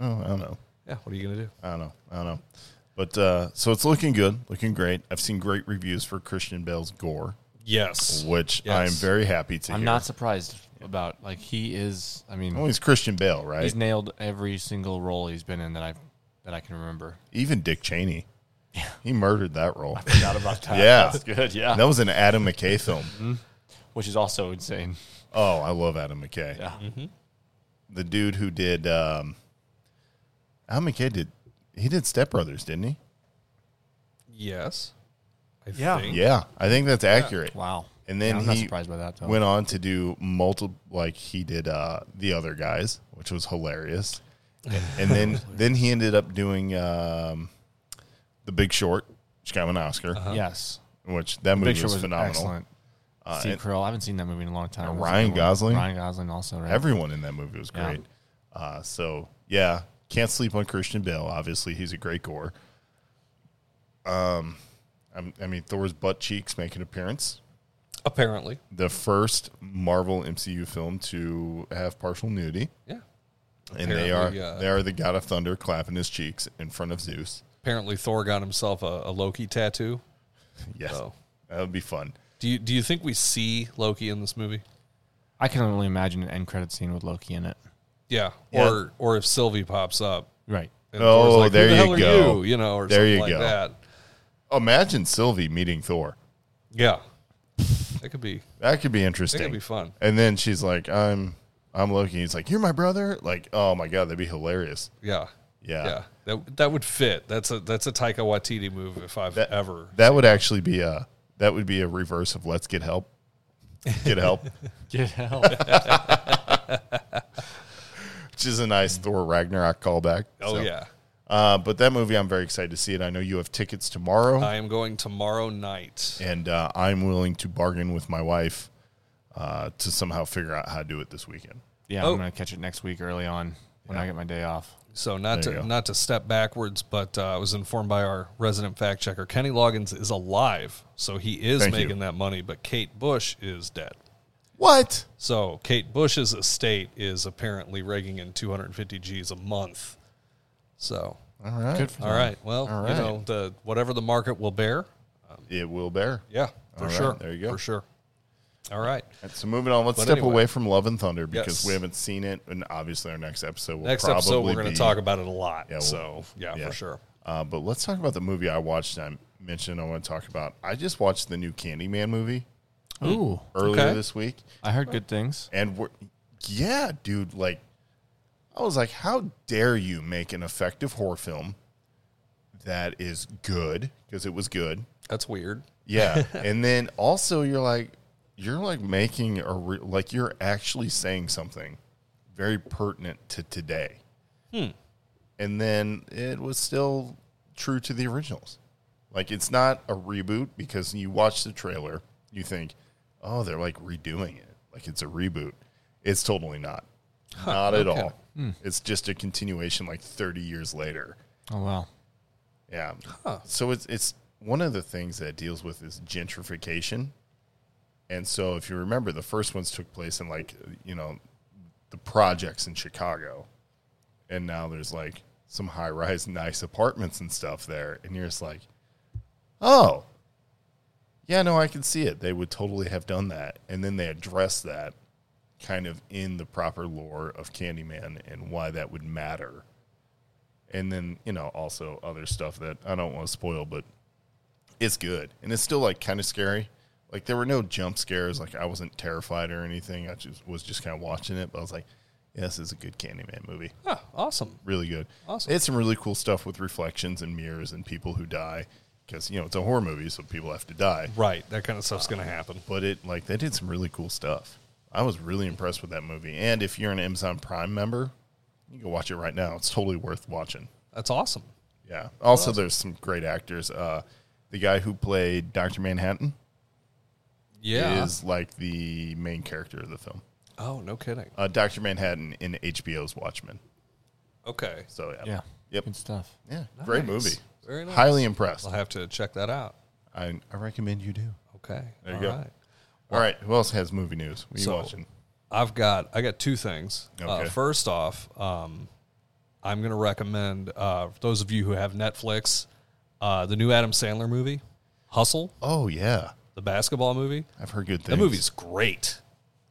Speaker 5: oh, I don't know.
Speaker 6: Yeah, what are you gonna do?
Speaker 5: I don't know. I don't know. But uh, so it's looking good, looking great. I've seen great reviews for Christian Bale's gore,
Speaker 6: Yes,
Speaker 5: which I am
Speaker 6: Yes.
Speaker 5: very happy to
Speaker 7: I'm
Speaker 5: hear.
Speaker 7: not surprised about like he is. I mean,
Speaker 5: Oh, he's Christian Bale, right?
Speaker 7: he's nailed every single role he's been in that I that I can remember.
Speaker 5: Even Dick Cheney. He murdered that role.
Speaker 7: Not about that.
Speaker 5: Yeah.
Speaker 7: good. Yeah,
Speaker 5: That was an Adam McKay film.
Speaker 7: which is also insane.
Speaker 5: Oh, I love Adam McKay.
Speaker 7: Yeah. Mm-hmm.
Speaker 5: The dude who did um, Adam McKay did he did Step Brothers, didn't he?
Speaker 6: yes, I
Speaker 7: Yeah.
Speaker 6: think.
Speaker 5: Yeah. I think that's accurate.
Speaker 7: Wow.
Speaker 5: And then
Speaker 7: Yeah,
Speaker 5: he
Speaker 7: I'm not surprised by that, though.
Speaker 5: went on to do multiple, like he did uh, the other guys, which was hilarious. And, and then then he ended up doing um, the Big Short, which got him an Oscar,
Speaker 7: Uh-huh. Yes.
Speaker 5: which that movie
Speaker 7: Picture
Speaker 5: was,
Speaker 7: was,
Speaker 5: phenomenal. Uh,
Speaker 7: excellent. Steve
Speaker 5: and-
Speaker 7: Carell. I haven't seen that movie in a long time.
Speaker 5: And
Speaker 7: It was a
Speaker 5: Ryan
Speaker 7: good one.
Speaker 5: Gosling.
Speaker 7: Ryan Gosling also. Right?
Speaker 5: Everyone in that movie was
Speaker 7: Yeah.
Speaker 5: great. Uh, so yeah, can't sleep on Christian Bale. Obviously, he's a great gore. Um, I'm, I mean Thor's butt cheeks make an appearance.
Speaker 6: apparently.
Speaker 5: the first Marvel MCU film to have partial nudity,
Speaker 6: Yeah.
Speaker 5: and they are
Speaker 6: Apparently, uh,
Speaker 5: they are the god of thunder clapping his cheeks in front of Zeus.
Speaker 6: Apparently Thor got himself a, a Loki tattoo.
Speaker 5: Yes,
Speaker 6: Oh.
Speaker 5: that would be fun.
Speaker 6: Do you do you think we see Loki in this movie?
Speaker 7: I can only imagine an end credit scene with Loki in it.
Speaker 6: Yeah.
Speaker 5: Yeah.
Speaker 6: Or or if Sylvie pops up.
Speaker 7: Right.
Speaker 6: And
Speaker 5: Oh,
Speaker 6: Thor's like,
Speaker 5: there
Speaker 6: Who the
Speaker 5: you
Speaker 6: hell are
Speaker 5: go.
Speaker 6: You? you know, or
Speaker 5: There
Speaker 6: something
Speaker 5: you
Speaker 6: like
Speaker 5: go.
Speaker 6: that.
Speaker 5: Imagine Sylvie meeting Thor.
Speaker 6: Yeah. That could be
Speaker 5: That could be interesting.
Speaker 6: be fun.
Speaker 5: And then she's like, "I'm I'm Loki." He's like, "You're my brother." Like, oh my god, that'd be hilarious.
Speaker 6: yeah.
Speaker 5: Yeah.
Speaker 6: Yeah. That that would fit. That's a that's a Taika Waititi move if I've
Speaker 5: That-
Speaker 6: ever
Speaker 5: That would actually be a that would be a reverse of let's get help. Get help,
Speaker 7: Get help.
Speaker 5: which is a nice Thor Ragnarok callback.
Speaker 6: Oh
Speaker 5: So,
Speaker 6: yeah.
Speaker 5: Uh, but that movie, I'm very excited to see it. I know you have tickets tomorrow,
Speaker 6: I am going tomorrow night.
Speaker 5: and uh, I'm willing to bargain with my wife uh, to somehow figure out how to do it this weekend.
Speaker 7: yeah,
Speaker 6: Oh.
Speaker 7: I'm gonna catch it next week early on when I get my day off.
Speaker 6: So not
Speaker 5: There you
Speaker 6: to
Speaker 5: go.
Speaker 6: not to step backwards, but uh, I was informed by our resident fact checker Kenny Loggins is alive, so he is
Speaker 5: Thank you.
Speaker 6: making that money. But Kate Bush is dead.
Speaker 5: What?
Speaker 6: So Kate Bush's estate is apparently raking in 250 G's a month. So
Speaker 5: All right.
Speaker 7: Good for
Speaker 6: all right, well
Speaker 5: All
Speaker 6: you
Speaker 5: right.
Speaker 6: know the whatever the market will bear.
Speaker 5: It will bear.
Speaker 6: Yeah, for
Speaker 5: All right,
Speaker 6: sure.
Speaker 5: there you go.
Speaker 6: For sure. All right.
Speaker 5: So moving on, let's
Speaker 6: But
Speaker 5: step
Speaker 6: anyway.
Speaker 5: away from Love and Thunder because
Speaker 6: Yes.
Speaker 5: we haven't seen it, and obviously our next episode will
Speaker 6: Next
Speaker 5: probably
Speaker 6: episode we're going to
Speaker 5: be-
Speaker 6: talk about it a lot.
Speaker 5: Yeah, we'll-
Speaker 6: so yeah,
Speaker 5: yeah.
Speaker 6: for sure.
Speaker 5: Uh, but let's talk about the movie I watched. and I mentioned I want to talk about. I just watched the new Candyman movie
Speaker 7: Ooh.
Speaker 5: earlier
Speaker 6: Okay.
Speaker 5: this week,
Speaker 7: I heard good things.
Speaker 5: and we're yeah, dude. Like, I was like, how dare you make an effective horror film that is good because it was good.
Speaker 6: That's weird.
Speaker 5: Yeah, and then also you're like you're like making a re- like you're actually saying something very pertinent to today. And then it was still true to the originals. Like it's not a reboot because you watch the trailer, you think, "Oh, they're like redoing it. Like it's a reboot." It's totally not. not at all. It's just a continuation like 30 years later.
Speaker 7: Oh wow.
Speaker 5: Yeah. So it's it's one of the things that it deals with is gentrification. And so if you remember the first ones took place in like, you know, the projects in Chicago. And now there's like some high-rise nice apartments and stuff there and you're just like, "Oh. Yeah, no, I can see it. They would totally have done that." And then they address that kind of in the proper lore of Candyman and why that would matter and then you know also other stuff that I don't want to spoil, but it's good and it's still like kind of scary. Like there were no jump scares. Like I wasn't terrified or anything. I just was just kind of watching it, but I was like, yeah, "This is a good Candyman movie.
Speaker 6: Huh, awesome.
Speaker 5: Really good.
Speaker 6: Awesome.
Speaker 5: They had some really cool stuff with reflections and mirrors and people who die because you know it's a horror movie, so people have to die.
Speaker 6: Right. That kind of stuff's going to happen.
Speaker 5: But it like they did some really cool stuff. I was really impressed with that movie. And if you're an Amazon Prime member, you can watch it right now. It's totally worth watching.
Speaker 6: That's awesome.
Speaker 5: Yeah. Also, there's some great actors. Uh, the guy who played Doctor Manhattan
Speaker 6: Yeah.
Speaker 5: is like the main character of the film.
Speaker 6: Oh, no kidding.
Speaker 5: Uh, Doctor Manhattan in HBO's Watchmen.
Speaker 6: Okay.
Speaker 5: So yeah.
Speaker 7: Yeah.
Speaker 5: Yep.
Speaker 7: Good stuff.
Speaker 5: Yeah. Great
Speaker 6: Nice.
Speaker 5: movie.
Speaker 6: Very nice.
Speaker 5: Highly impressed.
Speaker 6: I'll have to check that out.
Speaker 5: I, I recommend you do.
Speaker 6: Okay.
Speaker 5: There you
Speaker 6: All
Speaker 5: go.
Speaker 6: right.
Speaker 5: All right. Who else has movie news? What are you
Speaker 6: So-
Speaker 5: watching?
Speaker 6: I've got I got two things. Uh,
Speaker 5: Okay.
Speaker 6: first off, um, I'm going to recommend uh, for those of you who have Netflix, uh, the new Adam Sandler movie, Hustle,
Speaker 5: Oh yeah,
Speaker 6: the basketball movie.
Speaker 5: I've heard good things.
Speaker 6: That movie's great.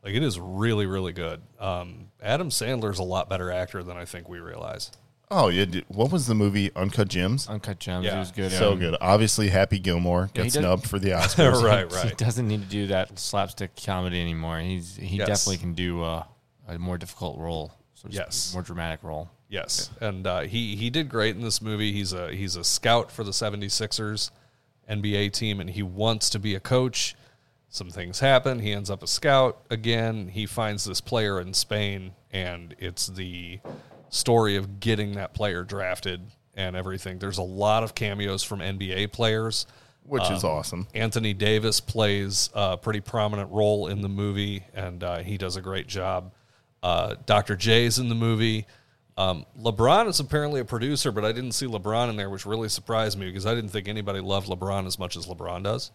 Speaker 6: Like it is really really good. Um, Adam Sandler's a lot better actor than I think we realize.
Speaker 5: Oh yeah. dude. What was the movie Uncut Gems?
Speaker 7: Uncut Gems.
Speaker 6: Yeah.
Speaker 7: It was good.
Speaker 5: So
Speaker 7: Um,
Speaker 5: good. Obviously, Happy Gilmore
Speaker 7: Yeah, he
Speaker 5: got
Speaker 7: did-
Speaker 5: snubbed for the Oscars.
Speaker 6: right,
Speaker 7: He
Speaker 6: right.
Speaker 7: doesn't need to do that slapstick comedy anymore. He's he
Speaker 6: Yes.
Speaker 7: definitely can do uh, a more difficult role. So to speak,
Speaker 6: Yes.
Speaker 7: more dramatic role.
Speaker 6: Yes, and uh, he he did great in this movie. He's a he's a scout for the 76ers NBA team, and he wants to be a coach. Some things happen. He ends up a scout again. He finds this player in Spain, and it's the story of getting that player drafted and everything. There's a lot of cameos from NBA players.
Speaker 5: Which is
Speaker 6: Uh,
Speaker 5: awesome.
Speaker 6: Anthony Davis plays a pretty prominent role in the movie, and uh, he does a great job. Uh, Dr. J's in the movie. Um, LeBron is apparently a producer, but I didn't see LeBron in there, which really surprised me because I didn't think anybody loved LeBron as much as LeBron does.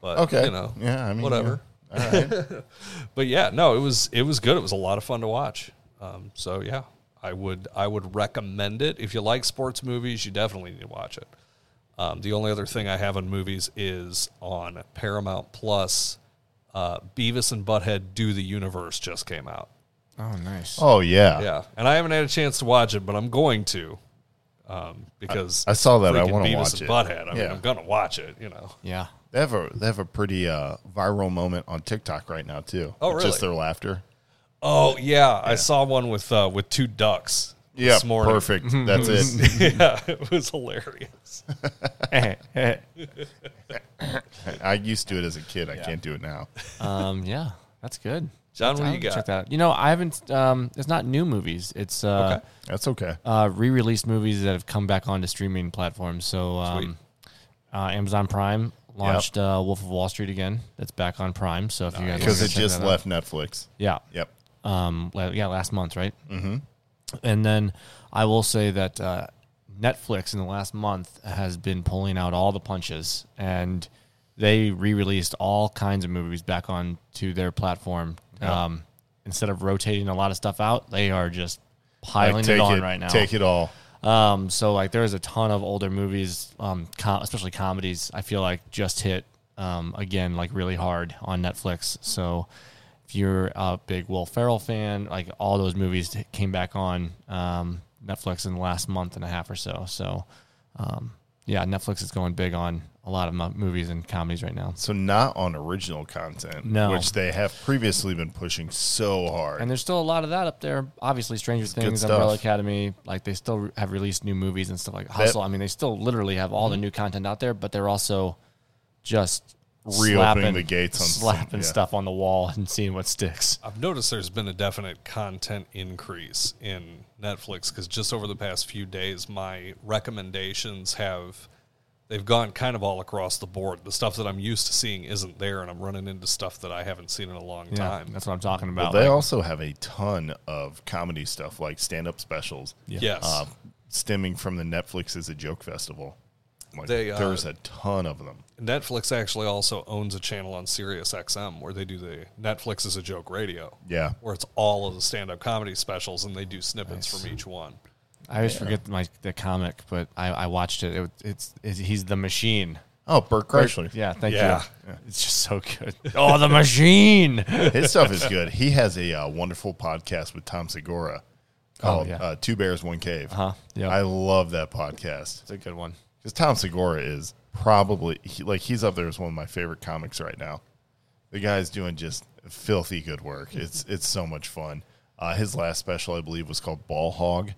Speaker 6: But
Speaker 5: Okay.
Speaker 6: you know,
Speaker 5: Yeah, I mean,
Speaker 6: whatever.
Speaker 5: yeah. All right.
Speaker 6: But yeah, no, it was it was good. It was a lot of fun to watch. Um, so yeah, I would I would recommend it if you like sports movies. You definitely need to watch it. Um, the only other thing I have on movies is on Paramount Plus. Uh, Beavis and Butthead Do the Universe just came out.
Speaker 7: Oh, nice.
Speaker 5: Oh yeah.
Speaker 6: Yeah, and I haven't had a chance to watch it, but I'm going to um, because
Speaker 5: I saw that. I
Speaker 6: freaking
Speaker 5: wanna
Speaker 6: Beavis
Speaker 5: watch
Speaker 6: and
Speaker 5: it.
Speaker 6: Butthead. I mean,
Speaker 5: Yeah.
Speaker 6: I'm gonna watch it. You know.
Speaker 7: Yeah.
Speaker 5: They have a they have a pretty uh, viral moment on TikTok right now too.
Speaker 6: Oh,
Speaker 5: It's Just
Speaker 6: really?
Speaker 5: their laughter.
Speaker 6: Oh yeah, I saw one with uh, with two ducks.
Speaker 5: Yeah,
Speaker 6: this morning.
Speaker 5: perfect. That's it.
Speaker 6: yeah, it was hilarious.
Speaker 5: I used to it as a kid. I can't do it now.
Speaker 7: um, yeah, that's good.
Speaker 6: John, what
Speaker 7: I
Speaker 6: do Oh, you got?
Speaker 7: Check that. out. You know, I haven't. Um, it's not new movies. It's uh,
Speaker 6: Okay.
Speaker 5: That's okay.
Speaker 7: uh, re-released movies that have come back onto streaming platforms. So, um, uh, Amazon Prime launched uh, Wolf of Wall Street again. That's back on Prime. So if you guys
Speaker 5: Because
Speaker 7: wanna
Speaker 5: it
Speaker 7: check
Speaker 5: just
Speaker 7: that out-
Speaker 5: left Netflix.
Speaker 7: yeah,
Speaker 5: Yep.
Speaker 7: um, la- yeah, last month, right? Mm-hmm. And then I will say that uh, Netflix in the last month has been pulling out all the punches, and they re-released all kinds of movies back onto their platform. Um, instead of rotating a lot of stuff out, they are just piling
Speaker 5: Like,
Speaker 7: it
Speaker 5: take
Speaker 7: on
Speaker 5: it.
Speaker 7: right now.
Speaker 5: Take it all.
Speaker 7: Um, so like there's a ton of older movies, um, com- especially comedies. I feel like just hit um, again like really hard on Netflix. So if you're a big Will Ferrell fan, like all those movies t- came back on um, Netflix in the last month and a half or so. So um, yeah, Netflix is going big on a lot of mo- movies and comedies right now.
Speaker 5: So not on original content,
Speaker 7: No.
Speaker 5: which they have previously been pushing so hard.
Speaker 7: And there's still a lot of that up there. Obviously, Stranger
Speaker 5: good
Speaker 7: Things,
Speaker 5: stuff.
Speaker 7: Umbrella Academy, like they still re- have released new movies and stuff like Hustle. I mean, they still literally have
Speaker 5: Mm-hmm.
Speaker 7: all the new content out there, but they're also just
Speaker 5: Reopening
Speaker 7: slapping,
Speaker 5: the gates on some-
Speaker 7: slapping
Speaker 5: yeah.
Speaker 7: stuff on the wall and seeing what sticks.
Speaker 6: I've noticed there's been a definite content increase in Netflix because just over the past few days, my recommendations have they've gone kind of all across the board. The stuff that I'm used to seeing isn't there, and I'm running into stuff that I haven't seen in a long
Speaker 7: Yeah,
Speaker 6: time.
Speaker 7: that's what I'm talking
Speaker 5: Well,
Speaker 7: about.
Speaker 5: they
Speaker 7: Like,
Speaker 5: also have a ton of comedy stuff, like stand-up specials.
Speaker 6: Yes.
Speaker 5: Uh, stemming from the Netflix is a joke festival. Like,
Speaker 6: They, uh,
Speaker 5: there's a ton of them.
Speaker 6: Netflix actually also owns a channel on Sirius XM where they do the Netflix is a joke radio.
Speaker 5: Yeah.
Speaker 6: Where it's all of the stand up comedy specials and they do snippets from each one.
Speaker 7: I always forget my the comic, but I, I watched it. it it's, it's he's the machine.
Speaker 5: Oh, Burt Kreischer.
Speaker 7: Yeah, thank
Speaker 6: Yeah.
Speaker 7: you. It's just so good. Oh, the machine.
Speaker 5: His stuff is good. He has a uh, wonderful podcast with Tom Segura called
Speaker 7: Oh, yeah. Uh-huh.
Speaker 5: uh, Two Bears, One Cave.
Speaker 7: huh? Yeah,
Speaker 5: I love that podcast
Speaker 7: it's a good one.
Speaker 5: because Tom Segura is probably he, like he's up there as one of my favorite comics right now. The guy's doing just filthy good
Speaker 7: Mm-hmm.
Speaker 5: work. It's it's so much fun. Uh, his last special, I believe, was called Ball Hog.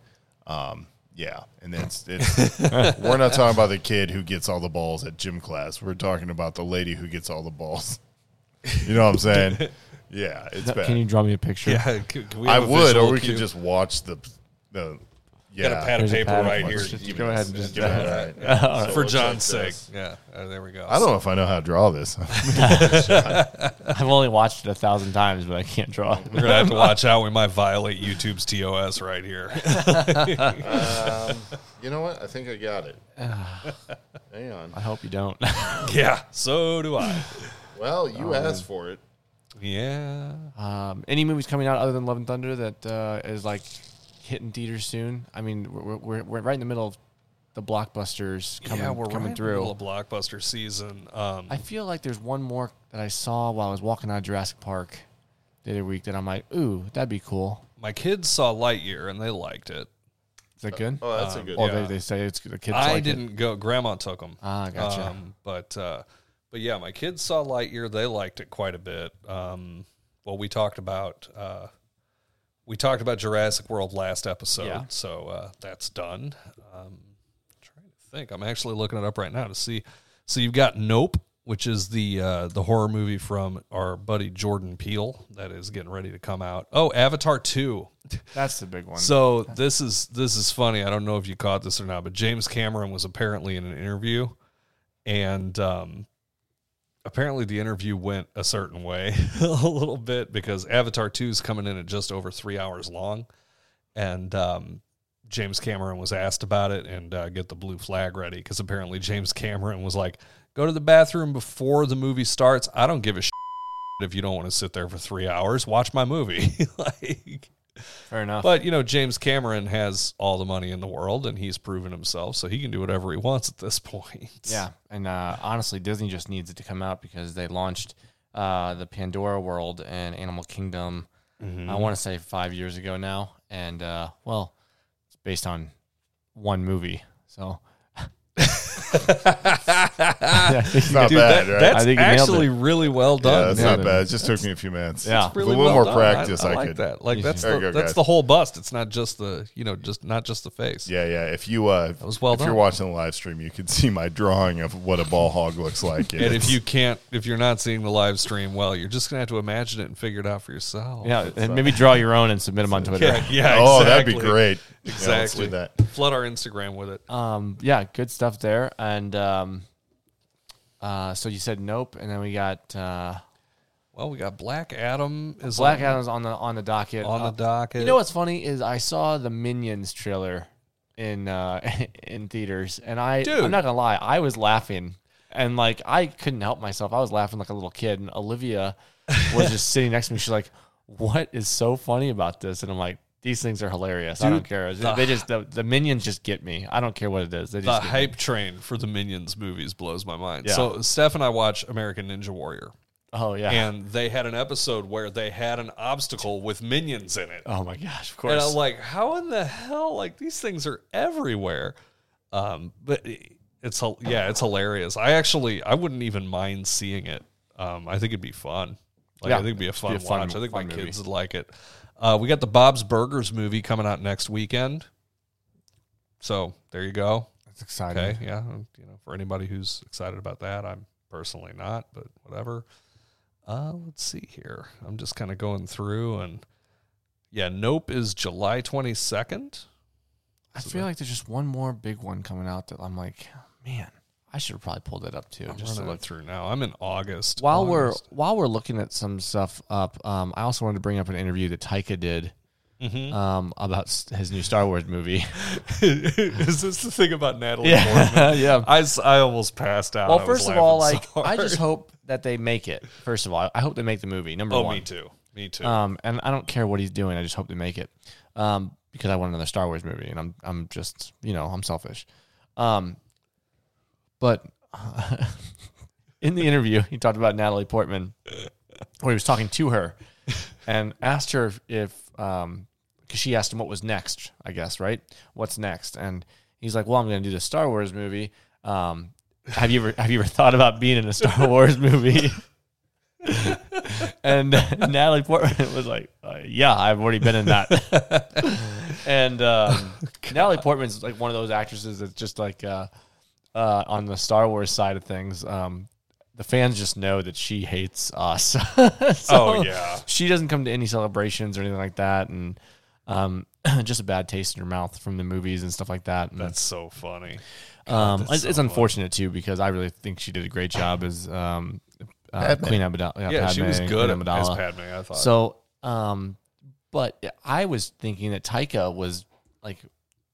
Speaker 5: Um, yeah, and it's, it's we're not talking about the kid who gets all the balls at gym class. We're talking about the lady who gets all the balls. You know what I'm saying? Yeah, it's bad.
Speaker 7: Can you draw me a picture?
Speaker 6: Yeah. Can, can we
Speaker 5: I
Speaker 6: have a
Speaker 5: would,
Speaker 6: visual
Speaker 5: or we
Speaker 6: cue?
Speaker 5: could just watch the the. Yeah,
Speaker 6: Got a pad of
Speaker 7: There's a
Speaker 6: paper
Speaker 7: pad of
Speaker 6: right
Speaker 7: paper.
Speaker 6: here.
Speaker 7: Just
Speaker 6: You
Speaker 7: go
Speaker 6: can-
Speaker 7: ahead and just-
Speaker 5: Give me that. So
Speaker 6: For
Speaker 5: it's like
Speaker 6: John's sake.
Speaker 5: this.
Speaker 6: Yeah. Uh, there we go.
Speaker 5: I don't know if I know how to draw this.
Speaker 7: I've only watched it a thousand times, but I can't draw.
Speaker 6: We're going to have to watch out. We might violate YouTube's TOS right here.
Speaker 5: you know what? I think I got it. Hang on.
Speaker 7: I hope you don't.
Speaker 6: yeah. So do I.
Speaker 5: Well,
Speaker 6: Oh,
Speaker 5: you asked for it.
Speaker 6: Yeah.
Speaker 7: um, any movies coming out other than Love and Thunder that uh, is like hitting theaters soon? I mean, we're, we're, we're right in the middle of the blockbusters coming
Speaker 6: yeah. We're
Speaker 7: coming
Speaker 6: right
Speaker 7: through.
Speaker 6: In the middle of blockbuster season. Um,
Speaker 7: I feel like there's one more that I saw while I was walking on Jurassic Park the other week that I'm like, ooh, that'd be cool.
Speaker 6: my kids saw Lightyear and they liked it.
Speaker 7: Is
Speaker 6: Uh,
Speaker 7: that good?
Speaker 5: Oh, that's a
Speaker 6: Um,
Speaker 5: good.
Speaker 7: or
Speaker 5: one.
Speaker 7: they, they say it's the kids.
Speaker 6: I
Speaker 7: like it.
Speaker 6: didn't go. Grandma took them.
Speaker 7: Ah, gotcha.
Speaker 6: but uh, but yeah, my kids saw Lightyear. They liked it quite a bit. Um, well, we talked about uh, we talked about Jurassic World last episode,
Speaker 7: Yeah.
Speaker 6: so uh, that's done. Um, trying to think, I'm actually looking it up right now to see. So you've got Nope, which is the uh, the horror movie from our buddy Jordan Peele that is getting ready to come out. Oh, Avatar two.
Speaker 7: That's the big one.
Speaker 6: So this is this is funny. I don't know if you caught this or not, but James Cameron was apparently in an interview, and um, apparently the interview went a certain way a little bit because Avatar Two is coming in at just over three hours long, and um, James Cameron was asked about it and uh, get the blue flag ready because apparently James Cameron was like, Go to the bathroom before the movie starts. I don't give a shit if you don't want to sit there for three hours. Watch my movie. like,
Speaker 7: Fair enough.
Speaker 6: but you know, James Cameron has all the money in the world, and he's proven himself, so he can do whatever he wants at this point.
Speaker 7: Yeah, and uh, honestly, Disney just needs it to come out because they launched uh, the Pandora World and Animal Kingdom.
Speaker 6: Mm-hmm.
Speaker 7: I want to say five years ago now, and uh, well, it's based on one movie, so
Speaker 5: It's not
Speaker 6: Dude,
Speaker 5: bad,
Speaker 6: that-
Speaker 5: right?
Speaker 6: that's
Speaker 7: I think you nailed
Speaker 6: actually really well
Speaker 5: yeah,
Speaker 6: done.
Speaker 5: that's
Speaker 7: Yeah.
Speaker 5: not bad. It just took me a few minutes.
Speaker 7: Yeah.
Speaker 5: With
Speaker 6: really
Speaker 5: a little
Speaker 6: well
Speaker 5: more
Speaker 6: done.
Speaker 5: practice, I,
Speaker 6: like
Speaker 5: could.
Speaker 6: that. Like that's
Speaker 5: There
Speaker 6: the,
Speaker 5: you go,
Speaker 6: that's
Speaker 5: guys.
Speaker 6: the whole bust. It's not just the you know just not just the face.
Speaker 5: Yeah, yeah. If you uh,
Speaker 6: was well
Speaker 5: if you're
Speaker 6: done.
Speaker 5: watching the live stream, you can see my drawing of what a ball hog looks like.
Speaker 6: And if
Speaker 5: it's-
Speaker 6: you can't, if you're not seeing the live stream, well, you're just gonna have to imagine it and figure it out for yourself.
Speaker 7: yeah, and maybe draw your own and submit them on Twitter.
Speaker 6: yeah, yeah.
Speaker 5: oh,
Speaker 6: exactly.
Speaker 5: that'd be great. Yeah, let's do
Speaker 6: Exactly.
Speaker 5: that.
Speaker 6: Flood our Instagram with it.
Speaker 7: Um, yeah, good stuff there. And um, uh, so you said nope, and then we got uh,
Speaker 6: Well, we got Black Adam is
Speaker 7: Black
Speaker 6: on,
Speaker 7: Adam's on the on the docket.
Speaker 6: on the
Speaker 7: Uh,
Speaker 6: docket.
Speaker 7: You know what's funny is I saw the Minions trailer in uh, in theaters, and I
Speaker 6: Dude.
Speaker 7: I'm not gonna lie, I was laughing, and like I couldn't help myself. I was laughing like a little kid, and Olivia was just sitting next to me. She's like, "What is so funny about this?" And I'm like, "These things are hilarious. I don't care. they just the, the Minions just get me. I don't care what it is. They
Speaker 6: the
Speaker 7: just get me.
Speaker 6: hype train for the Minions movies blows my mind.
Speaker 7: Yeah.
Speaker 6: So Steph and I watch American Ninja Warrior,
Speaker 7: Oh yeah.
Speaker 6: and they had an episode where they had an obstacle with minions in it.
Speaker 7: oh my gosh. Of
Speaker 6: And
Speaker 7: course.
Speaker 6: I'm like, how in the hell? Like these things are everywhere. Um, but it's hil- yeah, it's hilarious. I actually I wouldn't even mind seeing it. Um, I think it'd be fun. Like
Speaker 7: Yeah,
Speaker 6: I think it'd be a
Speaker 7: it'd
Speaker 6: fun
Speaker 7: be a fun-
Speaker 6: watch. I think my
Speaker 7: fun movie.
Speaker 6: kids would like it. Uh, we got the Bob's Burgers movie coming out next weekend. So there you go.
Speaker 7: That's exciting.
Speaker 6: Okay, yeah, you know, for anybody who's excited about that, I'm personally not, but whatever. Uh, let's see here. I'm just kind of going through and yeah, Nope is July 22nd.
Speaker 7: I feel like there's just one more big one coming out that I'm like, man, I should have probably pulled that up too.
Speaker 6: I'm
Speaker 7: just
Speaker 6: just
Speaker 7: to
Speaker 6: running
Speaker 7: look
Speaker 6: through now. I'm in August.
Speaker 7: While we're
Speaker 6: August.
Speaker 7: while we're looking at some stuff up, um, I also wanted to bring up an interview that Taika did
Speaker 6: Mm-hmm.
Speaker 7: um, about s- his new Star Wars movie.
Speaker 6: is this the thing about Natalie Portman?
Speaker 7: yeah, yeah.
Speaker 6: I, s- I almost passed out.
Speaker 7: Well,
Speaker 6: I was
Speaker 7: first of all,
Speaker 6: laughing
Speaker 7: like
Speaker 6: so
Speaker 7: I just
Speaker 6: hard.
Speaker 7: hope that they make it. First of all, I hope they make the movie. Number
Speaker 6: Oh,
Speaker 7: one.
Speaker 6: me too. Me too.
Speaker 7: Um, and I don't care what he's doing. I just hope they make it. Um, because I want another Star Wars movie, and I'm I'm just you know I'm selfish. Um, but in the interview, he talked about Natalie Portman, where he was talking to her and asked her if um, because she asked him what was next. I guess right, what's next? And he's like, well, I'm going to do the Star Wars movie. Um, have you ever have you ever thought about being in a Star Wars movie? and Natalie Portman was like, uh, "Yeah, I've already been in that." and
Speaker 6: Oh,
Speaker 7: um, Natalie Portman's like one of those actresses that's just like uh, uh, on the Star Wars side of things. Um, the fans just know that she hates us. So
Speaker 6: oh yeah.
Speaker 7: she doesn't come to any celebrations or anything like that, and um, just a bad taste in her mouth from the movies and stuff like that. And,
Speaker 6: That's so funny.
Speaker 7: um, it's, it's unfortunate too because I really think she did a great job as um, uh,
Speaker 5: Padme.
Speaker 7: Queen Amidala.
Speaker 6: Yeah, she was good at, as Padme. I thought.
Speaker 7: So, um, but I was thinking that Taika was like,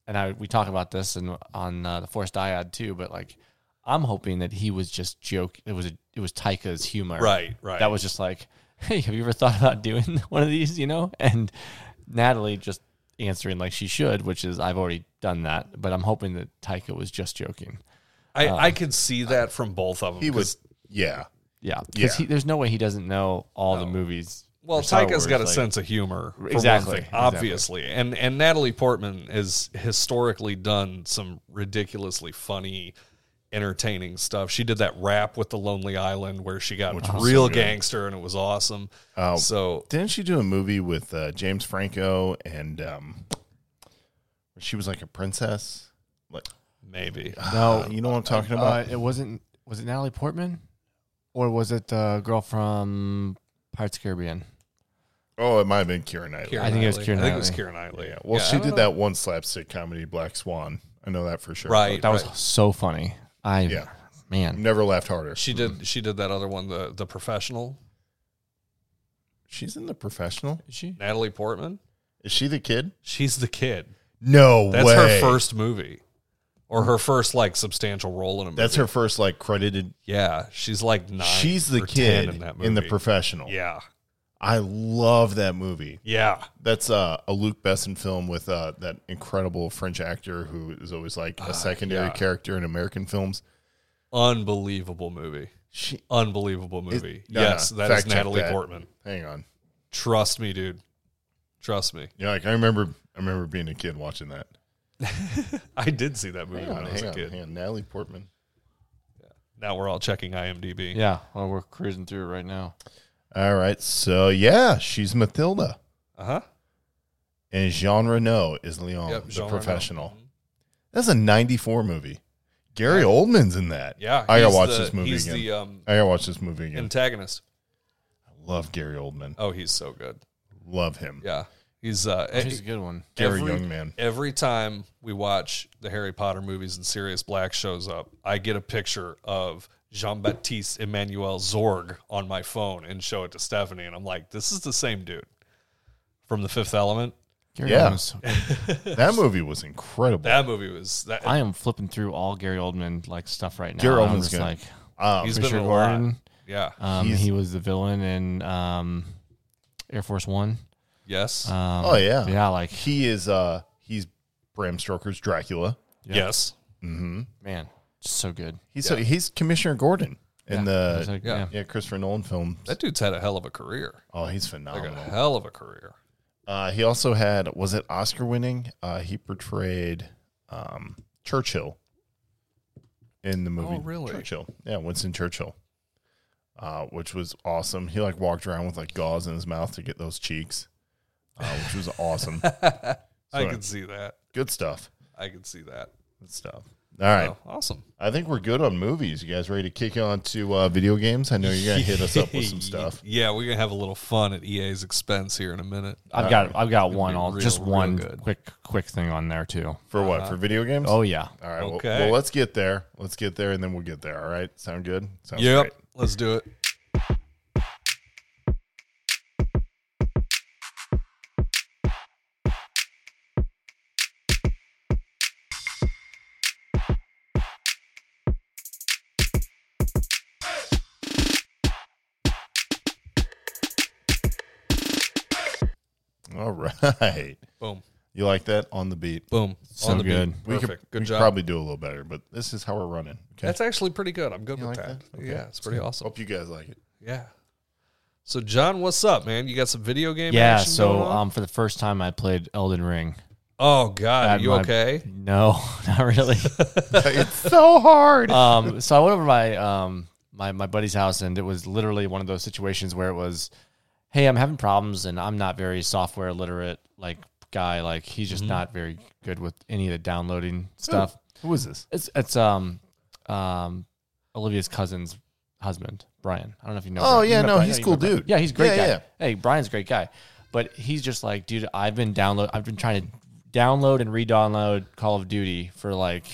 Speaker 7: and I we talk about this and on uh, the Force Dyad too, but like, I'm hoping that he was just joke. It was a, it was Taika's humor,
Speaker 6: right, right.
Speaker 7: That was just like, hey, have you ever thought about doing one of these? You know, and Natalie just answering like she should, which is I've already done that, but I'm hoping that Taika was just joking.
Speaker 6: I, I
Speaker 7: uh,
Speaker 6: could see that from both of them.
Speaker 5: He was, yeah.
Speaker 7: Yeah,
Speaker 5: Yeah.
Speaker 7: because there's no way he doesn't know all the movies.
Speaker 6: well.
Speaker 7: for Star
Speaker 6: Taika's got a
Speaker 7: Wars, like-
Speaker 6: sense of humor, for one
Speaker 7: Exactly,
Speaker 6: thing,
Speaker 7: exactly.
Speaker 6: obviously, and and Natalie Portman has historically done some ridiculously funny, entertaining stuff. She did that rap with the Lonely Island where she got
Speaker 7: Oh,
Speaker 6: real gangster, and it was awesome.
Speaker 5: Oh.
Speaker 6: so
Speaker 5: Didn't she do a movie with uh, James Franco and um, where she was like a princess? Like,
Speaker 6: maybe
Speaker 5: no, you know what I'm talking
Speaker 7: Uh,
Speaker 5: about?
Speaker 7: it wasn't. Was it Natalie Portman, or was it the girl from Pirates of the Caribbean?
Speaker 5: oh, it might have been Kira Knightley.
Speaker 6: Keira
Speaker 7: I think it was
Speaker 6: Knightley.
Speaker 7: Keira
Speaker 6: I think it was
Speaker 7: Knightley.
Speaker 6: Keira Knightley. Yeah,
Speaker 5: Well,
Speaker 6: I
Speaker 5: she
Speaker 6: don't
Speaker 5: did
Speaker 6: know.
Speaker 5: that one slapstick comedy, Black Swan. I know that for sure.
Speaker 6: Right,
Speaker 7: That
Speaker 6: right.
Speaker 7: was so funny. I
Speaker 5: Yeah.
Speaker 7: man,
Speaker 5: Never laughed harder.
Speaker 6: She did. She did that other one, the the professional.
Speaker 5: She's in the professional.
Speaker 7: Is she?
Speaker 6: Natalie Portman.
Speaker 5: Is she the kid?
Speaker 6: She's the kid.
Speaker 5: No
Speaker 6: That's
Speaker 5: way.
Speaker 6: her first movie, or her first like substantial role in a movie.
Speaker 5: That's her first like credited.
Speaker 6: yeah. She's like nine.
Speaker 5: she's the
Speaker 6: or 10
Speaker 5: kid
Speaker 6: in that movie.
Speaker 5: in the professional.
Speaker 6: Yeah,
Speaker 5: I love that movie.
Speaker 6: yeah.
Speaker 5: That's uh, a Luke Besson film with uh, that incredible French actor who is always like a secondary
Speaker 6: Ah, yeah.
Speaker 5: character in American films.
Speaker 6: Unbelievable movie.
Speaker 5: She,
Speaker 6: Unbelievable movie.
Speaker 5: no,
Speaker 6: yes,
Speaker 5: no,
Speaker 6: that is
Speaker 5: fact check
Speaker 6: Natalie
Speaker 5: that.
Speaker 6: Portman.
Speaker 5: hang on.
Speaker 6: Trust me, dude. Trust me.
Speaker 5: Yeah, like I remember. I remember being a kid watching that.
Speaker 6: I did see that movie
Speaker 5: Hang on,
Speaker 6: when I was
Speaker 5: hang
Speaker 6: a
Speaker 5: on,
Speaker 6: kid.
Speaker 5: hang on. Natalie Portman.
Speaker 6: Now we're all checking IMDb.
Speaker 7: Yeah, well, we're cruising through it right now.
Speaker 5: All right, so yeah, she's Mathilda,
Speaker 6: Uh huh.
Speaker 5: and Jean Reno is Leon,
Speaker 6: Yep,
Speaker 5: Oh, the
Speaker 6: Jean Reno.
Speaker 5: professional. That's a '94 movie. Gary Oldman's in that.
Speaker 6: Yeah.
Speaker 5: I gotta
Speaker 6: he's
Speaker 5: watch
Speaker 6: the-
Speaker 5: this movie
Speaker 6: He's
Speaker 5: again.
Speaker 6: the um,
Speaker 5: I gotta watch this movie again.
Speaker 6: antagonist.
Speaker 5: I love Gary Oldman.
Speaker 6: Oh, he's so good.
Speaker 5: Love him.
Speaker 6: Yeah. He's uh
Speaker 7: She's a good one.
Speaker 5: Gary
Speaker 6: every-
Speaker 5: Youngman.
Speaker 6: Every time we watch the Harry Potter movies and Sirius Black shows up, I get a picture of Jean Baptiste Emmanuel Zorg on my phone and show it to Stephanie. And I'm like, this is the same dude from The Fifth Element.
Speaker 7: Gary
Speaker 5: Yeah.
Speaker 7: Oldman's so
Speaker 5: That movie was incredible.
Speaker 6: That movie was that.
Speaker 7: I am flipping through all Gary Oldman like stuff right now.
Speaker 5: Gary
Speaker 7: and I'm
Speaker 5: Oldman's
Speaker 7: just
Speaker 5: good.
Speaker 7: Like
Speaker 5: um,
Speaker 6: he's been
Speaker 7: Richard
Speaker 6: in a lot.
Speaker 7: Gordon.
Speaker 6: Yeah.
Speaker 7: Um,
Speaker 5: He's-
Speaker 7: he was the villain in um, Air Force One.
Speaker 6: Yes.
Speaker 7: Um,
Speaker 5: oh yeah,
Speaker 7: yeah, like
Speaker 5: He is. Uh, he's Bram Stoker's Dracula.
Speaker 6: Yes.
Speaker 7: man, just so good.
Speaker 5: He's so he's Commissioner Gordon in
Speaker 7: It's
Speaker 5: the
Speaker 7: like,
Speaker 6: yeah.
Speaker 7: yeah.
Speaker 5: Uh, yeah Christopher Nolan film.
Speaker 6: That dude's had a hell of a career.
Speaker 5: Oh, he's
Speaker 6: Like a
Speaker 5: phenomenal.
Speaker 6: hell of a career.
Speaker 5: Uh, he also had was it Oscar winning? Uh, he portrayed um, Churchill in the movie.
Speaker 6: Oh, really?
Speaker 5: Churchill, yeah, Winston Churchill, uh, which was awesome. He like walked around with like gauze in his mouth to get those cheeks, uh, which was awesome.
Speaker 6: I
Speaker 5: Sorry.
Speaker 6: can see that.
Speaker 5: Good stuff.
Speaker 6: I can see that.
Speaker 5: Good stuff. All right,
Speaker 6: Oh, awesome.
Speaker 5: I think we're good on movies. You guys ready to kick on to uh, video games? I know you're gonna hit us up with some stuff.
Speaker 6: Yeah, we're gonna have a little fun at EA's expense here in a minute.
Speaker 7: I've got I've got one
Speaker 6: be
Speaker 7: all
Speaker 6: real,
Speaker 7: just
Speaker 6: real
Speaker 7: one
Speaker 6: good.
Speaker 7: quick quick thing on there too.
Speaker 5: For what? For video games?
Speaker 7: Oh yeah,
Speaker 5: all right. well-
Speaker 6: Uh-huh. Okay.
Speaker 5: Well, let's get there. Let's get there, and then we'll get there. All right. Sound good? Sounds
Speaker 6: Yep,
Speaker 5: great.
Speaker 6: let's do it.
Speaker 5: All right.
Speaker 6: Boom,
Speaker 5: You like that on the beat?
Speaker 6: boom.
Speaker 7: So
Speaker 6: On the beat.
Speaker 7: good.
Speaker 5: We could-
Speaker 6: Perfect.
Speaker 5: we
Speaker 6: good
Speaker 5: could
Speaker 6: job.
Speaker 5: Probably do a little better, but this is how we're running. Okay.
Speaker 6: That's actually pretty good. I'm good
Speaker 5: You
Speaker 6: with
Speaker 5: like
Speaker 6: that.
Speaker 5: that? Okay.
Speaker 6: Yeah, it's pretty awesome.
Speaker 5: Hope you guys like it.
Speaker 6: Yeah. So John, what's up, man? You got some video game?
Speaker 7: yeah.
Speaker 6: action
Speaker 7: So
Speaker 6: going on?
Speaker 7: um, for the first time, I played Elden Ring.
Speaker 6: oh god,
Speaker 7: at
Speaker 5: Uh,
Speaker 6: are you
Speaker 7: my-
Speaker 6: okay?
Speaker 7: No, not really.
Speaker 5: it's so hard.
Speaker 7: um, so I went over to my um my my buddy's house, and it was literally one of those situations where it was, hey, I'm having problems, and I'm not very software literate like guy. Like he's just not very good with any of the downloading stuff.
Speaker 5: Mm-hmm. Who is this?
Speaker 7: It's it's um um Olivia's cousin's husband, Brian. I don't know if you know.
Speaker 5: Oh
Speaker 7: Brian. You
Speaker 5: yeah,
Speaker 7: know
Speaker 5: no,
Speaker 7: Brian.
Speaker 5: he's
Speaker 7: Yeah, you
Speaker 5: cool
Speaker 7: know Brian.
Speaker 5: dude.
Speaker 7: Yeah, he's a great guy.
Speaker 5: Yeah,
Speaker 7: Hey, Brian's a great guy. But he's just like, dude, I've been download I've been trying to download and re-download Call of Duty for like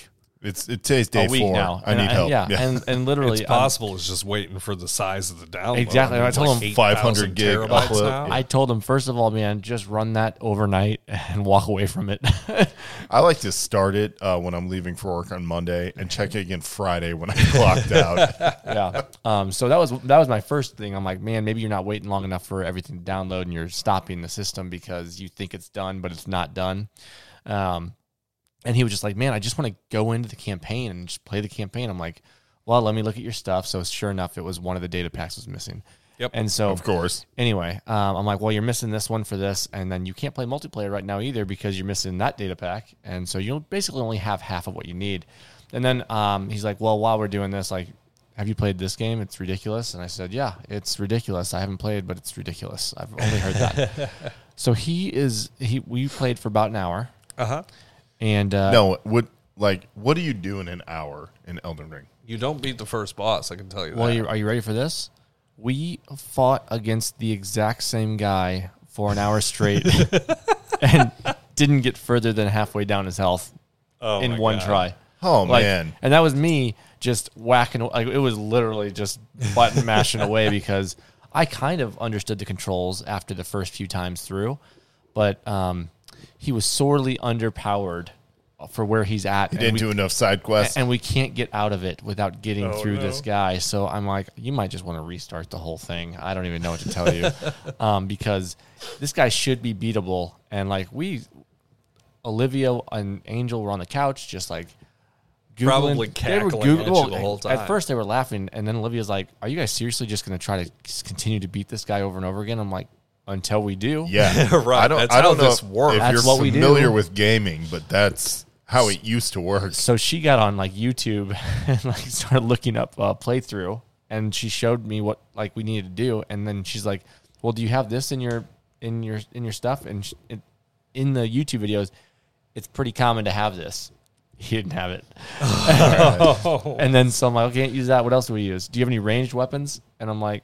Speaker 5: It's it today's day
Speaker 7: a week
Speaker 5: four.
Speaker 7: now.
Speaker 5: I
Speaker 7: And
Speaker 5: need help.
Speaker 7: Yeah, And, and literally
Speaker 6: It's possible. It's just waiting for the size of the download.
Speaker 7: um, Exactly,
Speaker 6: I mean,
Speaker 7: I
Speaker 6: it's
Speaker 7: told
Speaker 6: like
Speaker 7: him
Speaker 5: 500
Speaker 6: 8,000
Speaker 5: gig
Speaker 6: terabytes
Speaker 5: upload.
Speaker 6: now.
Speaker 7: I'm- I told him first of all, man, just run that overnight and walk away from it.
Speaker 5: I like to start it uh, when I'm leaving for work on Monday and check it again Friday when I clocked out.
Speaker 7: yeah. Um, so that was that was my first thing. I'm like, man, maybe you're not waiting long enough for everything to download, and you're stopping the system because you think it's done, but it's not done. Um, and he was just like, man, I just want to go into the campaign and just play the campaign. I'm like, well, let me look at your stuff. So sure enough, it was one of the data packs was missing.
Speaker 6: Yep.
Speaker 7: And so
Speaker 5: Of course.
Speaker 7: anyway, um, I'm like, well, you're missing this one for this, and then you can't play multiplayer right now either because you're missing that data pack, and so you'll basically only have half of what you need. And then um, he's like, well, while we're doing this, like, have you played this game? It's ridiculous. And I said, yeah, it's ridiculous. I haven't played, but it's ridiculous. I've only heard that. so he is he. We played for about an hour,
Speaker 6: Uh huh.
Speaker 7: and uh,
Speaker 5: no, what like what do you do in an hour in Elden Ring?
Speaker 6: You don't beat the first boss. I can tell you
Speaker 7: Well,
Speaker 6: that.
Speaker 5: Uh,
Speaker 7: you, are you ready for this? We fought against the exact same guy for an hour straight and didn't get further than halfway down his health
Speaker 6: Oh
Speaker 7: in
Speaker 6: my
Speaker 7: one
Speaker 6: God.
Speaker 7: try.
Speaker 5: Oh
Speaker 7: Like,
Speaker 5: man.
Speaker 7: And that was me just whacking. Like it was literally just button mashing away because I kind of understood the controls after the first few times through, but um, he was sorely underpowered for where he's at.
Speaker 5: He
Speaker 7: and
Speaker 5: didn't
Speaker 7: we-
Speaker 5: do enough side quests.
Speaker 7: and we can't get out of it without getting
Speaker 5: Oh,
Speaker 7: through this
Speaker 5: no.
Speaker 7: guy. So I'm like, you might just want to restart the whole thing. I don't even know what to tell you, um, because this guy should be beatable. And like we, Olivia and Angel were on the couch, just like Googling.
Speaker 6: Probably
Speaker 7: They were
Speaker 6: cackling
Speaker 7: Goog-
Speaker 6: at you
Speaker 7: well,
Speaker 6: the whole
Speaker 7: At
Speaker 6: time.
Speaker 7: first they were laughing, and then Olivia's like, "Are you guys seriously just going to try to s- continue to beat this guy over and over again?" I'm like, "Until we do."
Speaker 5: yeah,
Speaker 6: Right,
Speaker 5: I don't.
Speaker 6: that's
Speaker 5: I don't
Speaker 6: how
Speaker 5: know
Speaker 6: this
Speaker 5: if-
Speaker 6: works.
Speaker 5: If
Speaker 7: That's
Speaker 5: you're
Speaker 7: what we do.
Speaker 5: familiar with gaming, but that's how it used to work.
Speaker 7: so she got on like YouTube and like started looking up uh, playthrough, and she showed me what like we needed to do, and then she's like, "Well, do you have this in your in your in your stuff?" And sh it, in the YouTube videos, it's pretty common to have this. He didn't have it, and then so I'm like, "Okay, can't use that. What else do we use? Do you have any ranged weapons?" And I'm like,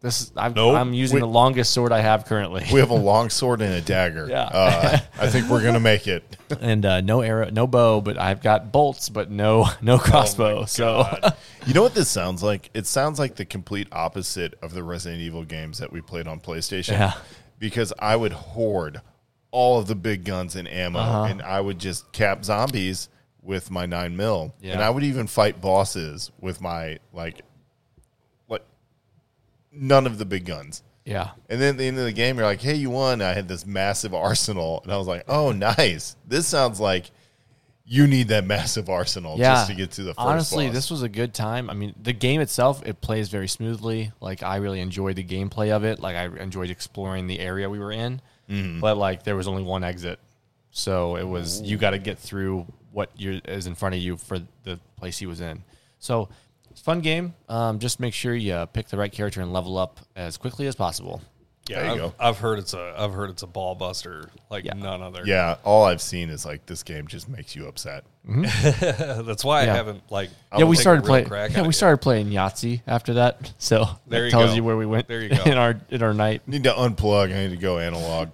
Speaker 7: "This is I'm,
Speaker 5: Nope.
Speaker 7: I'm using
Speaker 5: Wait.
Speaker 7: the longest sword I have currently."
Speaker 5: We have a long sword and a dagger.
Speaker 7: Yeah.
Speaker 5: Uh, I think we're gonna make it.
Speaker 7: and uh, no arrow, no bow, but I've got bolts, but no no crossbow. so
Speaker 5: You know what this sounds like? It sounds like the complete opposite of the Resident Evil games that we played on PlayStation.
Speaker 7: Yeah.
Speaker 5: Because I would hoard all of the big guns and ammo,
Speaker 7: Uh-huh.
Speaker 5: and I would just cap zombies with my nine mil,
Speaker 7: Yeah.
Speaker 5: and I would even fight bosses with my like, like none of the big guns.
Speaker 7: yeah,
Speaker 5: And then at the end of the game, you're like, "Hey, you won!" I had this massive arsenal, and I was like, "Oh, nice! This sounds like you need that massive arsenal just to get to the first
Speaker 7: honestly
Speaker 5: boss.
Speaker 7: this was a good time i mean the game itself it plays very smoothly like i really enjoyed the gameplay of it like i enjoyed exploring the area we were in
Speaker 6: Mm-hmm.
Speaker 7: but like there was only one exit so it was you got to get through what you is in front of you for the place he was in so it's a fun game um, just make sure you uh, pick the right character and level up as quickly as possible
Speaker 5: yeah, there
Speaker 6: I've,
Speaker 5: you go.
Speaker 6: I've heard it's a I've heard it's a ball buster like none other.
Speaker 5: Yeah, all I've seen is like this game just makes you upset.
Speaker 6: that's why
Speaker 7: Yeah.
Speaker 6: I haven't like.
Speaker 7: yeah,
Speaker 6: I'll
Speaker 7: we
Speaker 6: take a
Speaker 7: started
Speaker 6: real
Speaker 7: playing.
Speaker 6: crack
Speaker 7: Yeah,
Speaker 6: at
Speaker 7: we
Speaker 6: it.
Speaker 7: started playing Yahtzee after that. So
Speaker 6: There
Speaker 7: that
Speaker 6: you
Speaker 7: tells
Speaker 6: go.
Speaker 7: you where we went.
Speaker 6: There you go.
Speaker 7: in our in our night.
Speaker 5: Need to unplug. I need to go analog.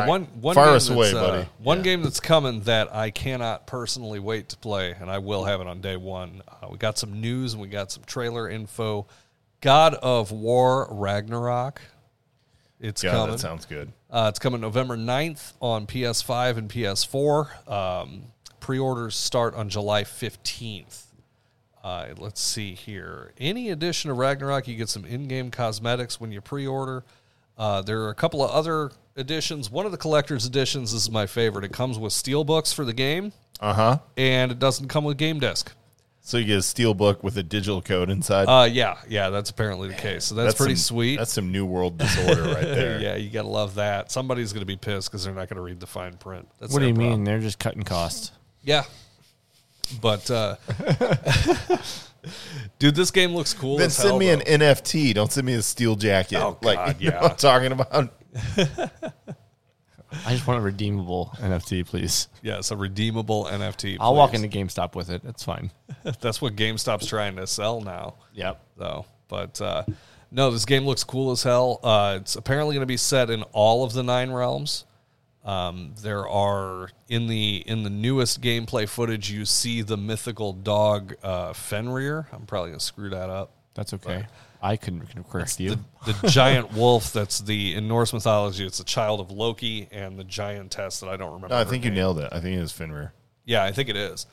Speaker 5: All right.
Speaker 6: one one
Speaker 5: Fire
Speaker 6: game
Speaker 5: us away,
Speaker 6: that's, uh,
Speaker 5: buddy.
Speaker 6: One
Speaker 5: Yeah.
Speaker 6: game that's coming that I cannot personally wait to play, and I will have it on day one. Uh, we got some news and we got some trailer info. God of War Ragnarok. It's
Speaker 5: yeah,
Speaker 6: coming.
Speaker 5: that sounds good.
Speaker 6: Uh, it's coming November 9th on PS5 and PS4. Um, Pre orders start on July 15th. Uh, let's see here. Any edition of Ragnarok, you get some in game cosmetics when you pre order. Uh, there are a couple of other editions. One of the collector's editions, this is my favorite. It comes with steel books for the game,
Speaker 5: Uh huh.
Speaker 6: and it doesn't come with game disc.
Speaker 5: So you get a steel book with a digital code inside.
Speaker 6: Uh, yeah, yeah, that's apparently the case. So that's, pretty
Speaker 5: some-
Speaker 6: sweet.
Speaker 5: That's some new world disorder right there.
Speaker 6: yeah, you gotta love that. Somebody's gonna be pissed because they're not gonna read the fine print. That's
Speaker 7: What do
Speaker 6: their
Speaker 7: you
Speaker 6: problem.
Speaker 7: mean? They're just cutting costs.
Speaker 6: Yeah. But uh dude, this game looks cool.
Speaker 5: Then
Speaker 6: as
Speaker 5: send
Speaker 6: hell,
Speaker 5: me an
Speaker 6: though.
Speaker 5: NFT. Don't send me a steel jacket.
Speaker 6: Oh, God,
Speaker 5: like you know
Speaker 6: yeah.
Speaker 5: what I'm talking about.
Speaker 7: I just want a redeemable NFT, please.
Speaker 6: yes, a redeemable NFT.
Speaker 7: I'll walk
Speaker 6: please.
Speaker 7: into GameStop with it. That's fine.
Speaker 6: That's what GameStop's trying to sell now.
Speaker 7: Yep.
Speaker 6: Though, but uh no, this game looks cool as hell. Uh it's apparently going to be set in all of the nine realms. Um, there are in the in the newest gameplay footage, you see the mythical dog uh, Fenrir. I'm probably gonna screw that up.
Speaker 7: That's okay. I couldn't couldn't correct you.
Speaker 6: the, the giant wolf that's the in Norse mythology, it's the child of Loki and the giantess that I don't remember.
Speaker 5: No, I
Speaker 6: her
Speaker 5: think you
Speaker 6: name.
Speaker 5: nailed it. I think it is Finrear.
Speaker 6: Yeah, I think it is.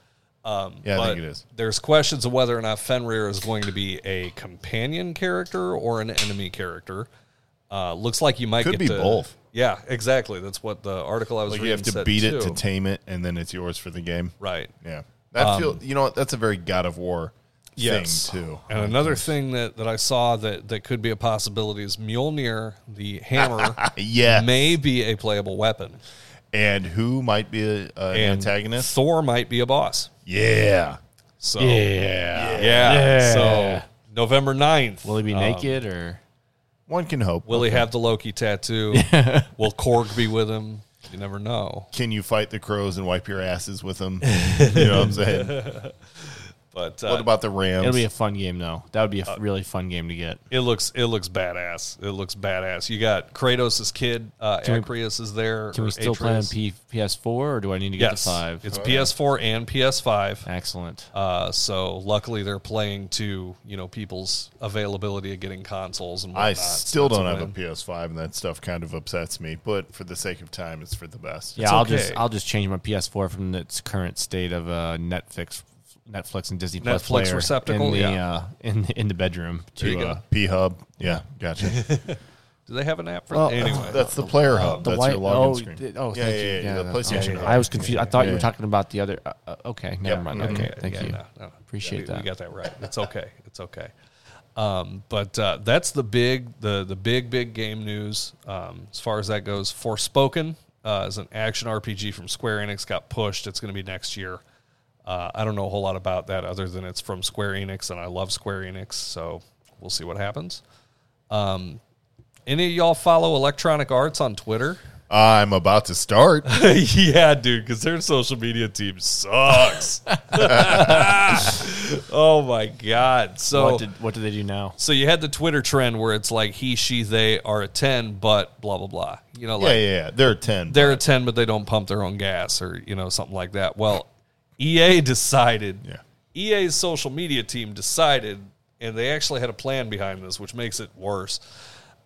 Speaker 6: Um,
Speaker 5: Yeah, I think
Speaker 6: but
Speaker 5: it is.
Speaker 6: There's questions of whether or not Fenrir is going to be a companion character or an enemy character. Uh, looks like you might
Speaker 5: Could
Speaker 6: get
Speaker 5: be
Speaker 6: to-
Speaker 5: both.
Speaker 6: Yeah, exactly. That's what the article I was
Speaker 5: Like
Speaker 6: reading
Speaker 5: you have to
Speaker 6: said,
Speaker 5: beat it
Speaker 6: too.
Speaker 5: to tame it, and then it's yours for the game.
Speaker 6: right. Um,
Speaker 5: Yeah, that feel. You know what? That's a very God of War
Speaker 6: Yes.
Speaker 5: thing too. Oh,
Speaker 6: And another thing that, that I saw that, that could be a possibility is Mjolnir, the hammer,
Speaker 5: Yeah,
Speaker 6: may be a playable weapon.
Speaker 5: and who might be a, a- an antagonist?
Speaker 6: Thor might be a boss.
Speaker 5: yeah,
Speaker 6: So
Speaker 7: yeah.
Speaker 6: yeah. So November 9th.
Speaker 7: Will he be
Speaker 6: uh,
Speaker 7: naked or?
Speaker 5: one can hope.
Speaker 6: will he have the Loki tattoo? will Korg be with him? You never know.
Speaker 5: Can you fight the crows and wipe your asses with them? you know what I'm saying?
Speaker 6: But uh,
Speaker 5: What about the Rams?
Speaker 7: It'll be a fun game though. That would be a f- really fun game to get.
Speaker 6: It looks it looks badass. It looks badass. You got Kratos' kid, uh,
Speaker 7: we-
Speaker 6: Atreus is there.
Speaker 7: Can
Speaker 6: or
Speaker 7: we still play on
Speaker 6: Atreus.
Speaker 7: P- PS4 or do I need to get
Speaker 6: Yes,
Speaker 7: the five?
Speaker 5: Oh,
Speaker 6: it's PS4 and PS5.
Speaker 7: Excellent.
Speaker 6: Uh, so luckily they're playing to you know people's availability of getting consoles and whatnot.
Speaker 5: I still
Speaker 6: so that's
Speaker 5: don't have
Speaker 6: win.
Speaker 5: a PS5, and that stuff kind of upsets me. But for the sake of time, it's for the best.
Speaker 7: yeah, I'll
Speaker 6: okay.
Speaker 7: just I'll just change my PS4 from its current state of uh, Netflix, Netflix and Disney Plus
Speaker 6: Netflix
Speaker 7: player
Speaker 6: receptacle,
Speaker 7: in the
Speaker 6: yeah.
Speaker 7: uh, in in the bedroom
Speaker 6: There you
Speaker 7: to uh,
Speaker 6: go.
Speaker 5: P Hub. Yeah, gotcha.
Speaker 6: Do they have an app for
Speaker 7: Well,
Speaker 6: anyway?
Speaker 5: That's the player hub.
Speaker 7: the
Speaker 5: That's
Speaker 7: white
Speaker 5: your login
Speaker 7: oh,
Speaker 5: screen.
Speaker 7: th- oh
Speaker 5: yeah,
Speaker 7: thank
Speaker 5: yeah,
Speaker 7: you.
Speaker 5: yeah, the
Speaker 7: no, no,
Speaker 5: PlayStation
Speaker 7: okay.
Speaker 5: hub.
Speaker 7: I was confused. I thought you
Speaker 5: Yeah.
Speaker 7: were
Speaker 5: Mm-hmm.
Speaker 7: talking about the other. Uh, uh, okay, never mind. Okay, thank
Speaker 6: yeah,
Speaker 7: you.
Speaker 6: no, no, no.
Speaker 7: Appreciate
Speaker 6: We-
Speaker 7: that.
Speaker 6: We got that right. It's okay. It's okay. Um, but uh, that's the big, the the big, big game news um, as far as that goes. Forspoken uh, is an action RPG from Square Enix. Got pushed. It's going to be next year. Uh, I don't know a whole lot about that other than it's from Square Enix, and I love Square Enix, so we'll see what happens. Um, any of y'all follow Electronic Arts on Twitter?
Speaker 5: I'm about to start.
Speaker 6: yeah, dude, because their social media team sucks. oh my god! So
Speaker 7: what did what do they do now?
Speaker 6: so you had the Twitter trend where it's like he, she, they are a ten, but blah blah blah. You know,
Speaker 5: yeah,
Speaker 6: like
Speaker 5: yeah, yeah. There are ten.
Speaker 6: they're a ten, but they don't pump their own gas or you know something like that. Well, EA decided.
Speaker 5: Yeah.
Speaker 6: EA's social media team decided, and they actually had a plan behind this, which makes it worse.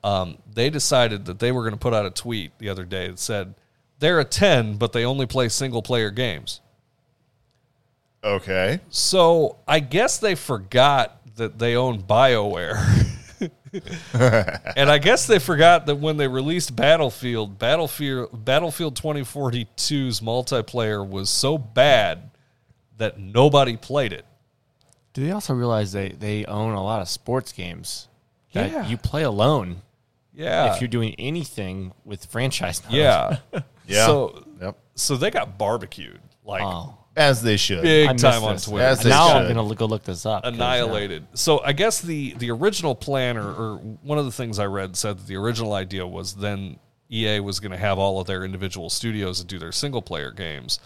Speaker 6: Um, they decided that they were going to put out a tweet the other day that said they're a ten, but they only play single player games.
Speaker 5: okay.
Speaker 6: So I guess they forgot that they own BioWare. and I guess they forgot that when they released Battlefield, Battlefield Battlefield 2042's multiplayer was so bad that nobody played it.
Speaker 7: Do they also realize they they own a lot of sports games that
Speaker 6: Yeah.
Speaker 7: you play alone
Speaker 6: Yeah.
Speaker 7: if you're doing anything with franchise? numbers?
Speaker 6: yeah.
Speaker 5: Yeah.
Speaker 6: So
Speaker 5: yep.
Speaker 6: so they got barbecued. Like
Speaker 7: Oh,
Speaker 5: As they should.
Speaker 6: big
Speaker 7: I missed
Speaker 6: time on
Speaker 7: this.
Speaker 6: Twitter.
Speaker 5: As they
Speaker 7: now I'm
Speaker 5: should.
Speaker 7: gonna look, go look this up. 'cause, uh,
Speaker 6: annihilated. So I guess the the original plan, or, or one of the things I read, said that the original idea was then EA was going to have all of their individual studios and do their single player games,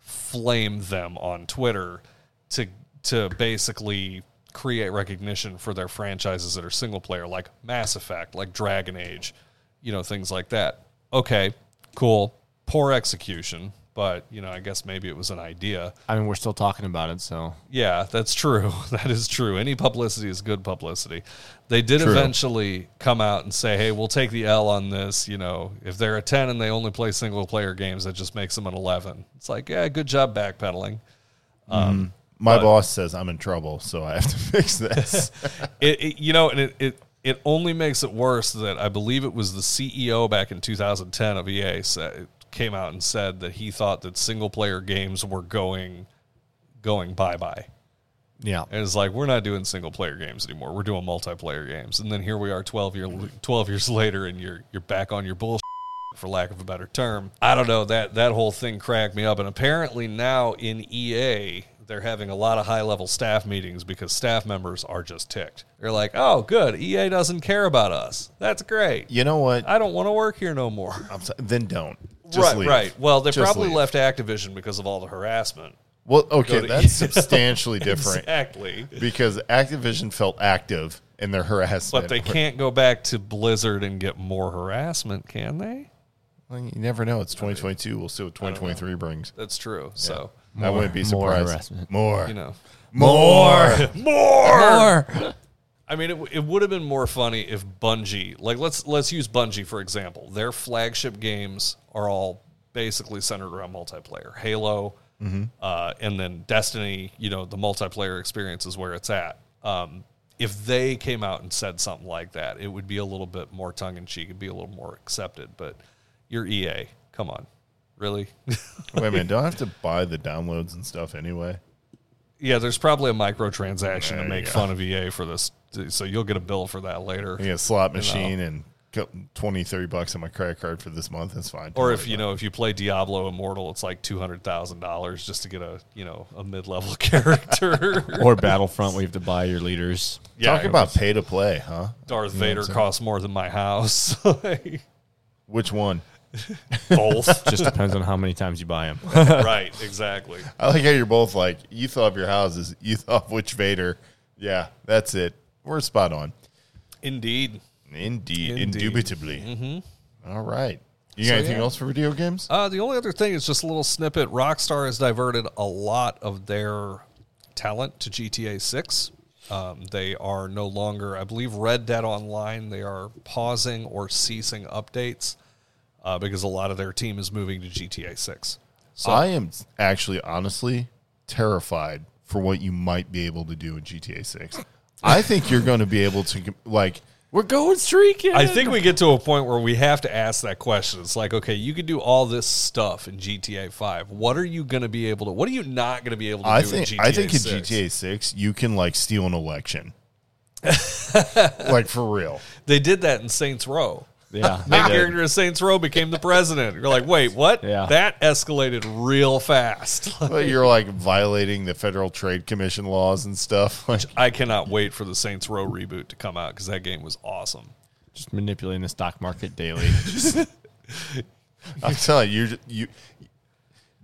Speaker 6: flame them on Twitter to to basically create recognition for their franchises that are single player, like Mass Effect, like Dragon Age, you know, things like that. Okay, cool. Poor execution, but you know, I guess maybe it was an idea.
Speaker 7: I mean, we're still talking about it, so
Speaker 6: Yeah, that's true. That is true. Any publicity is good publicity. They did eventually come out and say, "Hey, we'll take the L on this." You know, if they're a ten and they only play single player games, that just makes them an eleven. It's like, yeah, good job backpedaling.
Speaker 5: My boss says I'm in trouble, so I have to fix this.
Speaker 6: It, it you know, and it, it it only makes it worse that I believe it was the CEO back in 2010 of EA said, came out and said that he thought that single player games were going going bye bye.
Speaker 7: yeah.
Speaker 6: And it's like we're not doing single player games anymore. We're doing multiplayer games. And then here we are 12 year 12 years later and you're you're back on your bullshit for lack of a better term. I don't know that that whole thing cracked me up and apparently now in EA they're having a lot of high level staff meetings because staff members are just ticked. They're like, "Oh, good. EA doesn't care about us. That's great.
Speaker 5: you know what?
Speaker 6: I don't want to work here no more."
Speaker 5: I'm so- then don't. Just
Speaker 6: right,
Speaker 5: leave.
Speaker 6: right. Well, they
Speaker 5: Just
Speaker 6: probably
Speaker 5: leave.
Speaker 6: left Activision because of all the harassment.
Speaker 5: Well,
Speaker 6: Go
Speaker 5: okay,
Speaker 6: to-
Speaker 5: that's substantially different
Speaker 6: Exactly.
Speaker 5: because Activision felt active in their harassment.
Speaker 6: But they can't go back to Blizzard and get more harassment, can they?
Speaker 5: Well, You never know. It's 2022. We'll see what 2023 brings.
Speaker 6: That's true. So,
Speaker 5: I wouldn't be
Speaker 7: more
Speaker 5: surprised.
Speaker 7: harassment.
Speaker 5: More.
Speaker 6: you know,
Speaker 5: More.
Speaker 6: more. I mean, it, w- it would have been more funny if Bungie, like let's let's use Bungie for example. Their flagship games are all basically centered around multiplayer, Halo, uh, and then Destiny. You know, the multiplayer experience is where it's at. Um, if they came out and said something like that, it would be a little bit more tongue in cheek. It'd be a little more accepted. But you're EA. Come on, really?
Speaker 5: Wait a minute. Don't I have to buy the downloads and stuff anyway?
Speaker 6: Yeah, there's probably a microtransaction
Speaker 5: There
Speaker 6: to
Speaker 5: you
Speaker 6: make
Speaker 5: go.
Speaker 6: fun of EA for this. So you'll get a bill for that later.
Speaker 5: I get a slot machine and co- 20, 30 bucks on my credit card for this month. That's fine.
Speaker 6: Or if you know if you play Diablo Immortal, it's like two hundred thousand dollars just to get a you know a mid level character.
Speaker 7: Or Battlefront, we have to buy your leaders.
Speaker 6: yeah,
Speaker 5: Talk about pay to play, huh?
Speaker 6: Darth Vader costs more than my house.
Speaker 5: Which one?
Speaker 6: Both.
Speaker 7: Just depends on how many times you buy them.
Speaker 6: right. Exactly.
Speaker 5: I like how you're both like you thought of your houses, you thought of which Vader. Yeah, that's it. We're spot on.
Speaker 6: Indeed.
Speaker 5: Indeed,
Speaker 6: Indeed. Mm-hmm.
Speaker 5: indubitably. All right. You got anything else for video games?
Speaker 6: Uh, the only other thing is just a little snippet. Rockstar has diverted a lot of their talent to GTA 6. Um, they are no longer, I believe, Red Dead Online. They are pausing or ceasing updates uh, because a lot of their team is moving to GTA 6.
Speaker 5: I am actually honestly terrified for what you might be able to do in GTA 6. I think you're going to be able to like
Speaker 7: We're going streaking.
Speaker 6: I think we get to a point where we have to ask that question. It's like, okay, you could do all this stuff in GTA 5. What are you going to be able to? What are you not going to be able to
Speaker 5: I
Speaker 6: do
Speaker 5: think
Speaker 6: in GTA
Speaker 5: I think
Speaker 6: 6?
Speaker 5: in GTA 6 you can like steal an election. like for real.
Speaker 6: They did that in Saints Row.
Speaker 7: Yeah.
Speaker 6: Main character of Saints Row became the president. You're like, wait, what?
Speaker 7: Yeah.
Speaker 6: That escalated real fast.
Speaker 5: But you're like violating the Federal Trade Commission laws and stuff. Like
Speaker 6: I cannot wait for the Saints Row reboot to come out because that game was awesome.
Speaker 7: Just manipulating the stock market daily.
Speaker 5: I'm telling you, you're- you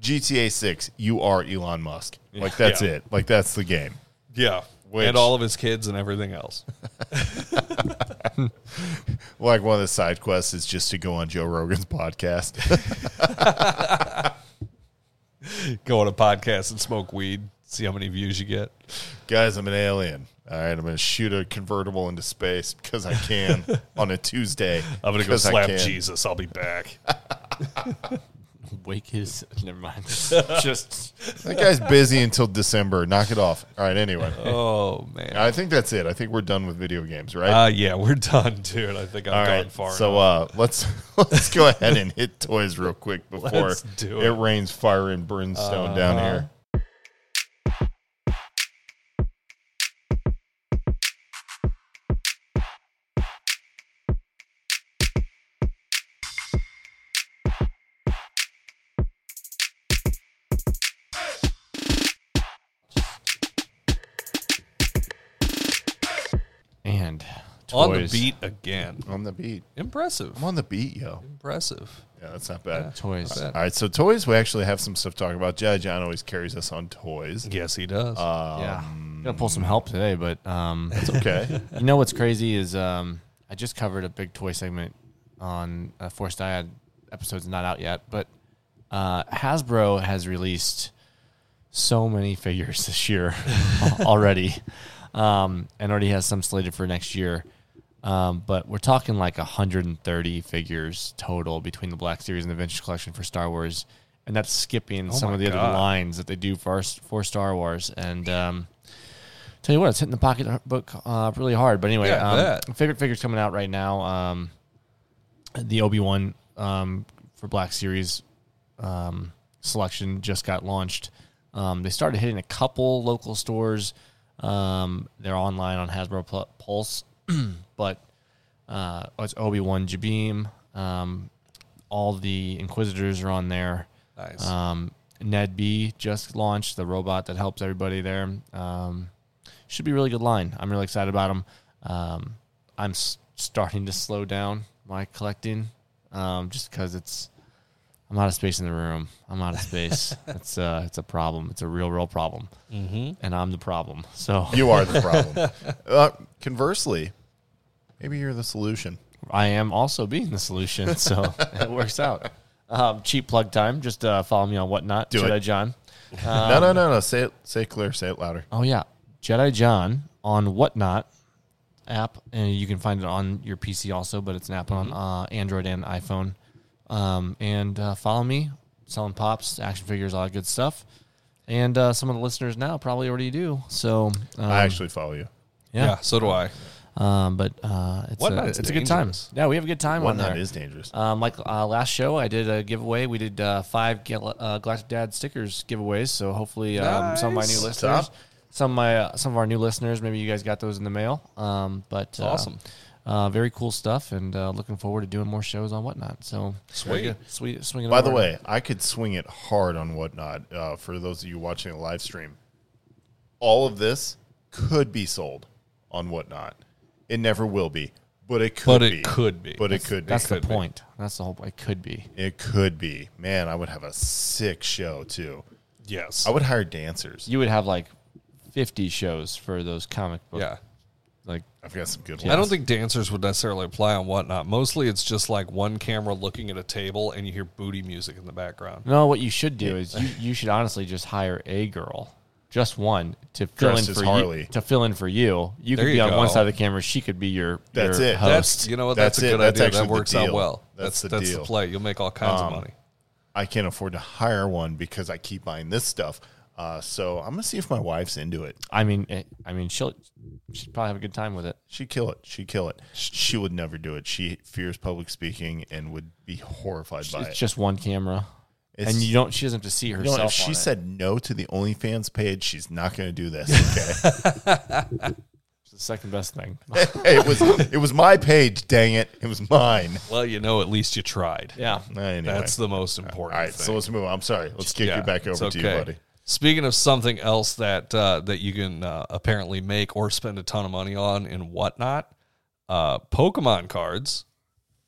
Speaker 5: GTA 6, you are Elon Musk. Like that's
Speaker 6: Yeah.
Speaker 5: it. Like that's the game.
Speaker 6: Yeah.
Speaker 5: Which-
Speaker 6: and all of his kids and everything else.
Speaker 5: Like one of the side quests is just to go on Joe Rogan's podcast.
Speaker 6: Go on a podcast and smoke weed, see how many views you get.
Speaker 5: Guys, I'm an alien. All right, I'm going to shoot a convertible into space because I can on a Tuesday.
Speaker 6: I'm going to go
Speaker 5: 'cause I
Speaker 6: slap
Speaker 5: can.
Speaker 6: Jesus. I'll be back.
Speaker 7: Wake his. Never mind. Just.
Speaker 5: That guy's busy until December. Knock it off. All right, anyway.
Speaker 6: oh, man.
Speaker 5: I think that's it. I think we're done with video games, right?
Speaker 6: Uh, yeah, we're done, dude. I think
Speaker 5: All
Speaker 6: I've gone
Speaker 5: right.
Speaker 6: far.
Speaker 5: So uh, let's let's go ahead and hit toys real quick before
Speaker 6: Let's do
Speaker 5: it
Speaker 6: it. Uh-huh.
Speaker 5: rains fire and brimstone down here.
Speaker 7: And.
Speaker 6: on the
Speaker 7: toys.
Speaker 6: beat again.
Speaker 5: On the beat.
Speaker 6: Impressive.
Speaker 5: I'm on the beat, yo.
Speaker 6: Impressive.
Speaker 5: Yeah, that's not bad.
Speaker 7: Toys.
Speaker 6: Not
Speaker 5: All right, so toys. We actually have some stuff to talk about. Jedi John always carries us on toys.
Speaker 6: Yes, he does.
Speaker 7: yeah. Gonna pull some help today, but um,
Speaker 5: It's okay.
Speaker 7: you know what's crazy is um, I just covered a big toy segment on uh, Forced Dyad episode's not out yet, but uh, Hasbro has released so many figures this year already, um, and already has some slated for next year. Um, but we're talking like 130 figures total between the Black Series and the Vintage Collection for Star Wars, and that's skipping some
Speaker 6: Oh my
Speaker 7: of the
Speaker 6: God.
Speaker 7: other lines that they do for for Star Wars. And um, tell you what, it's hitting the pocketbook uh, really hard. But anyway,
Speaker 6: Yeah, I
Speaker 7: um,
Speaker 6: bet.
Speaker 7: favorite figures coming out right now. Um, the Obi Wan um, for Black Series um, selection just got launched. Um, they started hitting a couple local stores. Um, they're online on Hasbro Pul- Pulse, but uh, it's Obi Wan Jabim. Um, all the Inquisitors are on there.
Speaker 6: nice.
Speaker 7: Um, Ned B just launched the robot that helps everybody there. Um, should be a really good line. I'm really excited about them. Um, I'm s- starting to slow down my collecting um, just because it's I'm out of space in the room. I'm out of space. it's uh, it's a problem. It's a real, real problem. Mm-hmm. And I'm the problem. So
Speaker 5: you are the problem. Uh, conversely, maybe you're the solution.
Speaker 7: I am also being the solution, so it works out. Um, cheap plug time. Just uh, follow me on whatnot.
Speaker 5: Do
Speaker 7: Should
Speaker 5: it.
Speaker 7: I, John?
Speaker 6: Um,
Speaker 5: no, no, no, no. Say it. Say it clear. Say it louder.
Speaker 7: Oh yeah, Jedi John on Whatnot app, and you can find it on your PC also, but it's an app
Speaker 5: Mm-hmm.
Speaker 7: on uh, Android and iPhone. Um, and uh, follow me, selling pops, action figures, all that good stuff. And uh, some of the listeners now probably already do. So um,
Speaker 5: I actually follow you.
Speaker 6: yeah.
Speaker 7: yeah,
Speaker 6: so do I.
Speaker 7: um, but uh, it's a,
Speaker 6: Whatnot's
Speaker 7: it's a good time.
Speaker 6: dangerous.
Speaker 7: Yeah, we have a good time
Speaker 5: One
Speaker 7: on there.
Speaker 5: that is dangerous.
Speaker 7: Um, like uh, last show, I did a giveaway. We did uh, five Gal- uh, Galactic Dad stickers giveaways. So hopefully, um, some of my new
Speaker 6: Nice.
Speaker 7: listeners,
Speaker 5: Top.
Speaker 7: some of my uh, some of our new listeners, maybe you guys got those in the mail. Um, but uh,
Speaker 6: Awesome.
Speaker 7: uh, very cool stuff, and uh, looking forward to doing more shows on whatnot. So
Speaker 6: Sweet.
Speaker 7: Very good. sweet, swinging.
Speaker 5: By the
Speaker 7: over.
Speaker 5: way, I could swing it hard on whatnot. Uh, for those of you watching the live stream, all of this could be sold on whatnot. It never will be, But it could
Speaker 6: But
Speaker 5: be.
Speaker 6: it could be.
Speaker 5: But it could be.
Speaker 7: That's the
Speaker 6: could be.
Speaker 7: point. That's the whole. It could be.
Speaker 5: It could be. Man, I would have a sick show too.
Speaker 6: Yes.
Speaker 5: I would hire dancers.
Speaker 7: You would have like fifty shows for those comic book.
Speaker 6: yeah.
Speaker 7: Like
Speaker 5: I've got some good ones.
Speaker 6: I don't think dancers would necessarily apply on whatnot. Mostly it's just like one camera looking at a table and you hear booty music in the background.
Speaker 7: no, what you should do is you, you should honestly just hire a girl, just one to fill
Speaker 5: Dressed
Speaker 7: in
Speaker 5: as
Speaker 7: for
Speaker 5: Harley.
Speaker 7: you. To fill in for you, you
Speaker 6: There
Speaker 7: could
Speaker 6: you
Speaker 7: be on one
Speaker 6: go.
Speaker 7: side of the camera. She could be your.
Speaker 5: That's
Speaker 7: your
Speaker 5: it.
Speaker 7: Host.
Speaker 6: That's you know what that's,
Speaker 5: That's
Speaker 6: a
Speaker 5: it.
Speaker 6: good
Speaker 5: That's
Speaker 6: idea.
Speaker 5: actually
Speaker 6: That
Speaker 5: the
Speaker 6: works out
Speaker 5: deal.
Speaker 6: well.
Speaker 5: That's
Speaker 6: That's
Speaker 5: the
Speaker 6: that's the
Speaker 5: deal. Um,
Speaker 6: play. You'll make all kinds of money.
Speaker 5: I can't afford to hire one because I keep buying this stuff. Uh, so I'm gonna see if my wife's into it.
Speaker 7: I mean, eh, I mean, she'll she'd probably have a good time with it.
Speaker 5: She'd kill it. She'd kill it. She would never do it. She fears public speaking and would be horrified by
Speaker 7: It's
Speaker 5: it.
Speaker 7: just one camera,
Speaker 5: It's-
Speaker 7: and you don't. She doesn't have to see
Speaker 5: You know,
Speaker 7: herself.
Speaker 5: if she
Speaker 7: on it.
Speaker 5: said no to the OnlyFans page, she's not going to do this. Okay,
Speaker 7: It's the second best thing.
Speaker 5: it was it was my page. Dang it, it was mine.
Speaker 6: Well, you know, at least you tried.
Speaker 7: yeah.
Speaker 5: Anyway.
Speaker 6: That's the most
Speaker 5: all
Speaker 6: important.
Speaker 5: right.
Speaker 6: thing.
Speaker 5: So let's move on. I'm sorry. Let's kick
Speaker 6: Yeah,
Speaker 5: you back
Speaker 6: it's
Speaker 5: over to you,
Speaker 6: okay.
Speaker 5: buddy.
Speaker 6: Speaking of something else that uh, that you can uh, apparently make or spend a ton of money on and whatnot, uh, Pokemon cards.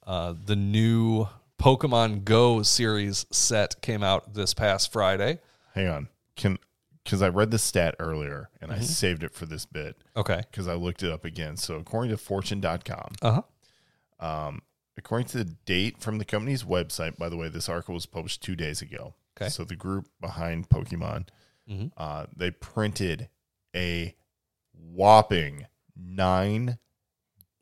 Speaker 6: Uh, the new Pokemon Go series set came out this past Friday.
Speaker 5: Hang on, can because I read the stat earlier and
Speaker 7: Mm-hmm.
Speaker 5: I saved it for this bit
Speaker 6: Okay.
Speaker 5: because I looked it up again. So according to Fortune.com,
Speaker 6: Uh huh.
Speaker 5: According to the date from the company's website, by the way, this article was published two days ago.
Speaker 6: Okay.
Speaker 5: So the group behind Pokemon,
Speaker 6: Mhm.
Speaker 5: uh, they printed a whopping nine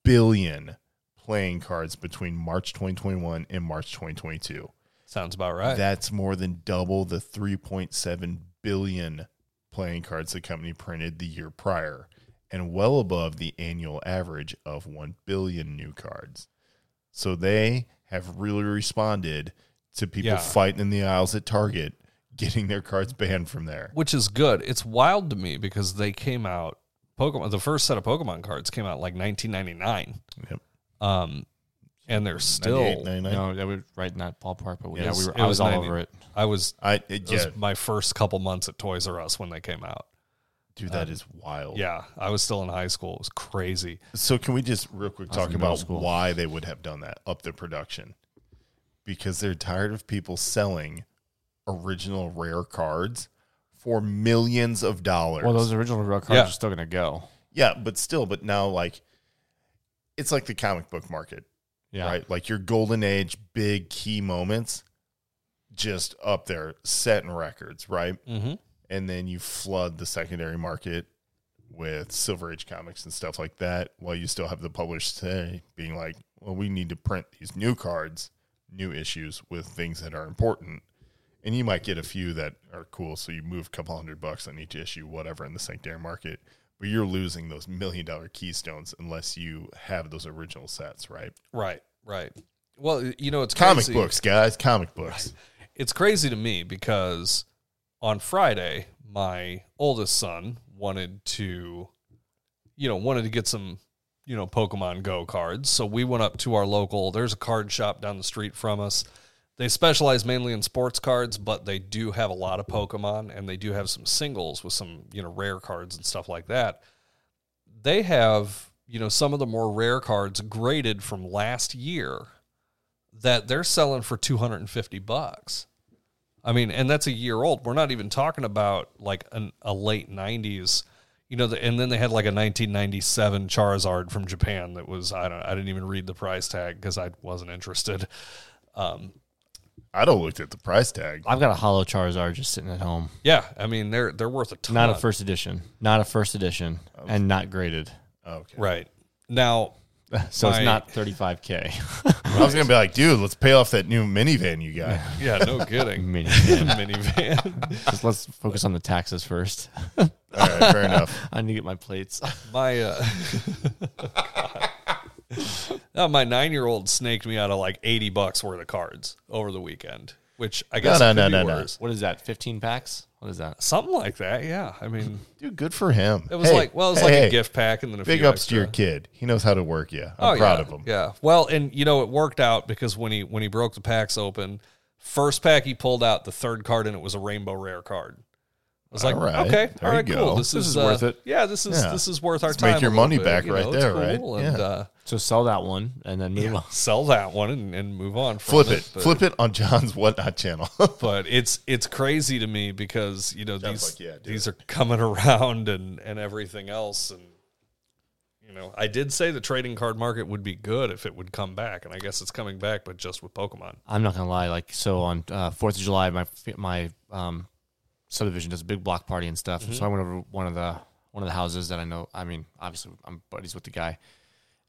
Speaker 5: billion playing cards between March 2021 and March 2022.
Speaker 6: Sounds about right.
Speaker 5: That's more than double the 3.7 billion playing cards the company printed the year prior, and well above the annual average of 1 billion new cards. So they have really responded to people
Speaker 6: Yeah.
Speaker 5: fighting in the aisles at Target, getting their cards banned from there.
Speaker 6: which is good. It's wild to me because they came out Pokemon. The first set of Pokemon cards came out like 1999.
Speaker 5: Yep.
Speaker 6: Um, and
Speaker 5: 98,
Speaker 6: they're still.
Speaker 5: 99.
Speaker 7: No, that was right in that ballpark. But we-
Speaker 6: Yes,
Speaker 7: yeah, we were.
Speaker 6: it
Speaker 7: I
Speaker 6: was
Speaker 7: was all
Speaker 6: 90.
Speaker 7: over it.
Speaker 6: I was.
Speaker 5: I it,
Speaker 6: It was
Speaker 5: yeah,
Speaker 6: my first couple months at Toys R Us when they came out.
Speaker 5: dude,
Speaker 6: uh,
Speaker 5: that is wild.
Speaker 6: Yeah, I was still in high school. It was crazy.
Speaker 5: So can we just real quick talk
Speaker 7: in middle
Speaker 5: about
Speaker 7: school.
Speaker 5: why they would have done that up the production? Because they're tired of people selling original rare cards for millions of dollars.
Speaker 7: Well, those original rail cards
Speaker 6: Yeah.
Speaker 7: are still going to go.
Speaker 5: yeah, but still, but now like it's like the comic book market,
Speaker 7: Yeah.
Speaker 5: right? Like your golden age big key moments just up there setting records, right?
Speaker 6: Mm-hmm.
Speaker 5: and then you flood the secondary market with silver age comics and stuff like that while you still have the published today being like well we need to print these new cards new issues with things that are important and you might get a few that are cool so you move a couple hundred bucks on each issue whatever in the secondary market but you're losing those million dollar keystones unless you have those original sets right
Speaker 6: Right, right. Well, you know, it's
Speaker 5: comic
Speaker 6: crazy.
Speaker 5: books guys comic books
Speaker 6: It's crazy to me because on Friday, my oldest son wanted to, you know, wanted to get some, you know, Pokemon Go cards. So we went up to our local, there's a card shop down the street from us. They specialize mainly in sports cards, but they do have a lot of Pokemon and they do have some singles with some, you know, rare cards and stuff like that. They have, you know, some of the more rare cards graded from last year that they're selling for 250 bucks. I mean, and that's a year old. We're not even talking about like an, a late 90s, you know, the, and then they had like a 1997 Charizard from Japan that was I don't I didn't even read the price tag cuz I wasn't interested. Um
Speaker 5: i don't looked at the price tag
Speaker 7: I've got a hollow Charizard just sitting at home.
Speaker 6: yeah, I mean they're they're worth a ton.
Speaker 7: Not a first edition. Not a first edition, and not graded.
Speaker 5: Oh, okay
Speaker 6: right. Now,
Speaker 7: So
Speaker 6: My-
Speaker 7: it's not 35k.
Speaker 5: i was gonna be like dude let's pay off that new minivan you got
Speaker 6: yeah, no kidding.
Speaker 7: Mini.
Speaker 6: Minivan.
Speaker 7: Just let's focus on the taxes first.
Speaker 5: all right fair enough
Speaker 7: I need to get my plates.
Speaker 6: my uh, Uh, my nine year old snaked me out of like eighty bucks worth of cards over the weekend, which I guess
Speaker 5: no,
Speaker 6: could
Speaker 5: no,
Speaker 6: be
Speaker 5: no, no.
Speaker 6: worse.
Speaker 7: What is that? 15 packs? What is that?
Speaker 6: something like that. Yeah, I mean,
Speaker 5: Dude, good for him.
Speaker 6: it was
Speaker 5: Hey,
Speaker 6: like well, it was
Speaker 5: hey,
Speaker 6: like
Speaker 5: hey,
Speaker 6: a gift pack and then a
Speaker 5: Big
Speaker 6: few
Speaker 5: ups to your
Speaker 6: extra. Oh,
Speaker 5: kid. He knows how to work you. I'm proud
Speaker 6: yeah,
Speaker 5: of him.
Speaker 6: Yeah. Well, and you know it worked out because when he when he broke the packs open, first pack he pulled out the third card and it was a rainbow rare card. was like,
Speaker 5: All right.
Speaker 6: okay,
Speaker 5: There
Speaker 6: all
Speaker 5: you
Speaker 6: right, cool.
Speaker 5: go.
Speaker 6: This,
Speaker 5: This
Speaker 6: is,
Speaker 5: is
Speaker 6: uh,
Speaker 5: worth it.
Speaker 6: Yeah, this is
Speaker 5: Yeah.
Speaker 6: this is worth our
Speaker 5: Let's
Speaker 6: time.
Speaker 5: make your
Speaker 6: a little
Speaker 5: money
Speaker 6: bit,
Speaker 5: back
Speaker 6: you
Speaker 5: right
Speaker 6: know,
Speaker 5: there,
Speaker 6: it's cool
Speaker 5: right?
Speaker 6: And
Speaker 5: Yeah.
Speaker 6: uh,
Speaker 7: So sell that one and then move on.
Speaker 6: sell that one and, and move on. From
Speaker 5: Flip it.
Speaker 6: but-
Speaker 5: Flip it on John's Whatnot channel.
Speaker 6: but it's it's crazy to me because you know
Speaker 5: Sounds like,
Speaker 6: these
Speaker 5: yeah, do
Speaker 6: these
Speaker 5: it.
Speaker 6: are coming around and and everything else and you know I did say the trading card market would be good if it would come back and I guess it's coming back but just with Pokemon.
Speaker 7: I'm not gonna lie. Like so on uh, Fourth of July, my my um, subdivision does a big block party and stuff. So I went over one of the one of the houses that I know. I mean, obviously I'm buddies with the guy,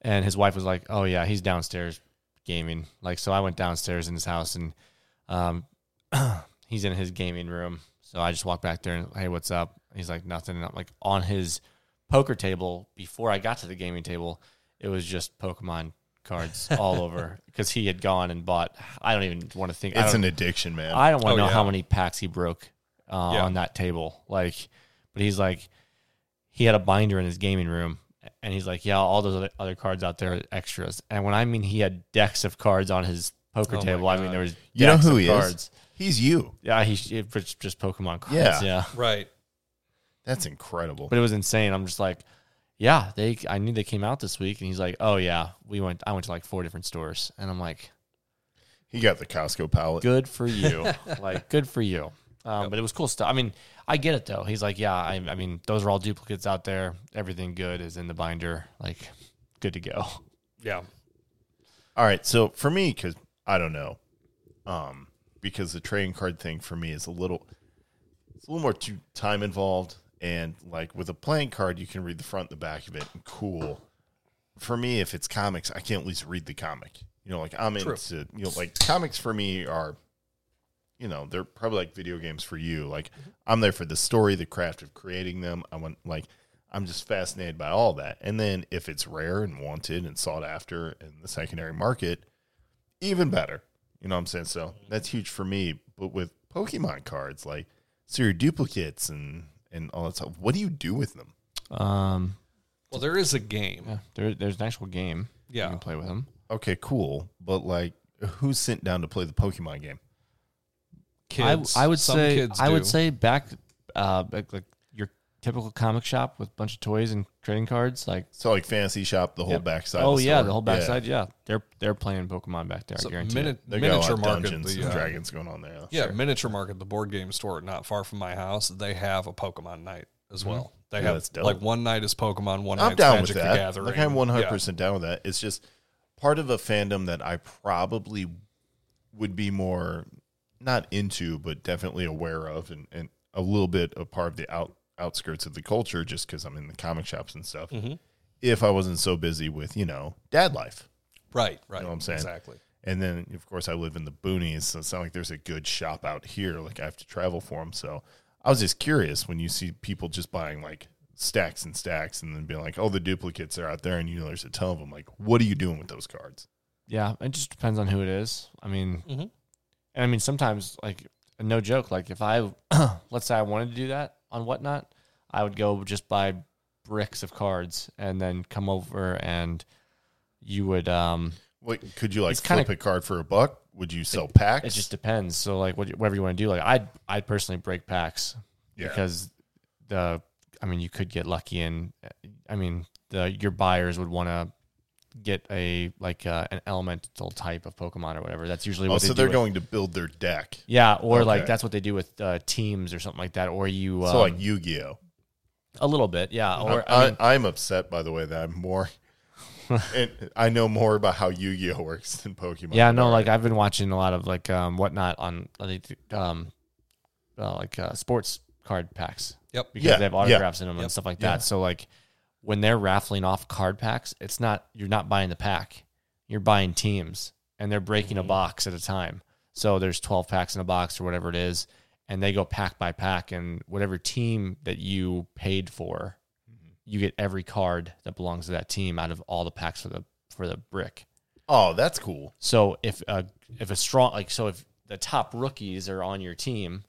Speaker 7: and his wife was like, "Oh yeah, he's downstairs gaming." Like so, I went downstairs in his house, and um, he's in his gaming room. So I just walked back there and hey, what's up? He's like nothing. And I'm like on his poker table before I got to the gaming table, it was just Pokemon cards all over because he had gone and bought. I don't even want to think. I
Speaker 5: it's
Speaker 7: don't,
Speaker 5: an addiction, man.
Speaker 7: I don't want
Speaker 6: Oh,
Speaker 7: to know how
Speaker 6: yeah.
Speaker 7: many packs he broke uh,
Speaker 6: Yeah.
Speaker 7: on that table. Like, but he's like, he had a binder in his gaming room, and he's like, yeah, all those other, other cards out there are extras. And when I mean he had decks of cards on his poker
Speaker 6: Oh my
Speaker 7: table, I mean
Speaker 6: God.
Speaker 7: there was
Speaker 5: you know
Speaker 7: decks
Speaker 5: who
Speaker 7: of
Speaker 5: he
Speaker 7: cards.
Speaker 5: is? He's you.
Speaker 7: Yeah, he it was just Pokemon cards.
Speaker 5: Yeah.
Speaker 7: Yeah.
Speaker 6: Right.
Speaker 5: That's incredible.
Speaker 7: but it was insane. I'm just like, yeah, they. I knew they came out this week, and he's like, oh yeah, we went. I went to like four different stores, and I'm like,
Speaker 5: he got the Costco pallet.
Speaker 7: good for you, like good for you. Um, But it was cool stuff. I mean, I get it though. He's like, yeah, I, I mean, those are all duplicates out there. Everything good is in the binder, like good to go.
Speaker 6: Yeah.
Speaker 5: All right. So for me, because I don't know, um, because the trading card thing for me is a little, it's a little more too time involved, and like with a playing card, you can read the front, and the back of it, and cool. For me, if it's comics, I can at least read the comic. You know, like I'm
Speaker 6: True.
Speaker 5: into you know, like comics for me are, you know, they're probably like video games for you. Like I'm there for the story, the craft of creating them. I want like I'm just fascinated by all that. And then if it's rare and wanted and sought after in the secondary market, even better. You know what I'm saying? So that's huge for me. But with Pokemon cards, like so your duplicates and and all that stuff, what do you do with them?
Speaker 7: Um,
Speaker 6: Well, there is a game.
Speaker 7: yeah, there, there's an actual game.
Speaker 6: Yeah.
Speaker 7: you can play with them.
Speaker 5: Okay, cool. But like who's sent down to play the Pokemon game?
Speaker 6: Kids.
Speaker 7: I, I would
Speaker 6: some
Speaker 7: say
Speaker 6: kids
Speaker 7: I would
Speaker 6: do.
Speaker 7: say back uh back, like your typical comic shop with a bunch of toys and trading cards like
Speaker 5: So like fantasy shop, the whole
Speaker 7: Yep.
Speaker 5: backside.
Speaker 7: oh
Speaker 5: of
Speaker 7: yeah
Speaker 5: store.
Speaker 7: the whole backside yeah. they're they're playing Pokemon back there
Speaker 6: So
Speaker 7: I guarantee
Speaker 6: mini-
Speaker 7: it.
Speaker 5: They got a lot
Speaker 6: miniature
Speaker 5: of
Speaker 6: market.
Speaker 5: dungeons
Speaker 6: The,
Speaker 5: and
Speaker 6: uh,
Speaker 5: dragons going on there.
Speaker 6: Yeah, miniature market, the board game store not far from my house. They have a Pokemon night as well. They have
Speaker 5: Mm-hmm. that's dope.
Speaker 6: like one night is Pokemon, one
Speaker 5: I'm
Speaker 6: night's
Speaker 5: down
Speaker 6: Magic
Speaker 5: with
Speaker 6: the
Speaker 5: that.
Speaker 6: Gathering.
Speaker 5: Like I'm 100
Speaker 6: Yeah.
Speaker 5: percent down with that. It's just part of a fandom that I probably would be more not into, but definitely aware of, and, and a little bit a part of the out outskirts of the culture, just because I'm in the comic shops and stuff.
Speaker 6: Mm-hmm.
Speaker 5: If I wasn't so busy with you know dad life,
Speaker 6: Right, right.
Speaker 5: You know what I'm saying?
Speaker 6: Exactly.
Speaker 5: and then of course I live in the boonies, so it's not like there's a good shop out here. Like I have to travel for them. So I was just curious when you see people just buying like stacks and stacks, and then being like, "Oh, the duplicates are out there," and you know there's a ton of them. Like, what are you doing with those cards?
Speaker 7: yeah it just depends on who it is I mean
Speaker 6: Mhm.
Speaker 7: and I mean sometimes like no joke like if I let's say I wanted to do that on whatnot I would go just buy bricks of cards and then come over and you would um
Speaker 5: What could you like
Speaker 7: It's kinda-
Speaker 5: flip a card for a buck? Would you sell packs?
Speaker 7: It just depends. So like what, whatever you want to do. Like I'd I'd personally break packs
Speaker 5: Yeah.
Speaker 7: because the I mean you could get lucky and uh, I mean the your buyers would want to get a like uh, an elemental type of Pokemon or whatever. That's usually what
Speaker 5: oh,
Speaker 7: they
Speaker 5: so
Speaker 7: do
Speaker 5: they're
Speaker 7: with-
Speaker 5: going to build their deck.
Speaker 7: Yeah, or like
Speaker 5: Okay.
Speaker 7: that's what they do with uh, teams or something like that. Or you um,
Speaker 5: So like Yu-Gi-Oh.
Speaker 7: a little bit, yeah. um, Or I
Speaker 5: I'm,
Speaker 7: mean,
Speaker 5: I, am upset by the way that I'm more. and I know more about how Yu-Gi-Oh works than Pokemon.
Speaker 7: yeah, no, like I've been watching a lot of like um whatnot on I think, um uh, like uh, sports card packs.
Speaker 6: Yep.
Speaker 7: because
Speaker 5: Yeah,
Speaker 7: they have
Speaker 5: yeah.
Speaker 7: autographs in them
Speaker 6: Yep.
Speaker 7: and stuff like
Speaker 5: Yeah.
Speaker 7: that. So like when they're raffling off card packs, it's not you're not buying the pack, you're buying teams, and they're breaking
Speaker 6: Mm-hmm.
Speaker 7: a box at a time. So there's 12 packs in a box or whatever it is, and they go pack by pack, and whatever team that you paid for,
Speaker 6: Mm-hmm.
Speaker 7: you get every card that belongs to that team out of all the packs for the for the brick.
Speaker 5: oh, that's cool.
Speaker 7: So if a if a strong like so if the top rookies are on your team,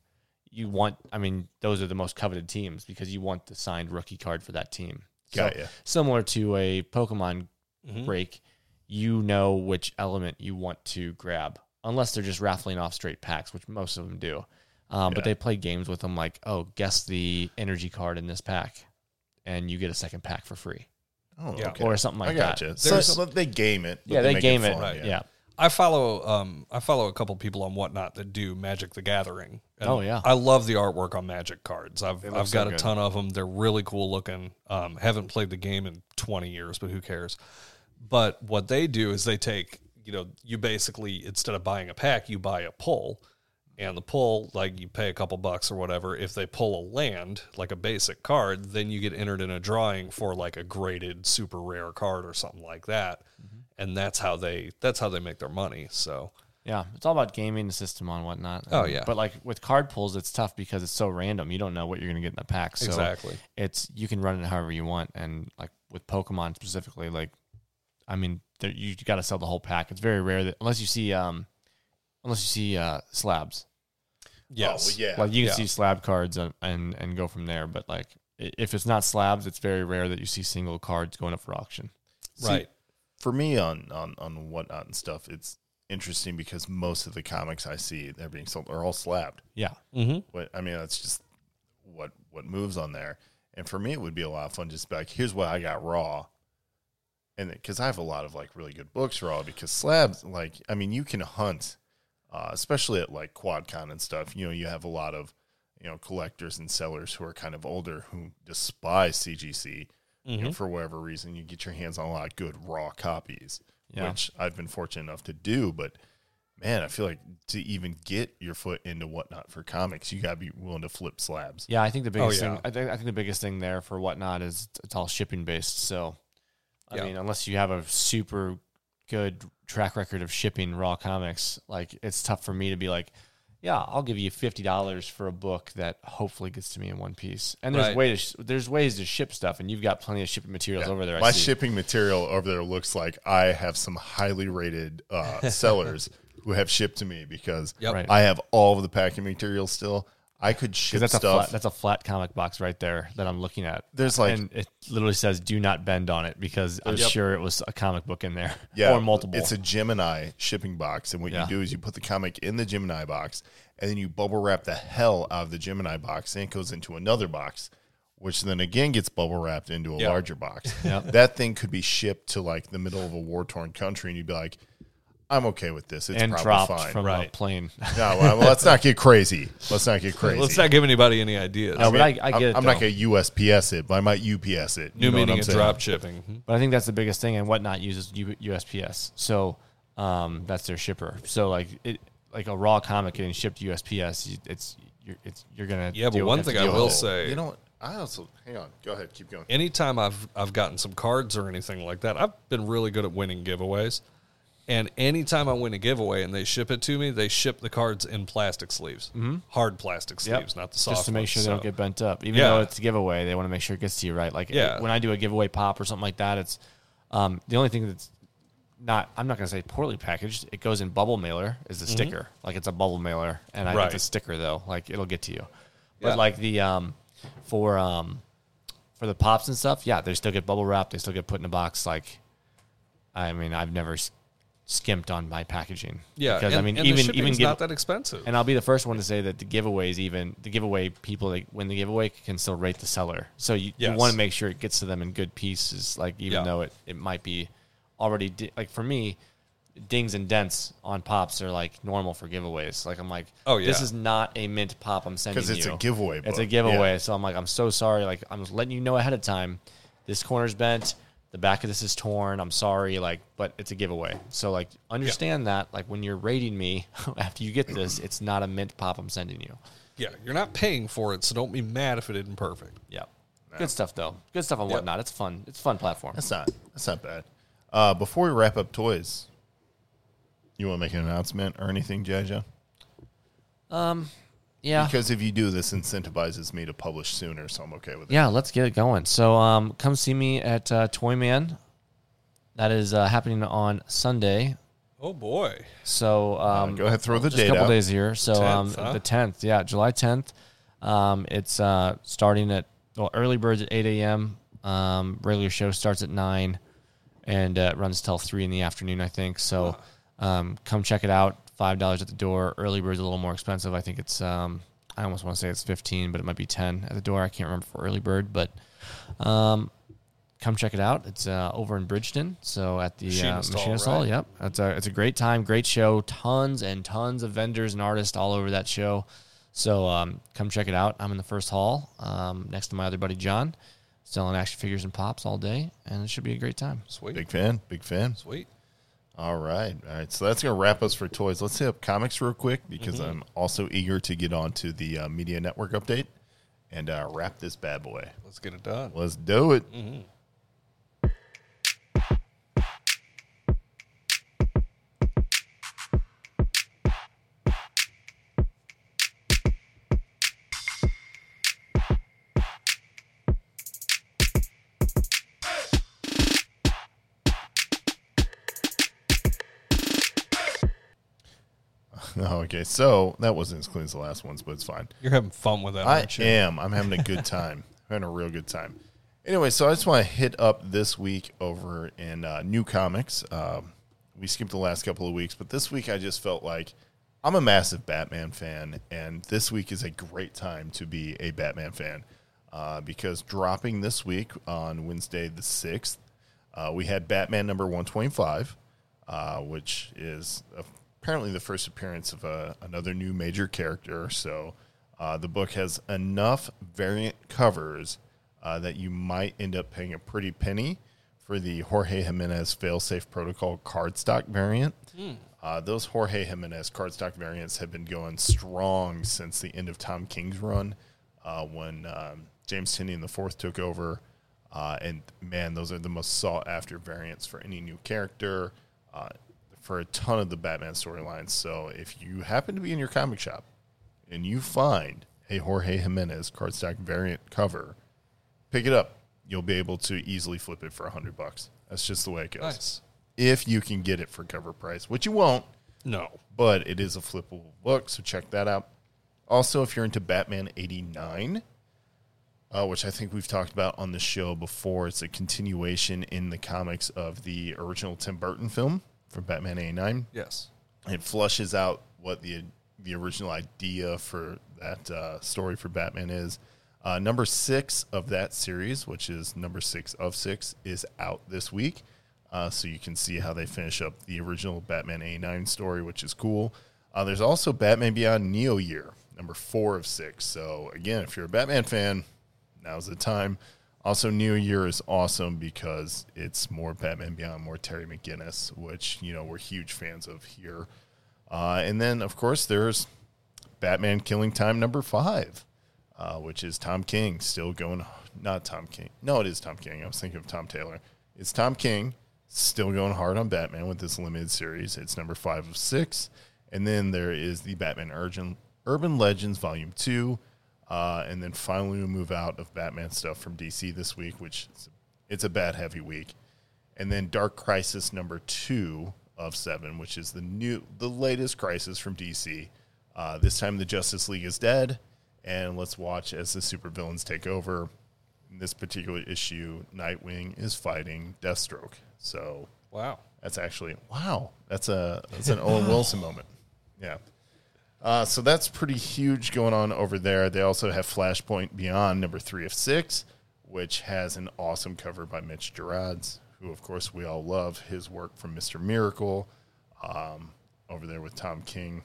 Speaker 7: you want I mean those are the most coveted teams because you want the signed rookie card for that team.
Speaker 5: Got
Speaker 7: so,
Speaker 5: ya. Mm-hmm.
Speaker 7: Similar to a Pokemon break, you know which element you want to grab, unless they're just raffling off straight packs, which most of them do. Um, But
Speaker 5: Yeah.
Speaker 7: they play games with them like, oh, guess the energy card in this pack, and you get a second pack for free
Speaker 5: Oh,
Speaker 6: Yeah.
Speaker 5: okay.
Speaker 7: or something like
Speaker 5: I gotcha.
Speaker 7: that.
Speaker 5: So, so they game it. but
Speaker 7: yeah, they,
Speaker 5: make
Speaker 7: game it.
Speaker 5: fun,
Speaker 7: Right. Yeah.
Speaker 6: I follow um I follow a couple people on whatnot that do Magic the Gathering. And
Speaker 7: Oh, yeah.
Speaker 6: I love the artwork on Magic cards. I've
Speaker 5: look
Speaker 6: I've
Speaker 5: so
Speaker 6: got a
Speaker 5: good.
Speaker 6: ton of them. They're really cool looking. Um, haven't played the game in twenty years, but who cares? But what they do is they take you know you basically instead of buying a pack, you buy a pull, and the pull like you pay a couple bucks or whatever. If they pull a land like a basic card, then you get entered in a drawing for like a graded super rare card or something like that and that's how they that's how they make their money.
Speaker 5: Oh,
Speaker 6: So
Speaker 7: Yeah, it's all about gaming the system on whatnot.
Speaker 6: Oh,
Speaker 7: Um,
Speaker 6: yeah.
Speaker 7: but like with card pulls, it's tough because it's so random. You don't know what you're gonna get in the pack. So
Speaker 6: Exactly.
Speaker 7: it's you can run it however you want, and like with Pokemon specifically, like I mean, there, you got to sell the whole pack. It's very rare that unless you see um unless you see uh slabs,
Speaker 5: Oh,
Speaker 6: yes,
Speaker 5: well, yeah.
Speaker 7: like you can
Speaker 6: yeah.
Speaker 7: see slab cards and, and and go from there. But like i- if it's not slabs, it's very rare that you see single cards going up for auction.
Speaker 6: right,
Speaker 5: for me on on on whatnot and stuff, it's interesting because most of the comics I see that are being sold are all slabbed.
Speaker 7: Yeah,
Speaker 6: Mm-hmm.
Speaker 5: But I mean, that's just what what moves on there. And for me, it would be a lot of fun just be like, here's what I got raw. And because I have a lot of like really good books raw, because slabs, like, I mean, you can hunt, uh, especially at like QuadCon and stuff. You know, you have a lot of, you know, collectors and sellers who are kind of older who despise CGC. You know, for whatever reason, you get your hands on a lot of good raw copies,
Speaker 7: Yeah.
Speaker 5: which I've been fortunate enough to do. But man, I feel like to even get your foot into whatnot for comics, you gotta be willing to flip slabs.
Speaker 7: Yeah, I think
Speaker 5: Oh,
Speaker 7: the biggest
Speaker 6: yeah.
Speaker 7: thing. I think, I think the biggest thing there for whatnot is it's- it's all shipping based. So, I
Speaker 6: Yeah.
Speaker 7: mean, unless you have a super good track record of shipping raw comics, like it's tough for me to be like, yeah, I'll give you fifty dollars for a book that hopefully gets to me in one piece. And there's
Speaker 6: Right.
Speaker 7: ways there's ways to ship stuff, and you've got plenty of shipping materials over there. I
Speaker 5: My
Speaker 7: see.
Speaker 5: shipping material over there looks like I have some highly rated uh, sellers who have shipped to me because
Speaker 6: Yep.
Speaker 7: Right.
Speaker 5: I have all of the packing material still. I could ship
Speaker 7: Because that's a
Speaker 5: stuff.
Speaker 7: flat, that's a flat comic box right there that I'm looking at.
Speaker 5: There's like-
Speaker 7: and it literally says "Do not bend on it" because I'm sure it was a comic book in there,
Speaker 5: yeah,
Speaker 7: or multiple.
Speaker 5: It's a Gemini shipping box, and what
Speaker 7: Yeah.
Speaker 5: you do is you put the comic in the Gemini box, and then you bubble wrap the hell out of the Gemini box, and it goes into another box, which then again gets bubble wrapped into a
Speaker 6: Yeah.
Speaker 5: larger box.
Speaker 7: Yep.
Speaker 5: That thing could be shipped to like the middle of a war torn country, and you'd be like, "I'm okay with this. It's
Speaker 7: and
Speaker 5: probably
Speaker 7: dropped
Speaker 5: fine."
Speaker 7: from a
Speaker 6: Right.
Speaker 7: plane.
Speaker 5: no, well, let's not get crazy. Let's not get crazy.
Speaker 6: Let's not give anybody any ideas.
Speaker 7: No, but I, I
Speaker 5: am
Speaker 7: get it.
Speaker 5: I'm not
Speaker 7: though.
Speaker 5: gonna USPS it, but I might UPS it.
Speaker 6: New
Speaker 5: You know what
Speaker 6: meaning
Speaker 5: I'm
Speaker 6: of
Speaker 5: saying?
Speaker 6: drop shipping. Hmm?
Speaker 7: But I think that's the biggest thing, and whatnot uses U- USPS, so um, that's their shipper. So like it, like a raw comic getting shipped to USPS, you- it's you're it's you're gonna
Speaker 6: Yeah, but
Speaker 7: deal-
Speaker 6: one
Speaker 7: have to
Speaker 6: thing I
Speaker 7: deal
Speaker 6: will
Speaker 5: Oh.
Speaker 7: with it.
Speaker 6: say-
Speaker 5: you know what? I also hang on. Go ahead, keep going.
Speaker 6: Anytime I've I've gotten some cards or anything like that, I've been really good at winning giveaways. And anytime I win a giveaway and they ship it to me, they ship the cards in plastic sleeves, mm-hmm. hard plastic
Speaker 7: Yep.
Speaker 6: sleeves, not the soft.
Speaker 7: just to make
Speaker 6: ones,
Speaker 7: sure
Speaker 6: so.
Speaker 7: they don't get bent up. Even
Speaker 6: Yeah.
Speaker 7: though it's a giveaway, they want to make sure it gets to you right. Like
Speaker 6: Yeah.
Speaker 7: it- when I do a giveaway pop or something like that, it's um, the only thing that's not I'm not gonna say poorly packaged. It goes in bubble mailer is the sticker. Like it's a bubble mailer, and I,
Speaker 6: Mm-hmm. Right.
Speaker 7: it's a sticker though. Like it'll get to you. But
Speaker 6: Yeah.
Speaker 7: like the um, for um, for the pops and stuff, yeah, they still get bubble wrap. They still get put in a box. Like I mean, I've never s- skimped on my packaging.
Speaker 6: yeah.
Speaker 7: because
Speaker 6: and,
Speaker 7: I mean,
Speaker 6: and the
Speaker 7: even
Speaker 6: shipping's
Speaker 7: even give-
Speaker 6: not that expensive.
Speaker 7: and I'll be the first one to say that the giveaways, even the giveaway people, like when the giveaway can still rate the seller. So you, you
Speaker 6: Yes.
Speaker 7: want to make sure it gets to them in good pieces, like even
Speaker 6: Yeah.
Speaker 7: though it, it might be already di- like for me, dings and dents on pops are like normal for giveaways. Like I'm like,
Speaker 6: Oh,
Speaker 7: this
Speaker 6: yeah.
Speaker 7: is not a mint pop I'm sending
Speaker 5: 'Cause it's a
Speaker 7: you.
Speaker 5: giveaway
Speaker 7: It's a
Speaker 5: book.
Speaker 7: giveaway.
Speaker 5: Yeah.
Speaker 7: So I'm like, I'm so sorry. Like I'm just letting you know ahead of time, this corner's bent. The back of this is torn. I'm sorry, like, but it's a giveaway. So like, understand that. Like when you're rating me after you get this, it's not a mint pop I'm sending you.
Speaker 6: yeah, you're not paying for it, so don't be mad if it isn't perfect.
Speaker 7: Yeah. Good stuff though. Good stuff on whatnot. It's fun. It's a fun platform.
Speaker 5: That's not that's not bad. Uh, before we wrap up toys, you want to make an announcement or anything, Jaja?
Speaker 7: Yeah.
Speaker 5: Because if you do, this incentivizes me to publish sooner, so I'm okay with it.
Speaker 7: Yeah, let's get it going. So um, come see me at uh, Toy Man. That is uh, happening on Sunday.
Speaker 6: Oh boy,
Speaker 7: So um,
Speaker 5: Go ahead, throw the
Speaker 7: just a
Speaker 5: date
Speaker 7: couple
Speaker 5: out.
Speaker 7: days here. So um,
Speaker 6: 10th, huh?
Speaker 7: the tenth, yeah, July tenth. Um, it's uh, starting at well, early birds at eight a.m. Um, regular show starts at nine, and uh, it runs till three in the afternoon, I think. So um, come check it out. Five dollars at the door. Early birds a little more expensive. I think it's um, I almost want to say it's 15, but it might be 10 at the door. I can't remember for early bird, but um, come check it out. It's uh, over in Bridgeton, so at the
Speaker 6: Machinist
Speaker 7: uh,
Speaker 6: Hall,
Speaker 7: Machinist Hall.
Speaker 6: right?
Speaker 7: Yep, it's a it's a great time, great show. Tons and tons of vendors and artists all over that show. So um, come check it out. I'm in the first hall um, next to my other buddy John, selling action figures and pops all day, and it should be a great time.
Speaker 6: Sweet.
Speaker 5: Big fan. Big fan.
Speaker 6: Sweet.
Speaker 5: All right. All right. So that's going to wrap us for toys. Let's hit up comics real quick because
Speaker 7: Mm-hmm.
Speaker 5: I'm also eager to get on to the uh, media network update and uh, wrap this bad boy.
Speaker 6: Let's get it done.
Speaker 5: Let's do it. Oh, okay. So that wasn't as clean as the last ones, but it's fine.
Speaker 6: You're having fun with that,
Speaker 5: I
Speaker 6: aren't you?
Speaker 5: am. I'm having a good time. I'm having a real good time. Anyway, so I just want to hit up this week over in uh, new comics. Um, we skipped the last couple of weeks, but this week I just felt like I'm a massive Batman fan, and this week is a great time to be a Batman fan uh, because dropping this week on Wednesday the 6th, uh, we had Batman number 125, uh, which is apparently the first appearance of uh, another new major character. So uh, the book has enough variant covers uh, that you might end up paying a pretty penny for the Jorge Jimenez Failsafe Protocol cardstock variant. Uh, those Jorge Jimenez cardstock variants have been going strong since the end of Tom King's run uh, when um, James Tinney and the Fourth took over. Uh, and man, those are the most sought after variants for any new character, uh, for a ton of the Batman storylines. So if you happen to be in your comic shop and you find a Jorge Jimenez cardstock variant cover, pick it up. You'll be able to easily flip it for a hundred bucks. That's just the way it goes.
Speaker 6: Nice.
Speaker 5: If you can get it for cover price, which you won't,
Speaker 6: No.
Speaker 5: but it is a flippable book, so check that out. Also, if you're into Batman 89, uh, which I think we've talked about on the show before, it's a continuation in the comics of the original Tim Burton film from Batman 89
Speaker 6: Yes.
Speaker 5: it flushes out what the the original idea for that uh, story for Batman is. Uh, number six of that series, which is number six of six, is out this week. Uh, so you can see how they finish up the original Batman A9 story, which is cool. Uh, there's also Batman Beyond Neo Year, number four of six. So again, if you're a Batman fan, now's the time. Also, New Year is awesome because it's more Batman Beyond, more Terry McGinnis, which you know we're huge fans of here. Uh, and then, of course, there's Batman Killing Time number five, uh, which is Tom King still going. Not Tom King. No, it is Tom King. I was thinking of Tom Taylor. It's Tom King still going hard on Batman with this limited series. It's number five of six. And then there is the Batman Urgent, Urban Legends Volume Two. Uh, and then finally, we move out of Batman stuff from DC this week, which is- it's a bad heavy week and then Dark Crisis number two of seven, which is the new, the latest Crisis from DC. Uh, this time, the Justice League is dead, and let's watch as the supervillains take over. In this particular issue, Nightwing is fighting Deathstroke. So
Speaker 6: Wow.
Speaker 5: that's actually wow. That's a that's an Owen Wilson moment. Yeah. Uh, so that's pretty huge going on over there. They also have Flashpoint Beyond number three of six, which has an awesome cover by Mitch Gerards, who of course we all love his work from Mister Miracle, um, over there with Tom King.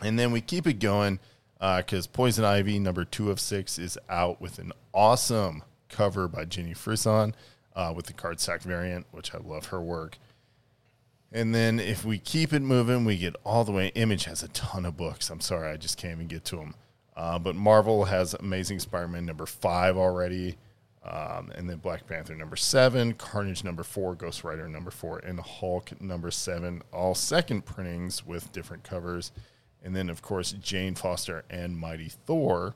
Speaker 5: And then we keep it going because Poison Ivy number two of six is out with an awesome cover by Jenny Frisson uh, with the cardstock variant, which I love her work. And then if we keep it moving, we get all the way. Image has a ton of books. I'm sorry, I just can't even get to them. Uh, but Marvel has Amazing Spider-Man number five already, um, and then Black Panther number seven, Carnage number four, Ghost Rider number four, and Hulk number seven. All second printings with different covers, and then of course Jane Foster and Mighty Thor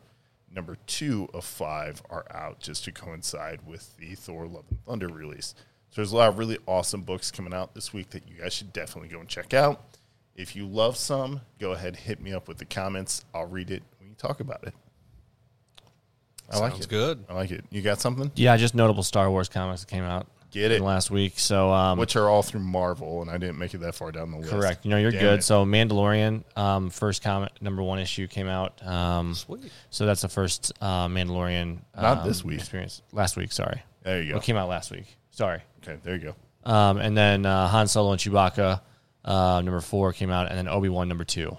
Speaker 5: number two of five are out just to coincide with the Thor Love and Thunder release. So there's a lot of really awesome books coming out this week that you guys should definitely go and check out. If you love some, go ahead hit me up with the comments. I'll read it. We can talk about it. I like
Speaker 6: Sounds
Speaker 5: it.
Speaker 6: good.
Speaker 5: I like it. You got something?
Speaker 7: Yeah, just notable Star Wars comics that came out.
Speaker 5: Get it.
Speaker 7: last week. So um,
Speaker 5: Which are all through Marvel, and I didn't make it that far down the list.
Speaker 7: correct? You know, you're
Speaker 5: Damn
Speaker 7: good.
Speaker 5: it.
Speaker 7: So Mandalorian, um, first comic number one issue came out. Um,
Speaker 6: Sweet.
Speaker 7: so that's the first uh, Mandalorian.
Speaker 5: Not
Speaker 7: um,
Speaker 5: this week.
Speaker 7: Experience last week. Sorry,
Speaker 5: There you go.
Speaker 7: it came out last week. Sorry.
Speaker 5: Okay, there you go.
Speaker 7: Um, and then uh, Han Solo and Chewbacca, uh, number four came out, and then Obi Wan number two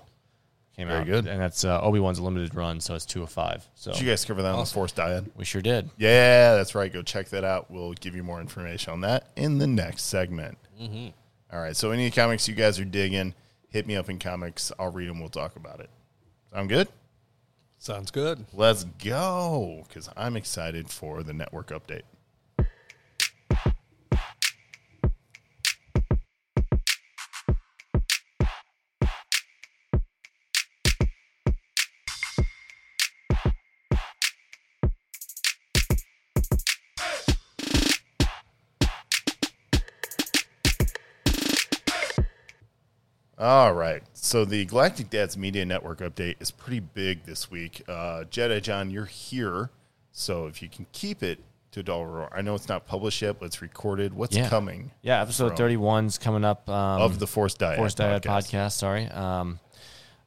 Speaker 7: came
Speaker 5: Very
Speaker 7: out.
Speaker 5: good.
Speaker 7: And that's uh, Obi Wan's limited run, so it's two of five. So
Speaker 5: Did you guys cover that on the Force Dyad?
Speaker 7: we sure did.
Speaker 5: Yeah, that's right. Go check that out. We'll give you more information on that in the next segment.
Speaker 7: Mm-hmm.
Speaker 5: All right. So, any comics you guys are digging, hit me up in comics. I'll read them. We'll talk about it. Sound good?
Speaker 6: Sounds good.
Speaker 5: Let's go because I'm excited for the network update. All right. So the Galactic Dads Media Network update is pretty big this week. Uh, Jedi John, you're here. So if you can keep it to Doll Roar, I know it's not published yet, but it's recorded. What's
Speaker 7: Yeah.
Speaker 5: coming
Speaker 7: Yeah, episode
Speaker 5: From-
Speaker 7: thirty one's coming up. Um,
Speaker 5: of the Force Diet?
Speaker 7: Forced Diet podcast. sorry, um,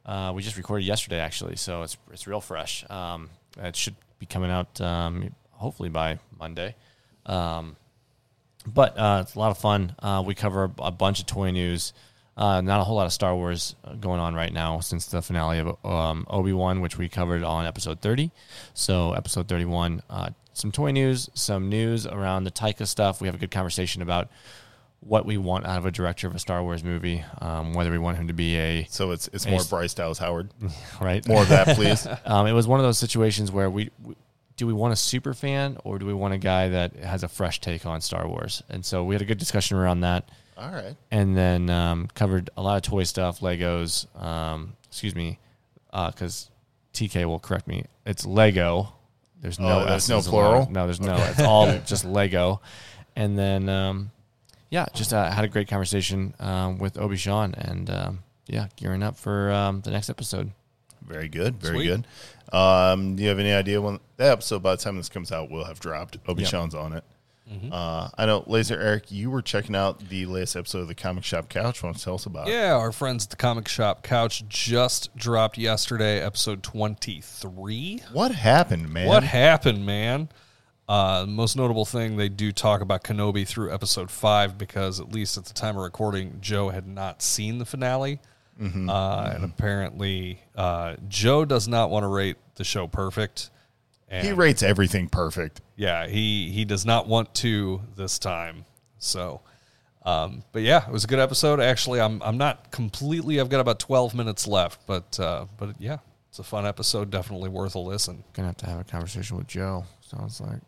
Speaker 7: uh, we just recorded yesterday actually, so it's it's real fresh. Um, it should be coming out um, hopefully by Monday. Um, but uh, it's a lot of fun. Uh, we cover a bunch of toy news. Uh, not a whole lot of Star Wars uh, going on right now since the finale of um, Obi Wan, which we covered on episode 30. So, episode 31, uh, some toy news, some news around the Taika stuff. We have a good conversation about what we want out of a director of a Star Wars movie, um, whether we want him to be a
Speaker 5: So it's it's more
Speaker 7: Ace.
Speaker 5: Bryce Dallas Howard.
Speaker 7: right.
Speaker 5: More of that, please.
Speaker 7: Um, it was one of those situations where we, we do we want a super fan or do we want a guy that has a fresh take on Star Wars? And so we had a good discussion around that,
Speaker 5: All right.
Speaker 7: and then um, covered a lot of toy stuff, Legos. Um, excuse me, uh, because TK will correct me. It's Lego. There's
Speaker 5: Oh,
Speaker 7: no.
Speaker 5: there's
Speaker 7: S's
Speaker 5: no
Speaker 7: allowed.
Speaker 5: plural?
Speaker 7: No, there's no. It's all just Lego, and then. Um, yeah, just uh, had a great conversation um, with Obi Sean, and um, yeah, gearing up for um, the next episode.
Speaker 5: Very good. Very
Speaker 6: Sweet.
Speaker 5: good. Um, do you have any idea when that episode, by the time this comes out, will have dropped? Obi
Speaker 7: Yep.
Speaker 5: Sean's on it.
Speaker 6: Mm-hmm.
Speaker 5: Uh, I know, Laser Eric, you were checking out the latest episode of the Comic Shop Couch. Why don't you tell us about it?
Speaker 6: Yeah, our friends at the Comic Shop Couch just dropped yesterday, episode 23.
Speaker 5: What happened, man?
Speaker 6: What happened, man? Uh, most notable thing, they do talk about Kenobi through episode five because, at least at the time of recording, Joe had not seen the finale. Uh, And apparently, uh, Joe does not want to rate the show perfect. And
Speaker 5: he rates everything perfect.
Speaker 6: yeah, he, he does not want to this time. So, um, but yeah, it was a good episode. Actually, I'm, I'm not completely, I've got about 12 minutes left, but, uh, but yeah, it's a fun episode. Definitely worth a listen.
Speaker 7: Gonna have to have a conversation with Joe. Sounds like.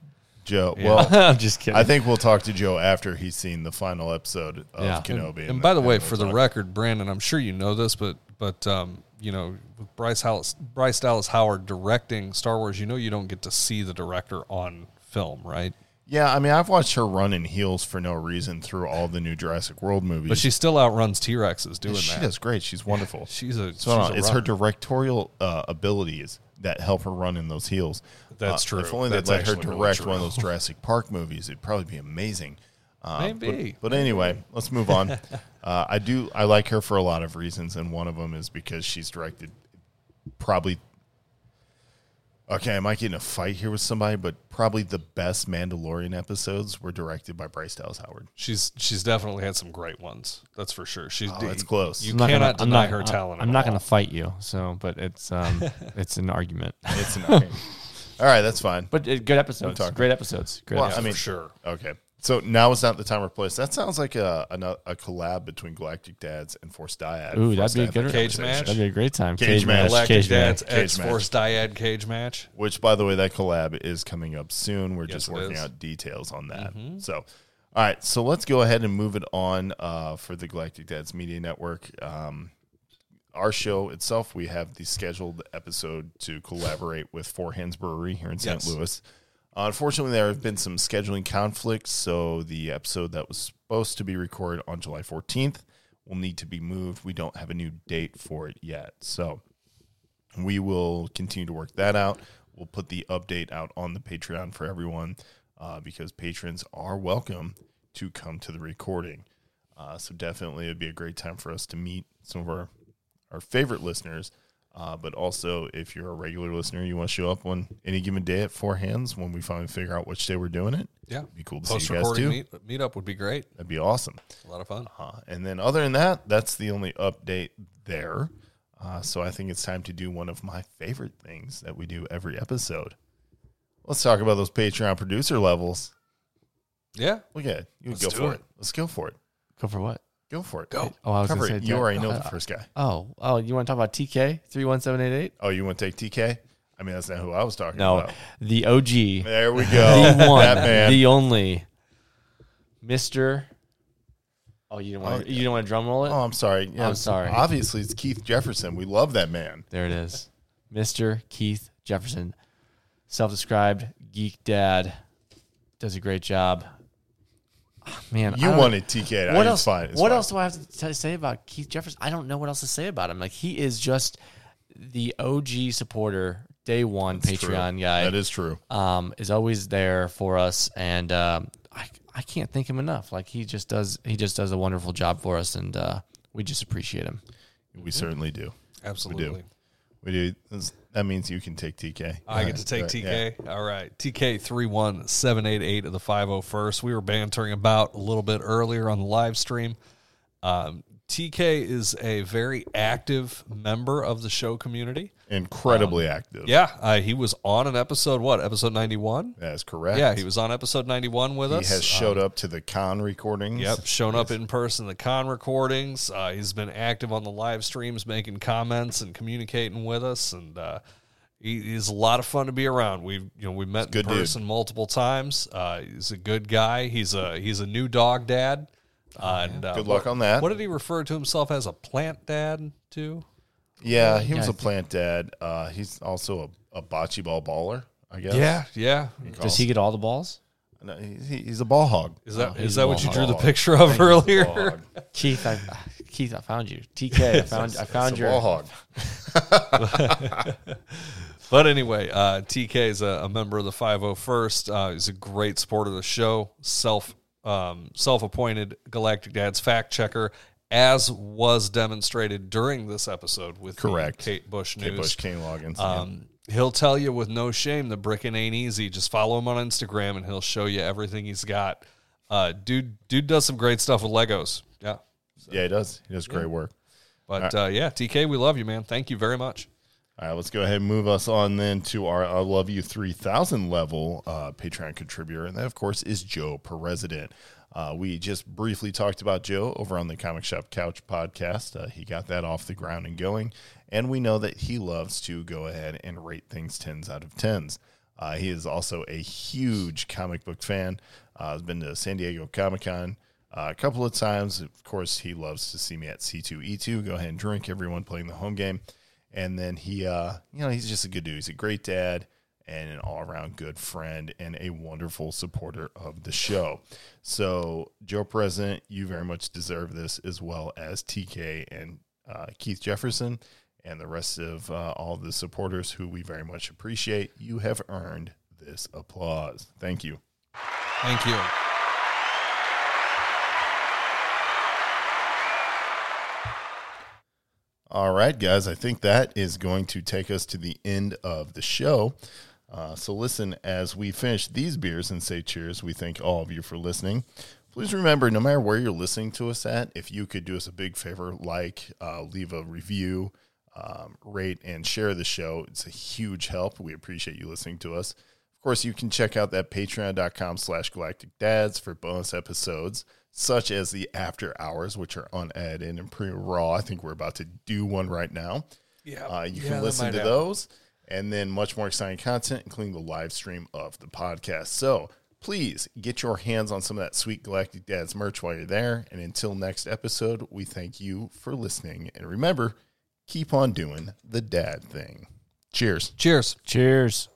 Speaker 5: Joe, well,
Speaker 7: I'm just kidding.
Speaker 5: I think we'll talk to Joe after he's seen the final episode of
Speaker 7: Yeah.
Speaker 5: Kenobi.
Speaker 6: And by the way,
Speaker 5: we'll
Speaker 6: for the
Speaker 5: talk-
Speaker 6: record, Brandon, I'm sure you know this, but but um, you know, with Bryce Dallas, Bryce Dallas Howard directing Star Wars, you know, you don't get to see the director on film, right?
Speaker 5: yeah, I mean, I've watched her run in heels for no reason through all the new Jurassic World movies.
Speaker 6: But she still outruns T Rexes doing
Speaker 5: she
Speaker 6: that.
Speaker 5: does great. She's wonderful.
Speaker 6: She's a.
Speaker 5: So
Speaker 6: she's a
Speaker 5: it's her
Speaker 6: runner.
Speaker 5: directorial uh, abilities that help her run in those heels.
Speaker 6: That's
Speaker 5: Uh,
Speaker 6: true.
Speaker 5: If only they'd
Speaker 6: That's
Speaker 5: let her
Speaker 6: actually really
Speaker 5: direct
Speaker 6: true.
Speaker 5: one of those Jurassic Park movies, it'd probably be amazing. Uh, but-
Speaker 6: Maybe.
Speaker 5: But, anyway, let's move on. uh, I do. I like her for a lot of reasons, and one of them is because she's directed probably. Okay, I might get in a fight here with somebody, but probably the best Mandalorian episodes were directed by Bryce Dallas Howard.
Speaker 6: She's she's definitely had some great ones. That's for sure. She's
Speaker 5: Oh, that's close.
Speaker 6: You
Speaker 7: I'm not
Speaker 6: cannot
Speaker 7: I'm
Speaker 6: deny
Speaker 7: not-
Speaker 6: her
Speaker 7: I-
Speaker 6: talent.
Speaker 7: I'm
Speaker 6: at
Speaker 7: not
Speaker 6: all.
Speaker 7: going to fight you. So, but it's um, it's an argument.
Speaker 5: It's an all right. That's fine.
Speaker 7: But uh, good episodes,
Speaker 5: talking.
Speaker 7: great episodes, great.
Speaker 5: Well, I
Speaker 7: episodes.
Speaker 5: mean,
Speaker 6: for sure.
Speaker 5: Okay. So now is not the time or place. That sounds like a a, a collab between Galactic Dads and Force Dyad.
Speaker 7: Ooh,
Speaker 5: Force
Speaker 7: that'd be a
Speaker 5: Dyad
Speaker 7: good
Speaker 6: Cage
Speaker 5: conversation.
Speaker 6: match.
Speaker 7: That'd be a great time.
Speaker 5: Cage match.
Speaker 6: Galactic
Speaker 7: cage match.
Speaker 6: Dance
Speaker 5: Cage
Speaker 6: X Force Dyad cage match.
Speaker 5: Which, by the way, that collab is coming up soon. We're just
Speaker 6: it
Speaker 5: working
Speaker 6: is. Mm-hmm.
Speaker 5: out details on that. So, all right. So let's go ahead and move it on uh, for the Galactic Dads Media Network. Um, our show itself, we have the scheduled episode to collaborate with Four Hands Brewery here in St.
Speaker 6: Yes.
Speaker 5: Louis. Uh, Unfortunately, there have been some scheduling conflicts, so the episode that was supposed to be recorded on July 14th will need to be moved. We don't have a new date for it yet. So we will continue to work that out. We'll put the update out on the Patreon for everyone uh, because patrons are welcome to come to the recording. Uh, so definitely it'd be a great time for us to meet some of our, our favorite listeners. Uh, but also, if you're a regular listener, you want to show up on any given day at Four Hands when we finally figure out which day we're doing it.
Speaker 6: Yeah.
Speaker 5: Be cool to
Speaker 6: Post
Speaker 5: see you guys
Speaker 6: recording
Speaker 5: too.
Speaker 6: meet, meetup would be great.
Speaker 5: That'd be awesome.
Speaker 6: A lot of fun.
Speaker 5: Uh, and then, other than that, that's the only update there. Uh, so I think it's time to do one of my favorite things that we do every episode. Let's talk about those Patreon producer levels.
Speaker 6: Yeah.
Speaker 5: Look at it. You
Speaker 6: Let's
Speaker 5: go
Speaker 6: do
Speaker 5: for
Speaker 6: it.
Speaker 5: it. Let's go for it.
Speaker 7: Go for what?
Speaker 5: Go for it.
Speaker 6: Go.
Speaker 7: Oh, I was
Speaker 5: Cover
Speaker 7: gonna
Speaker 5: it.
Speaker 7: say
Speaker 5: You
Speaker 7: that-
Speaker 5: already know
Speaker 7: uh,
Speaker 5: the first guy.
Speaker 7: Oh, oh, you want to talk about TK three one seven eight eight?
Speaker 5: Oh, you want to take TK? I mean, that's not who I was talking
Speaker 7: No,
Speaker 5: about.
Speaker 7: the OG,
Speaker 5: There we go.
Speaker 7: the one,
Speaker 5: That man.
Speaker 7: the only, Mister. Oh, you don't want to you don't want to drum roll it.
Speaker 5: oh, I'm sorry. Yeah,
Speaker 7: I'm sorry.
Speaker 5: Obviously, it's Keith Jefferson. We love that man.
Speaker 7: There it is. Mr. Keith Jefferson, self described geek dad, does a great job. Ah, Man, I
Speaker 5: You
Speaker 7: don't-
Speaker 5: wanted TK.
Speaker 7: What
Speaker 5: It's
Speaker 7: else?
Speaker 5: Fine. It's
Speaker 7: what
Speaker 5: fine.
Speaker 7: else do I have to t- say about Keith Jefferson? I don't know what else to say about him. Like he is just the OG supporter, day one
Speaker 5: It's true.
Speaker 7: Patreon guy.
Speaker 5: That is true.
Speaker 7: um, is always there for us, and um, I I can't thank him enough. Like he just does he just does a wonderful job for us, and uh, we just appreciate him.
Speaker 5: We certainly do.
Speaker 6: Absolutely.
Speaker 5: We do. That's- That means you can take TK.
Speaker 6: I get to take
Speaker 5: Right, yeah.
Speaker 6: TK. All right. TK 31788 of the 501st. We were bantering about a little bit earlier on the live stream. Um, TK is a very active member of the show community.
Speaker 5: Incredibly active.
Speaker 6: Yeah. Uh, he was on an episode, what, episode 91?
Speaker 5: That's correct.
Speaker 6: Yeah. He was on episode 91 with
Speaker 5: He
Speaker 6: us. Uh,
Speaker 5: has showed up to the con recordings.
Speaker 6: Yep, shown up in person at the con recordings. Uh, he's been active on the live streams, making comments and communicating with us, and uh, he, he's a lot of fun to be around. We've you know we've met in
Speaker 5: good dude.
Speaker 6: person multiple times. Uh, he's a good guy. He's a he's a new dog dad. Uh, and, uh,
Speaker 5: Oh, Good luck
Speaker 6: what-
Speaker 5: on that.
Speaker 6: What did he refer to himself as a plant dad too?
Speaker 5: Yeah, he was
Speaker 7: Yeah,
Speaker 5: a
Speaker 7: I
Speaker 5: plant dad. Uh, he's also a, a bocce ball baller, I guess.
Speaker 6: yeah.
Speaker 7: Does he get all the balls?
Speaker 5: No, he- he- he's a ball hog.
Speaker 6: Is that is
Speaker 7: he's
Speaker 6: that
Speaker 7: a
Speaker 6: what you
Speaker 7: ball
Speaker 6: drew the
Speaker 5: hog.
Speaker 6: picture of earlier?
Speaker 5: Hog.
Speaker 7: Keith, I, Keith, I found you. TK, I found, I found
Speaker 5: It's a ball
Speaker 7: your.
Speaker 5: hog.
Speaker 6: But anyway, uh, TK is a, a member of the 501st. Uh, he's a great supporter of the show, self um, self appointed Galactic Dad's fact checker, as was demonstrated during this episode with the
Speaker 5: Correct.
Speaker 6: Kate Bush news.
Speaker 5: Kate Bush, Kane Loggins.
Speaker 6: Um, he'll tell you with no shame the bricking ain't easy. Just follow him on Instagram and he'll show you everything he's got. Uh, dude, dude does some great stuff with Legos. Yeah,
Speaker 5: yeah, he does. He does great work.
Speaker 6: but uh, yeah, TK, we love you, man. Thank you very much.
Speaker 5: All right, let's go ahead and move us on then to our I Love You 3000 level uh, Patreon contributor. And that, of course, is Joe President. Uh, we just briefly talked about Joe over on the Comic Shop Couch podcast. Uh, he got that off the ground and going. And we know that he loves to go ahead and rate things 10s out of 10s. Uh, he is also a huge comic book fan. Uh, has been to San Diego Comic Con uh, a couple of times. Of course, he loves to see me at C2E2. Go ahead and drink. Everyone playing the home game, and then he, uh, you know, he's just a good dude. He's a great dad and an all around good friend and a wonderful supporter of the show. So, Joe President, you very much deserve this as well as TK and uh, Keith Jefferson and the rest of uh, all the supporters who we very much appreciate. You have earned this applause. Thank you.
Speaker 6: Thank you.
Speaker 5: All right, guys, I think that is going to take us to the end of the show. Uh, so, listen, as we finish these beers and say cheers, we thank all of you for listening. Please remember, no matter where you're listening to us at, if you could do us a big favor, like, uh, leave a review, um, rate, and share the show, it's a huge help. We appreciate you listening to us. Of course, you can check out that patreon.com slash galactic dads for bonus episodes such as the after hours, which are unedited and pretty raw. I think we're about to do one right now.
Speaker 6: Yeah,
Speaker 5: Uh, you
Speaker 6: yeah,
Speaker 5: can
Speaker 6: that
Speaker 5: listen
Speaker 6: might
Speaker 5: to
Speaker 6: happen.
Speaker 5: those and then much more exciting content, including the live stream of the podcast. So please get your hands on some of that sweet Galactic Dads merch while you're there. And until next episode, we thank you for listening. And remember, keep on doing the dad thing. Cheers.
Speaker 6: Cheers.
Speaker 7: Cheers.